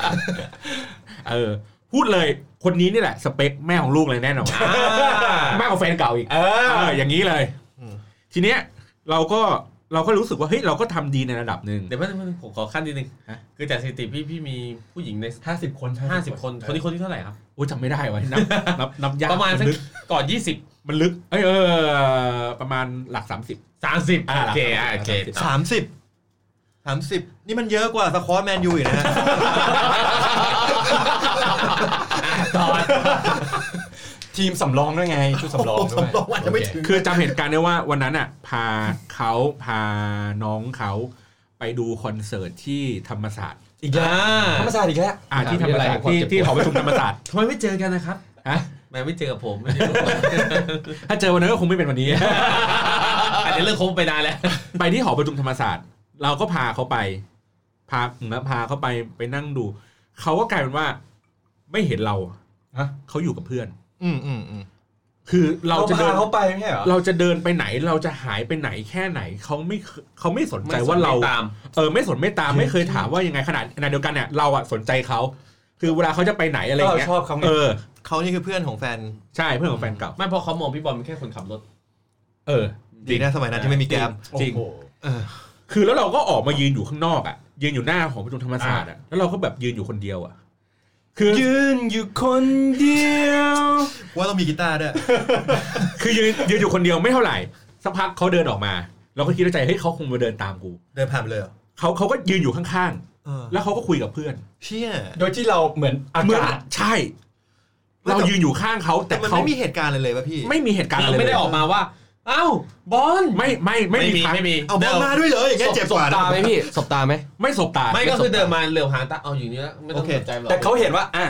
เออ พูดเลยคนนี้นี่แหละ สเปคแม่ของลูกเลยแน่นอนมากกว่าแฟนเก่าอีกเ
เอ
อ
อ
ออย่างนี้เลย
อืม
ทีเนี้ยเราก็เราก็รู้สึกว่าเฮ้ยเราก็ทำดีในระดับหนึ่ง
เดี๋ยวแป๊บนึงผมขอขั้นนิดนึง
ฮะ
คือจากสถิติพี่พี่มีผู้หญิงใน
50 คน
50 คน คนนี้คนที่เท่าไหร่ครับ
โอ้ยจำไม่ได้ไว้นับนับนับยาก
ประมาณสั
น
ก
ลึก
ก่อน 20
มันลึกเอ้ยเออประมาณหลัก 30
30
อ่า
โอเคอ่าโอเค
สามสิบสามสิบนี่มันเยอะกว่าสควอตแมนยูอีกนะฮะ
ตอน
ทีมสำรองด้วยไง ชุดสำรองด้วย
สำรองอาจจะไม่ถึง
คือจำเหตุการณ์ได้ว่าวันนั้นอ่ะพาเขาพาน้องเขาไปดูคอนเสิร์ตที่ธรรมศาสตร์
อีกแล้ว
อ่า
ธรรมศาสตร์อีกแล้ว
อ่าที่ธรรมศาสตร์ที่ที่หอประชุมธรรมศาสตร์
ทำไมไม่เจอกันนะครับ
ฮะ
ทำไมไม่เจอกับ ผม
ถ้าเจอวันนั้นก็คงไม่เป็นวันนี้
อันนี้เรื่องคงไปนานแล้ว
ไปที่หอประชุมธรรมศาสตร์ เราก็พาเขาไป พาเหมือนพาเขาไปไปนั่งดู เขาก็กลายเป็นว่า ไม่เห็นเรา
ฮะ
เขาอยู่กับเพื่อน
อืมอืมอืม
คือเราจะเดิน
พเขาไปไม่ใช่เหรอ
เราจะเดินไปไหน เราจะหายไปไหนแค่ไหนเขาไม่เคเขาไม่สนใจว่าเรา
ไม่ตาม
เออไม่สนไม่ตามไม่เคยถามว่ายังไงขนาดขณะเดียวกันเนี่ยเราอะสนใจเขาคือเวลาเขาจะไปไหนอะไรอย่างเงี้ย
เราชอบเขาไง
เออ
เขานี่คือเพื่อนของแฟน
ใช่เพื่อนของแฟนเก่า
ไม่เพราะเขามองพี่บอลเป็นแค่คนขับรถ
เออ จริง
ดีนะสมัยนั้นที่ไม่มีแกรม
จริง
โอ้โห
คือแล้วเราก็ออกมายืนอยู่ข้างนอกอะยืนอยู่หน้าหอประชุมธรรมศาสตร์อะแล้วเราก็แบบยืนอยู่คนเดียวอะคือ
ยืนอยู่คนเดียว
ว่าต้องมีกีตาร์ด้วย
คือยืนยืนอยู่คนเดียวไม่เท่าไหร่สักพักเขาเดินออกมา เราก็คิดในใจเฮ้ยเขาคงมาเดินตามกู
เดินผ่านไปเลยเหรอ
เขาเขาก็ยืนอยู่ข้าง
เออ
ๆ แล้วเขาก็คุยกับเพื่อน
เชี่ย
โดยที่เราเหมือนอา
เหมือน
กาศ
ใช่ เรายืนอยู่ข้างเขาแต่
แต่มัน
เขา
ไม่มีเหตุการณ์เลยเลยวะพี่
ไม่มีเหตุการณ์อะไร
คือไม่ได้
เลย
ออกมาว่า เอ้า บอล
ไม่ไม่ไม่มีครั้ง
ไม่มี
เอาบอลมาด้วยเหรออย่างเงี้ยเจ็บกว่านะ
ตาไหมพี่ สบตาไหม
ไม่สบตา
ไม่ก็คือเดินมาเหลียวหาตาเอาอยู่เนี้ยไม่ต้อง
โอเค
สนใจหรอก
แต่เขาเห็นว่า อ่ะ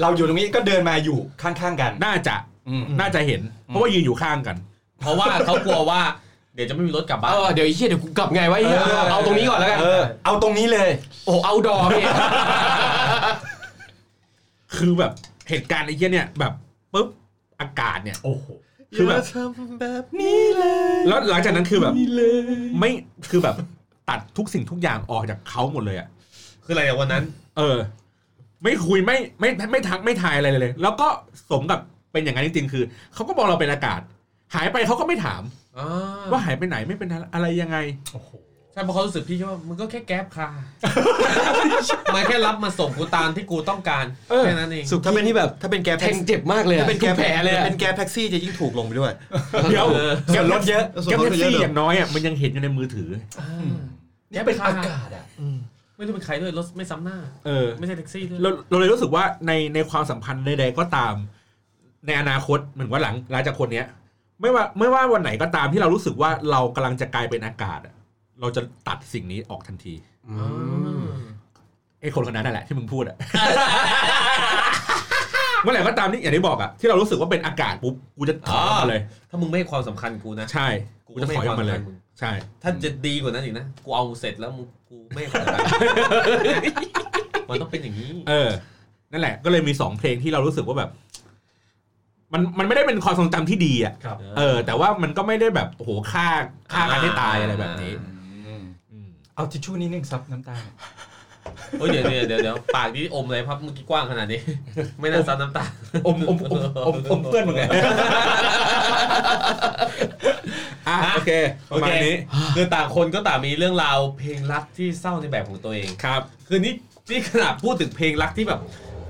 เราอยู่ตรงนี้ก็เดินมาอยู่ข้างๆกัน
น่าจะ
อืม
น่าจะเห็น เพราะว่ายืนอยู่ข้างกัน
เพราะว่าเขากลัวว่า เดี๋ยวจะไม่มีรถกลับบ้าน
เออเดี๋ยวไอ้เหี้ยเดี๋ยวกูกลับไงวะไอ้เหี้ยเอาเอาตรงนี้ก่อนแล้วกัน
เออ เอาตรงนี้เลย
โอ้เอาดอพี่
คือแบบเหตุการณ์ไอ้เหี้ยเนี่ยแบบปุ๊บอากาศเนี่ย
โอ้โห
คือแบบ
ย่าทำแบบนี้เลย
แล้วหลังจากนั้นคือแบบ
นี่เลย
ไม่คือแบบตัดทุกสิ่งทุกอย่างออกจากเขาหมดเลยอะ
คืออะไรอะวันนั้น
เออ ไม่คุยไม่ไม่ไม่ทักไม่ทายอะไรเลย แล้วก็สมกับเป็นอย่างนั้นจริงๆคือเขาก็มองเราเป็นอากาศ หายไปเขาก็ไม่ถาม ว่าหายไปไหนไม่เป็นอะไรยังไง
ใช่เพราะเขารู้สึกพี่แค่ว่ามึงก็แค่แก๊ป ค่ะ มันแค่รับมาส่งกูตามที่กูต้องการ
เออ
แค่นั้นเอง
สุขถ้าเป็นที่แบบถ้าเป็นแก
แท
แท็ก
ง
ซี่
เจ็บมากเลยอะ
ถ้าเป็นแก
ทุกแผลเลยอะ
เป็นแกแท็กซี่จะยิ่งถูกลงไปด้วย
เดี๋ยว
เออ
แก
ส่วนลดเยอะ
ส่วน
แก
ล
แท็
ด
ก
เยอะ
ซี่
เลย
อย่างน้อยอ่ะมันยังเห็นอยู่ในมือถือ
นี่เป็นอากาศอ่ะ ไม่รู้เป็นใครด้วยรถไม่ซ้ำหน้า
เออ
ไม่ใช่แท็กซี่ด้วย
เราเราเลยรู้สึกว่าในในความสัมพันธ์ใดๆก็ตาม ในอนาคตเหมือนว่าหลังหลังจากคนเนี้ย ไม่ว่าไม่ว่าวันไหนก็ตามที่เรารู้สึกว่าเรากำลังจะกลายเป็นอากาศอะเราจะตัดสิ่งนี้ออกทันที
อ๋อ
ไอ้คนคนนั้นนั่นแหละที่มึงพูด อะ เมื่อไหร่ก็ตามนี่อย่างที่บอกอะที่เรารู้สึกว่าเป็นอากาศปุ๊บกูจะถอยออกมาเลย
ถ้ามึงไม่ให้ความสำคัญกูนะ
ใช่ กูจะถอยออกมาเลย
ไให้ควสำคัญง
ใช่
ถ้าจะดีกว่านั้นอีกนะ กูเอาเสร็จแล้วมึงกูไม่ขนาดนั้น มันต้องเป็นอย่างนี้
เออ นั่นแหละ ก็เลยมีสองเพลงที่เรารู้สึกว่าแบบ มันมันไม่ได้เป็นความทรงจำที่ดีอ่ะ
ครับ
เออ แต่ว่ามันก็ไม่ได้แบบโอ้โหฆ่าฆ่ากันให้ตายอะไรแบบนี้
เอาทิชชู่นิดนึงซับน้ำตา
เฮ้ยเดี๋ยวเดี๋ยวเดี๋ยวเดี๋ยวปากนี้อมเลยพับเมื่อกี้กว้างขนาดนี้ ไม่น่าซับน้ำตา
อมอมอมอมอมเพื่อนมึงไงอ่ะโอเคป
โอ
ระมา
เค
ณนี้
คือต่างคนก็ต่างมีเรื่องราวเพลงรักที่เศร้าในแบบของตัวเอง
ครับ
คือนี่นี่ขนาดพูดถึงเพลงรักที่แบบ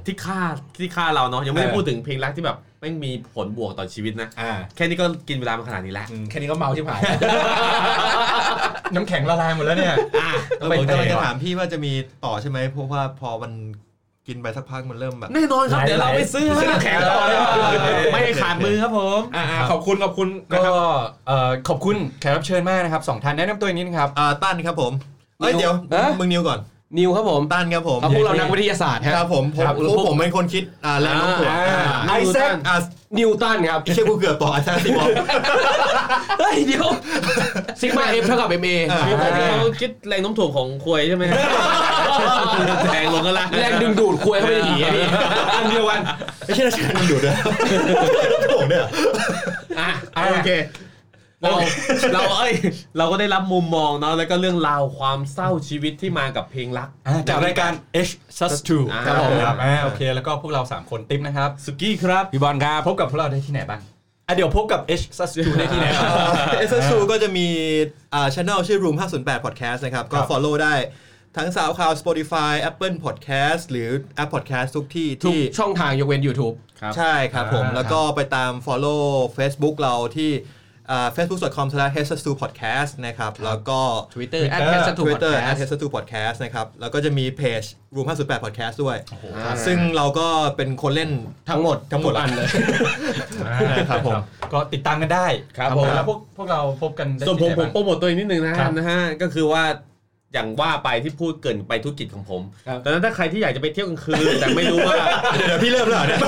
ที่ฆ่าที่ฆ่าเราเนาะยังไม่ได้
เออ
พูดถึงเพลงรักที่แบบไม่งมีผลบวกต่อชีวิตนะ
อ่า
แค่นี้ก็กินเวลามาขนาดนี้แล้ว
อืมแค่นี้ก็เมาที่ผ่าน
น้ำแข็งละลายหมดแล้วเนี่ย
อ่ะ
ไป
โอเค
กำลังจะถามพี่ว่าจะมีต่อใช่ไหมเพราะว่าพอมันกินไปสักพักมันเริ่มแบบ
แน่นอนครับเดี๋ยวเราไปซื้อ
ซื้อน้ำแข็งต่อเลยครับ
ไม่ขาดมือครับผม
อ่าขอบคุณขอบคุณนะค
ก็
รับ
เอ่อขอบคุณแขกรับเชิญมากนะครับสองท่านแนะนำตัวอีกนิดนึงครับ
อ่าต้านครับผมเอ้ย
นิว
เดี๋ยว
ฮะ
มึงนิวก่อน
นิวครับผม
ต้านครับผม
เอาพวกเรานักวิทยาศาสตร์ฮะ
ครับผมผม
ครับ
ผมผมเป็นคนคิดอ่าแรงโน้มถ่วง
อ่า
อ่า
ไอแซค
อ่า
นิวตันครับ
ไอ้เชี่ยกูเกือบต่อไอ้แซคสิบอล
เฮ้ยเดี๋ยวซิกมาเอฟเท่ากับเอ็มเอ
อ่า
คือผมเขาคิดแรงโน้มถ่วงของควยใช่ไหมครับแรงลงก็ละ
แรงดึงดูดควยเข้าไปในหีอะพี่
อันเดียวกัน
ไอ้เชี่ยแซคมันอยู่ด้วยถ่วงเนี่ย
อ่ะโอเคเราเราเอ้ยเราก็ได้รับมุมมองเนาะแล้วก็เรื่องราวความเศร้าชีวิตที่มากับเพลงรัก
อ่าจากรายการ H Sus 2
ครับผม
ครับอ่าโอเค แล้วก็พวกเรา 3 คนติ๊บนะครับ
สุกี้ครับ
พี่บอลครับ
พบกับพวกเราได้ที่ไหนบ้างอ่ะเดี๋ยวพบกับ H Sus 2ได้ที่ไหน
เอสซูก็จะมีอ่าช่องชื่อ Room 508 Podcast นะครับ ก็
ครับ
follow ได้ทั้งสาวข่าว Spotify Apple Podcast หรือ App Podcast ทุกที่
ทุก
ที่
ช่องทางยกเว้น YouTube
ใช่ครับผม
อ่า
แล้วก็ไปตาม follow Facebook เราที่อ่า facebook.com slash h s t u podcast นะครับ แล้วก็
Twitter at h a s h t
Twitter
podcast
at h s t u podcast นะครับ แล้วก็จะมีเพจ Room 508 Podcast ด้วย ซึ่งเราก็เป็นคนเล่น
ทั้งหมด
ทั้งหมด
ทุกอันเลย
ครับผม
ก็ติดตามกันได้
ครับผม
แล้วพวกพวกเราพบกันได้
ส่วนผ
ที่
ม
ไหนบ้าม ง
ผโปรโมทตัวเองนิดนึงนะ
ครั
ฮะ
บ
นะฮะก็คือว่าอย่างว่าไปที่พูดเกรินไปธุรกิจของผม
ครับ
ดังนั้นถ้าใครที่อยากจะไปเที่ยวกลางคืน แต่ไม่รู้ว่า
เดี๋ยวเดี๋ยวพี่เริ่มแล้วเหรอเนี่ย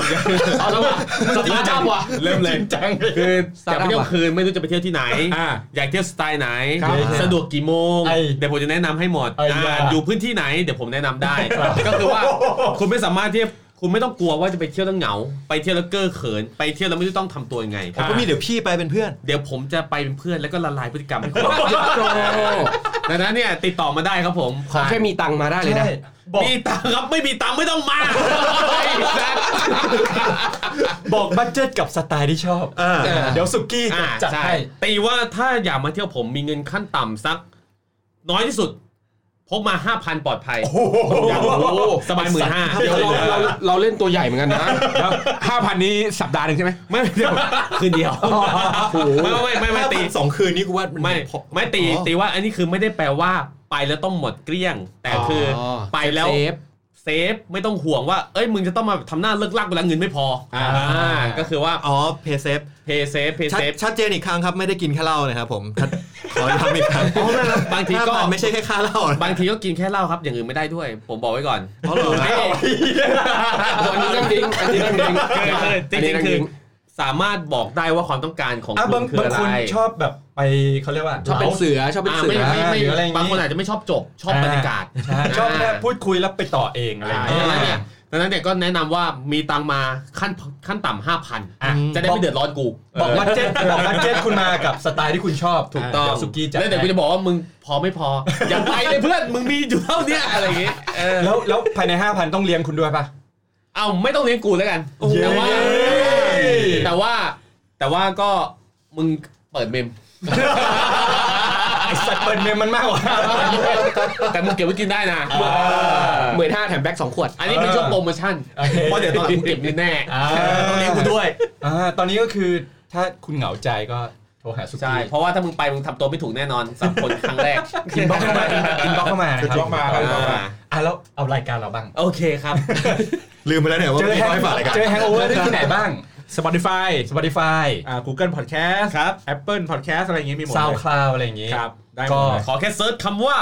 เอาแล้วว่ะสตาร์ทอัพว่ะ
เริ่มเลยจังคืออยากไปเที่ยวกลางคืนไม่รู้จะไปเที่ยวที่ไหน
อ่า
อยากเที่ยวสไตล์ไหน
ครับ
สะดวกกี่โมง
ไอ้
เดี๋ยวผมจะแนะนำให้หมด
ไอ้
อ่า
บ้า
อยู่พื้นที่ไหนเดี๋ยวผมแนะนำได้ ก็คือว่าคุณไม่สามารถที่คุณไม่ต้องกลัวว่าจะไปเที่ยวแล้วเหงา ไปเที่ยวแล้วเก้อเขิน ไปเที่ยวแล้วไม่รู้ต้องทำตัวยังไง
ผมก็มีเดี๋ยวพี่ไปเป็นเพื่อน
เดี๋ยวผมจะไปเป็นเพื่อนแล้วก็ละลายพฤติกรรมให้คุณดังนั้นเนี่ยติดต่อมาได้ครับผม
ขอแค่มีตังค์มาได้เลยนะ
ใช่บอก
มีตังค์ครับไม่มีตังค์ไม่ต้องมา
บอกบัตเจ็ตกับสไตล์ที่ชอบ เดี๋ยวสุกี้
อ่า
จัด
ใช่
ให้
ตีว่าถ้าอยากมาเที่ยวผมมีเงินขั้นต่ำสัก น้อยที่สุดพกมา 5,000 ปลอดภัยอยากรู้สบายหมื่นห้า
เดี๋ยวเราเราเราเล่นตัวใหญ่เหมือนกันนะ
แล้วห้าพันนี้สัปดาห์หนึ่งใช่ไหม
ไม่เดี๋ยวคืนเดียวไม่ไม่ไม่ไม่
ถ้า
ตี
สองคืนนี้กูว่า
ไม่
พอ
ไม่ตี
อ๋อ
ตีว่าอันนี้คือไม่ได้แปลว่าไปแล้วต้องหมดเกลี้ยง แต่คืออไปแล้ว
เซฟ
เซฟไม่ต้องห่วงว่า เอ้ยมึงจะต้องมาทำหน้าเลิกลักเวลาเงินไม่พออ่าก็คือว่า
อ๋อเพย์เซฟ
เพย์เซฟเพย์
ชัด
เซฟ
ชัดเจนอีกครั้งครับ ไม่ได้กินข้าวเหล้านะครับผม ชัดขอย้ำอีกครั้ง
บางทีก็
ห้พันไม่ใช่แค่ข้าวเหล้านะ
บางทีก็กินแค่เหล้าครับอย่างอื่นไม่ได้ด้วย ผมบอกไว้ก่อน
อ๋อเหรอ
อันนี้เรื่องจริงอันนี้เรื่องจริง
จริงๆคือสามารถบอกได้ว่าความต้องการของ
อ่ะ
คุ
บาง
ณคือบ
าง
อะไร
คนชอบแบบไปเขาเรียกว่า
ชอบเป็น
เหลา
เสือชอบเป็น
อ่า
เสื
ไม่
อ
ไม่
หรืออะไรอ
ไม่
ย่างงี้
บางคนอาจจะไม่ชอบจบ ชอบบรรยากาศ
ใช่ชอบแค่พูดคุยแล้วไปต่อเองอะไรอ
อ่า
ย่าง
ดั
เงี้
งนั้
ย
นเนี่ยดังนั้นเนี่ยก็แนะนำว่ามีตังมาขั้นขั้นต่ำห้าพันจะได้ไม่เดือดร้อนกู
บอกบัตเจ็ตบอกบัตเจ็ตคุณมากับสไตล์ที่คุณชอบ
ถูกต้อง
เดี๋ยวสุกี้จัด
แล้วเดี๋ยวกูจะบอกว่ามึงพอไม่พอ อย่าไปเลยเพื่อนมึงมีอยู่เท่าเนี้ยอะไรอย่างเงี้ยเออ
แล้วแล้วภายใน 5,000 ต้องเลี้ยงคุณด้วย ป่ะ
เอาไม่ต้องเลี้ยงกูแล้วกันแต่ว่าแต่ว่าแต่ว่าก็มึงเปิดเมม
ไอสัตว์เปิดเมมมันมากกว่า
แต่มึงเก็บไว้กินได้นะ
เหมือนห้าแถมแบ็คสองขวด
อันนี้เป็นช่วงโปรโมชั่น
โอเค
เพราะเดี๋ยวตอนหลังกูเก็บแน่
อ่า
ๆต้องเลี้ยงกูด้วย
อ่าตอนนี้ก็คือถ้าคุณเหงาใจก็โทรหาสุ
ใช่
กี้
เพราะว่าถ้ามึงไปมึงทำตัวไม่ถูกแน่นอนสามคนครั้งแรก
อินบ็อกซ์เข้ามาอินบ็อกซ์เข้ามานะครับ
อินบ็อกซ์มา
อินบ็อกซ์
อ่า
มาอ่ะแล้วเอารายการเราบ้าง
โอเคครับ
ลืมไปแล้วเนี่ยว่า
เจอ
พี่
แฮง
ร้อยบาทอะไรายกัน
เจอแฮงโอเวอร์ได้ที่ไหนบ้าง
Spotify
Spotify
อ่า Google Podcast ครับ Apple Podcast อะไรอย่างเงี้ยมีหมดเลย
SoundCloud อะไรอย่างงี้
ครับ ได้หม
ก็
ดเลย
ขอแค่เซิร์ชคำว่า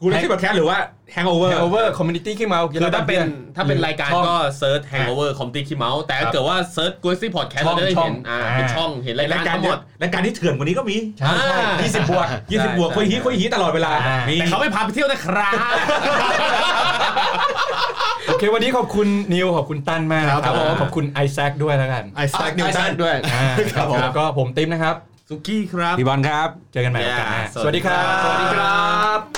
กูเรียกชื่อพอดแคสต์หรือว่า hangover
แฮงโอเวอร์คอมมูนิตี้ขี้เมา
คือถ้าเป็นถ้าเป็นรายการ
ช่อง
ก็เซิร์ช Hangover Comedy ขี้เมาส์แต่ถ้าเกิดว่าเซิร์ช g u i z y Podcast
ช่อ
เรา
ง
จะได้
ช่อง
เห็นอ่าเป็นช่องเห็นราย
ราย
กา
การ ร
ทั้ง
เย
หม
อะ
ด
รายการที่เถื่อนกว่านี้ก็มี
ใช่ใช่ยี่สิบบวก
20 บวกคุยฮีคุยฮีตลอดเวลา
อ่า
มี
แต่เขาไม่พาไปเที่ยวนะครับ
โอเค วันนี้ขอบคุณนิว ขอบคุณตั้นมากนะครับ
ครับผม
ขอบคุณไอแซคด้วยแล้วกัน
ไอซ์แซคนิวตัน
ด้วย
อ่า
ครับผม
แล้วก็ผมติ๊มนะครับ
สุกี้ครับ
พี่บอลครับ
เจอกันใหม่โอกาสหน้า
สวัสดีครับ
สวัสดีครับ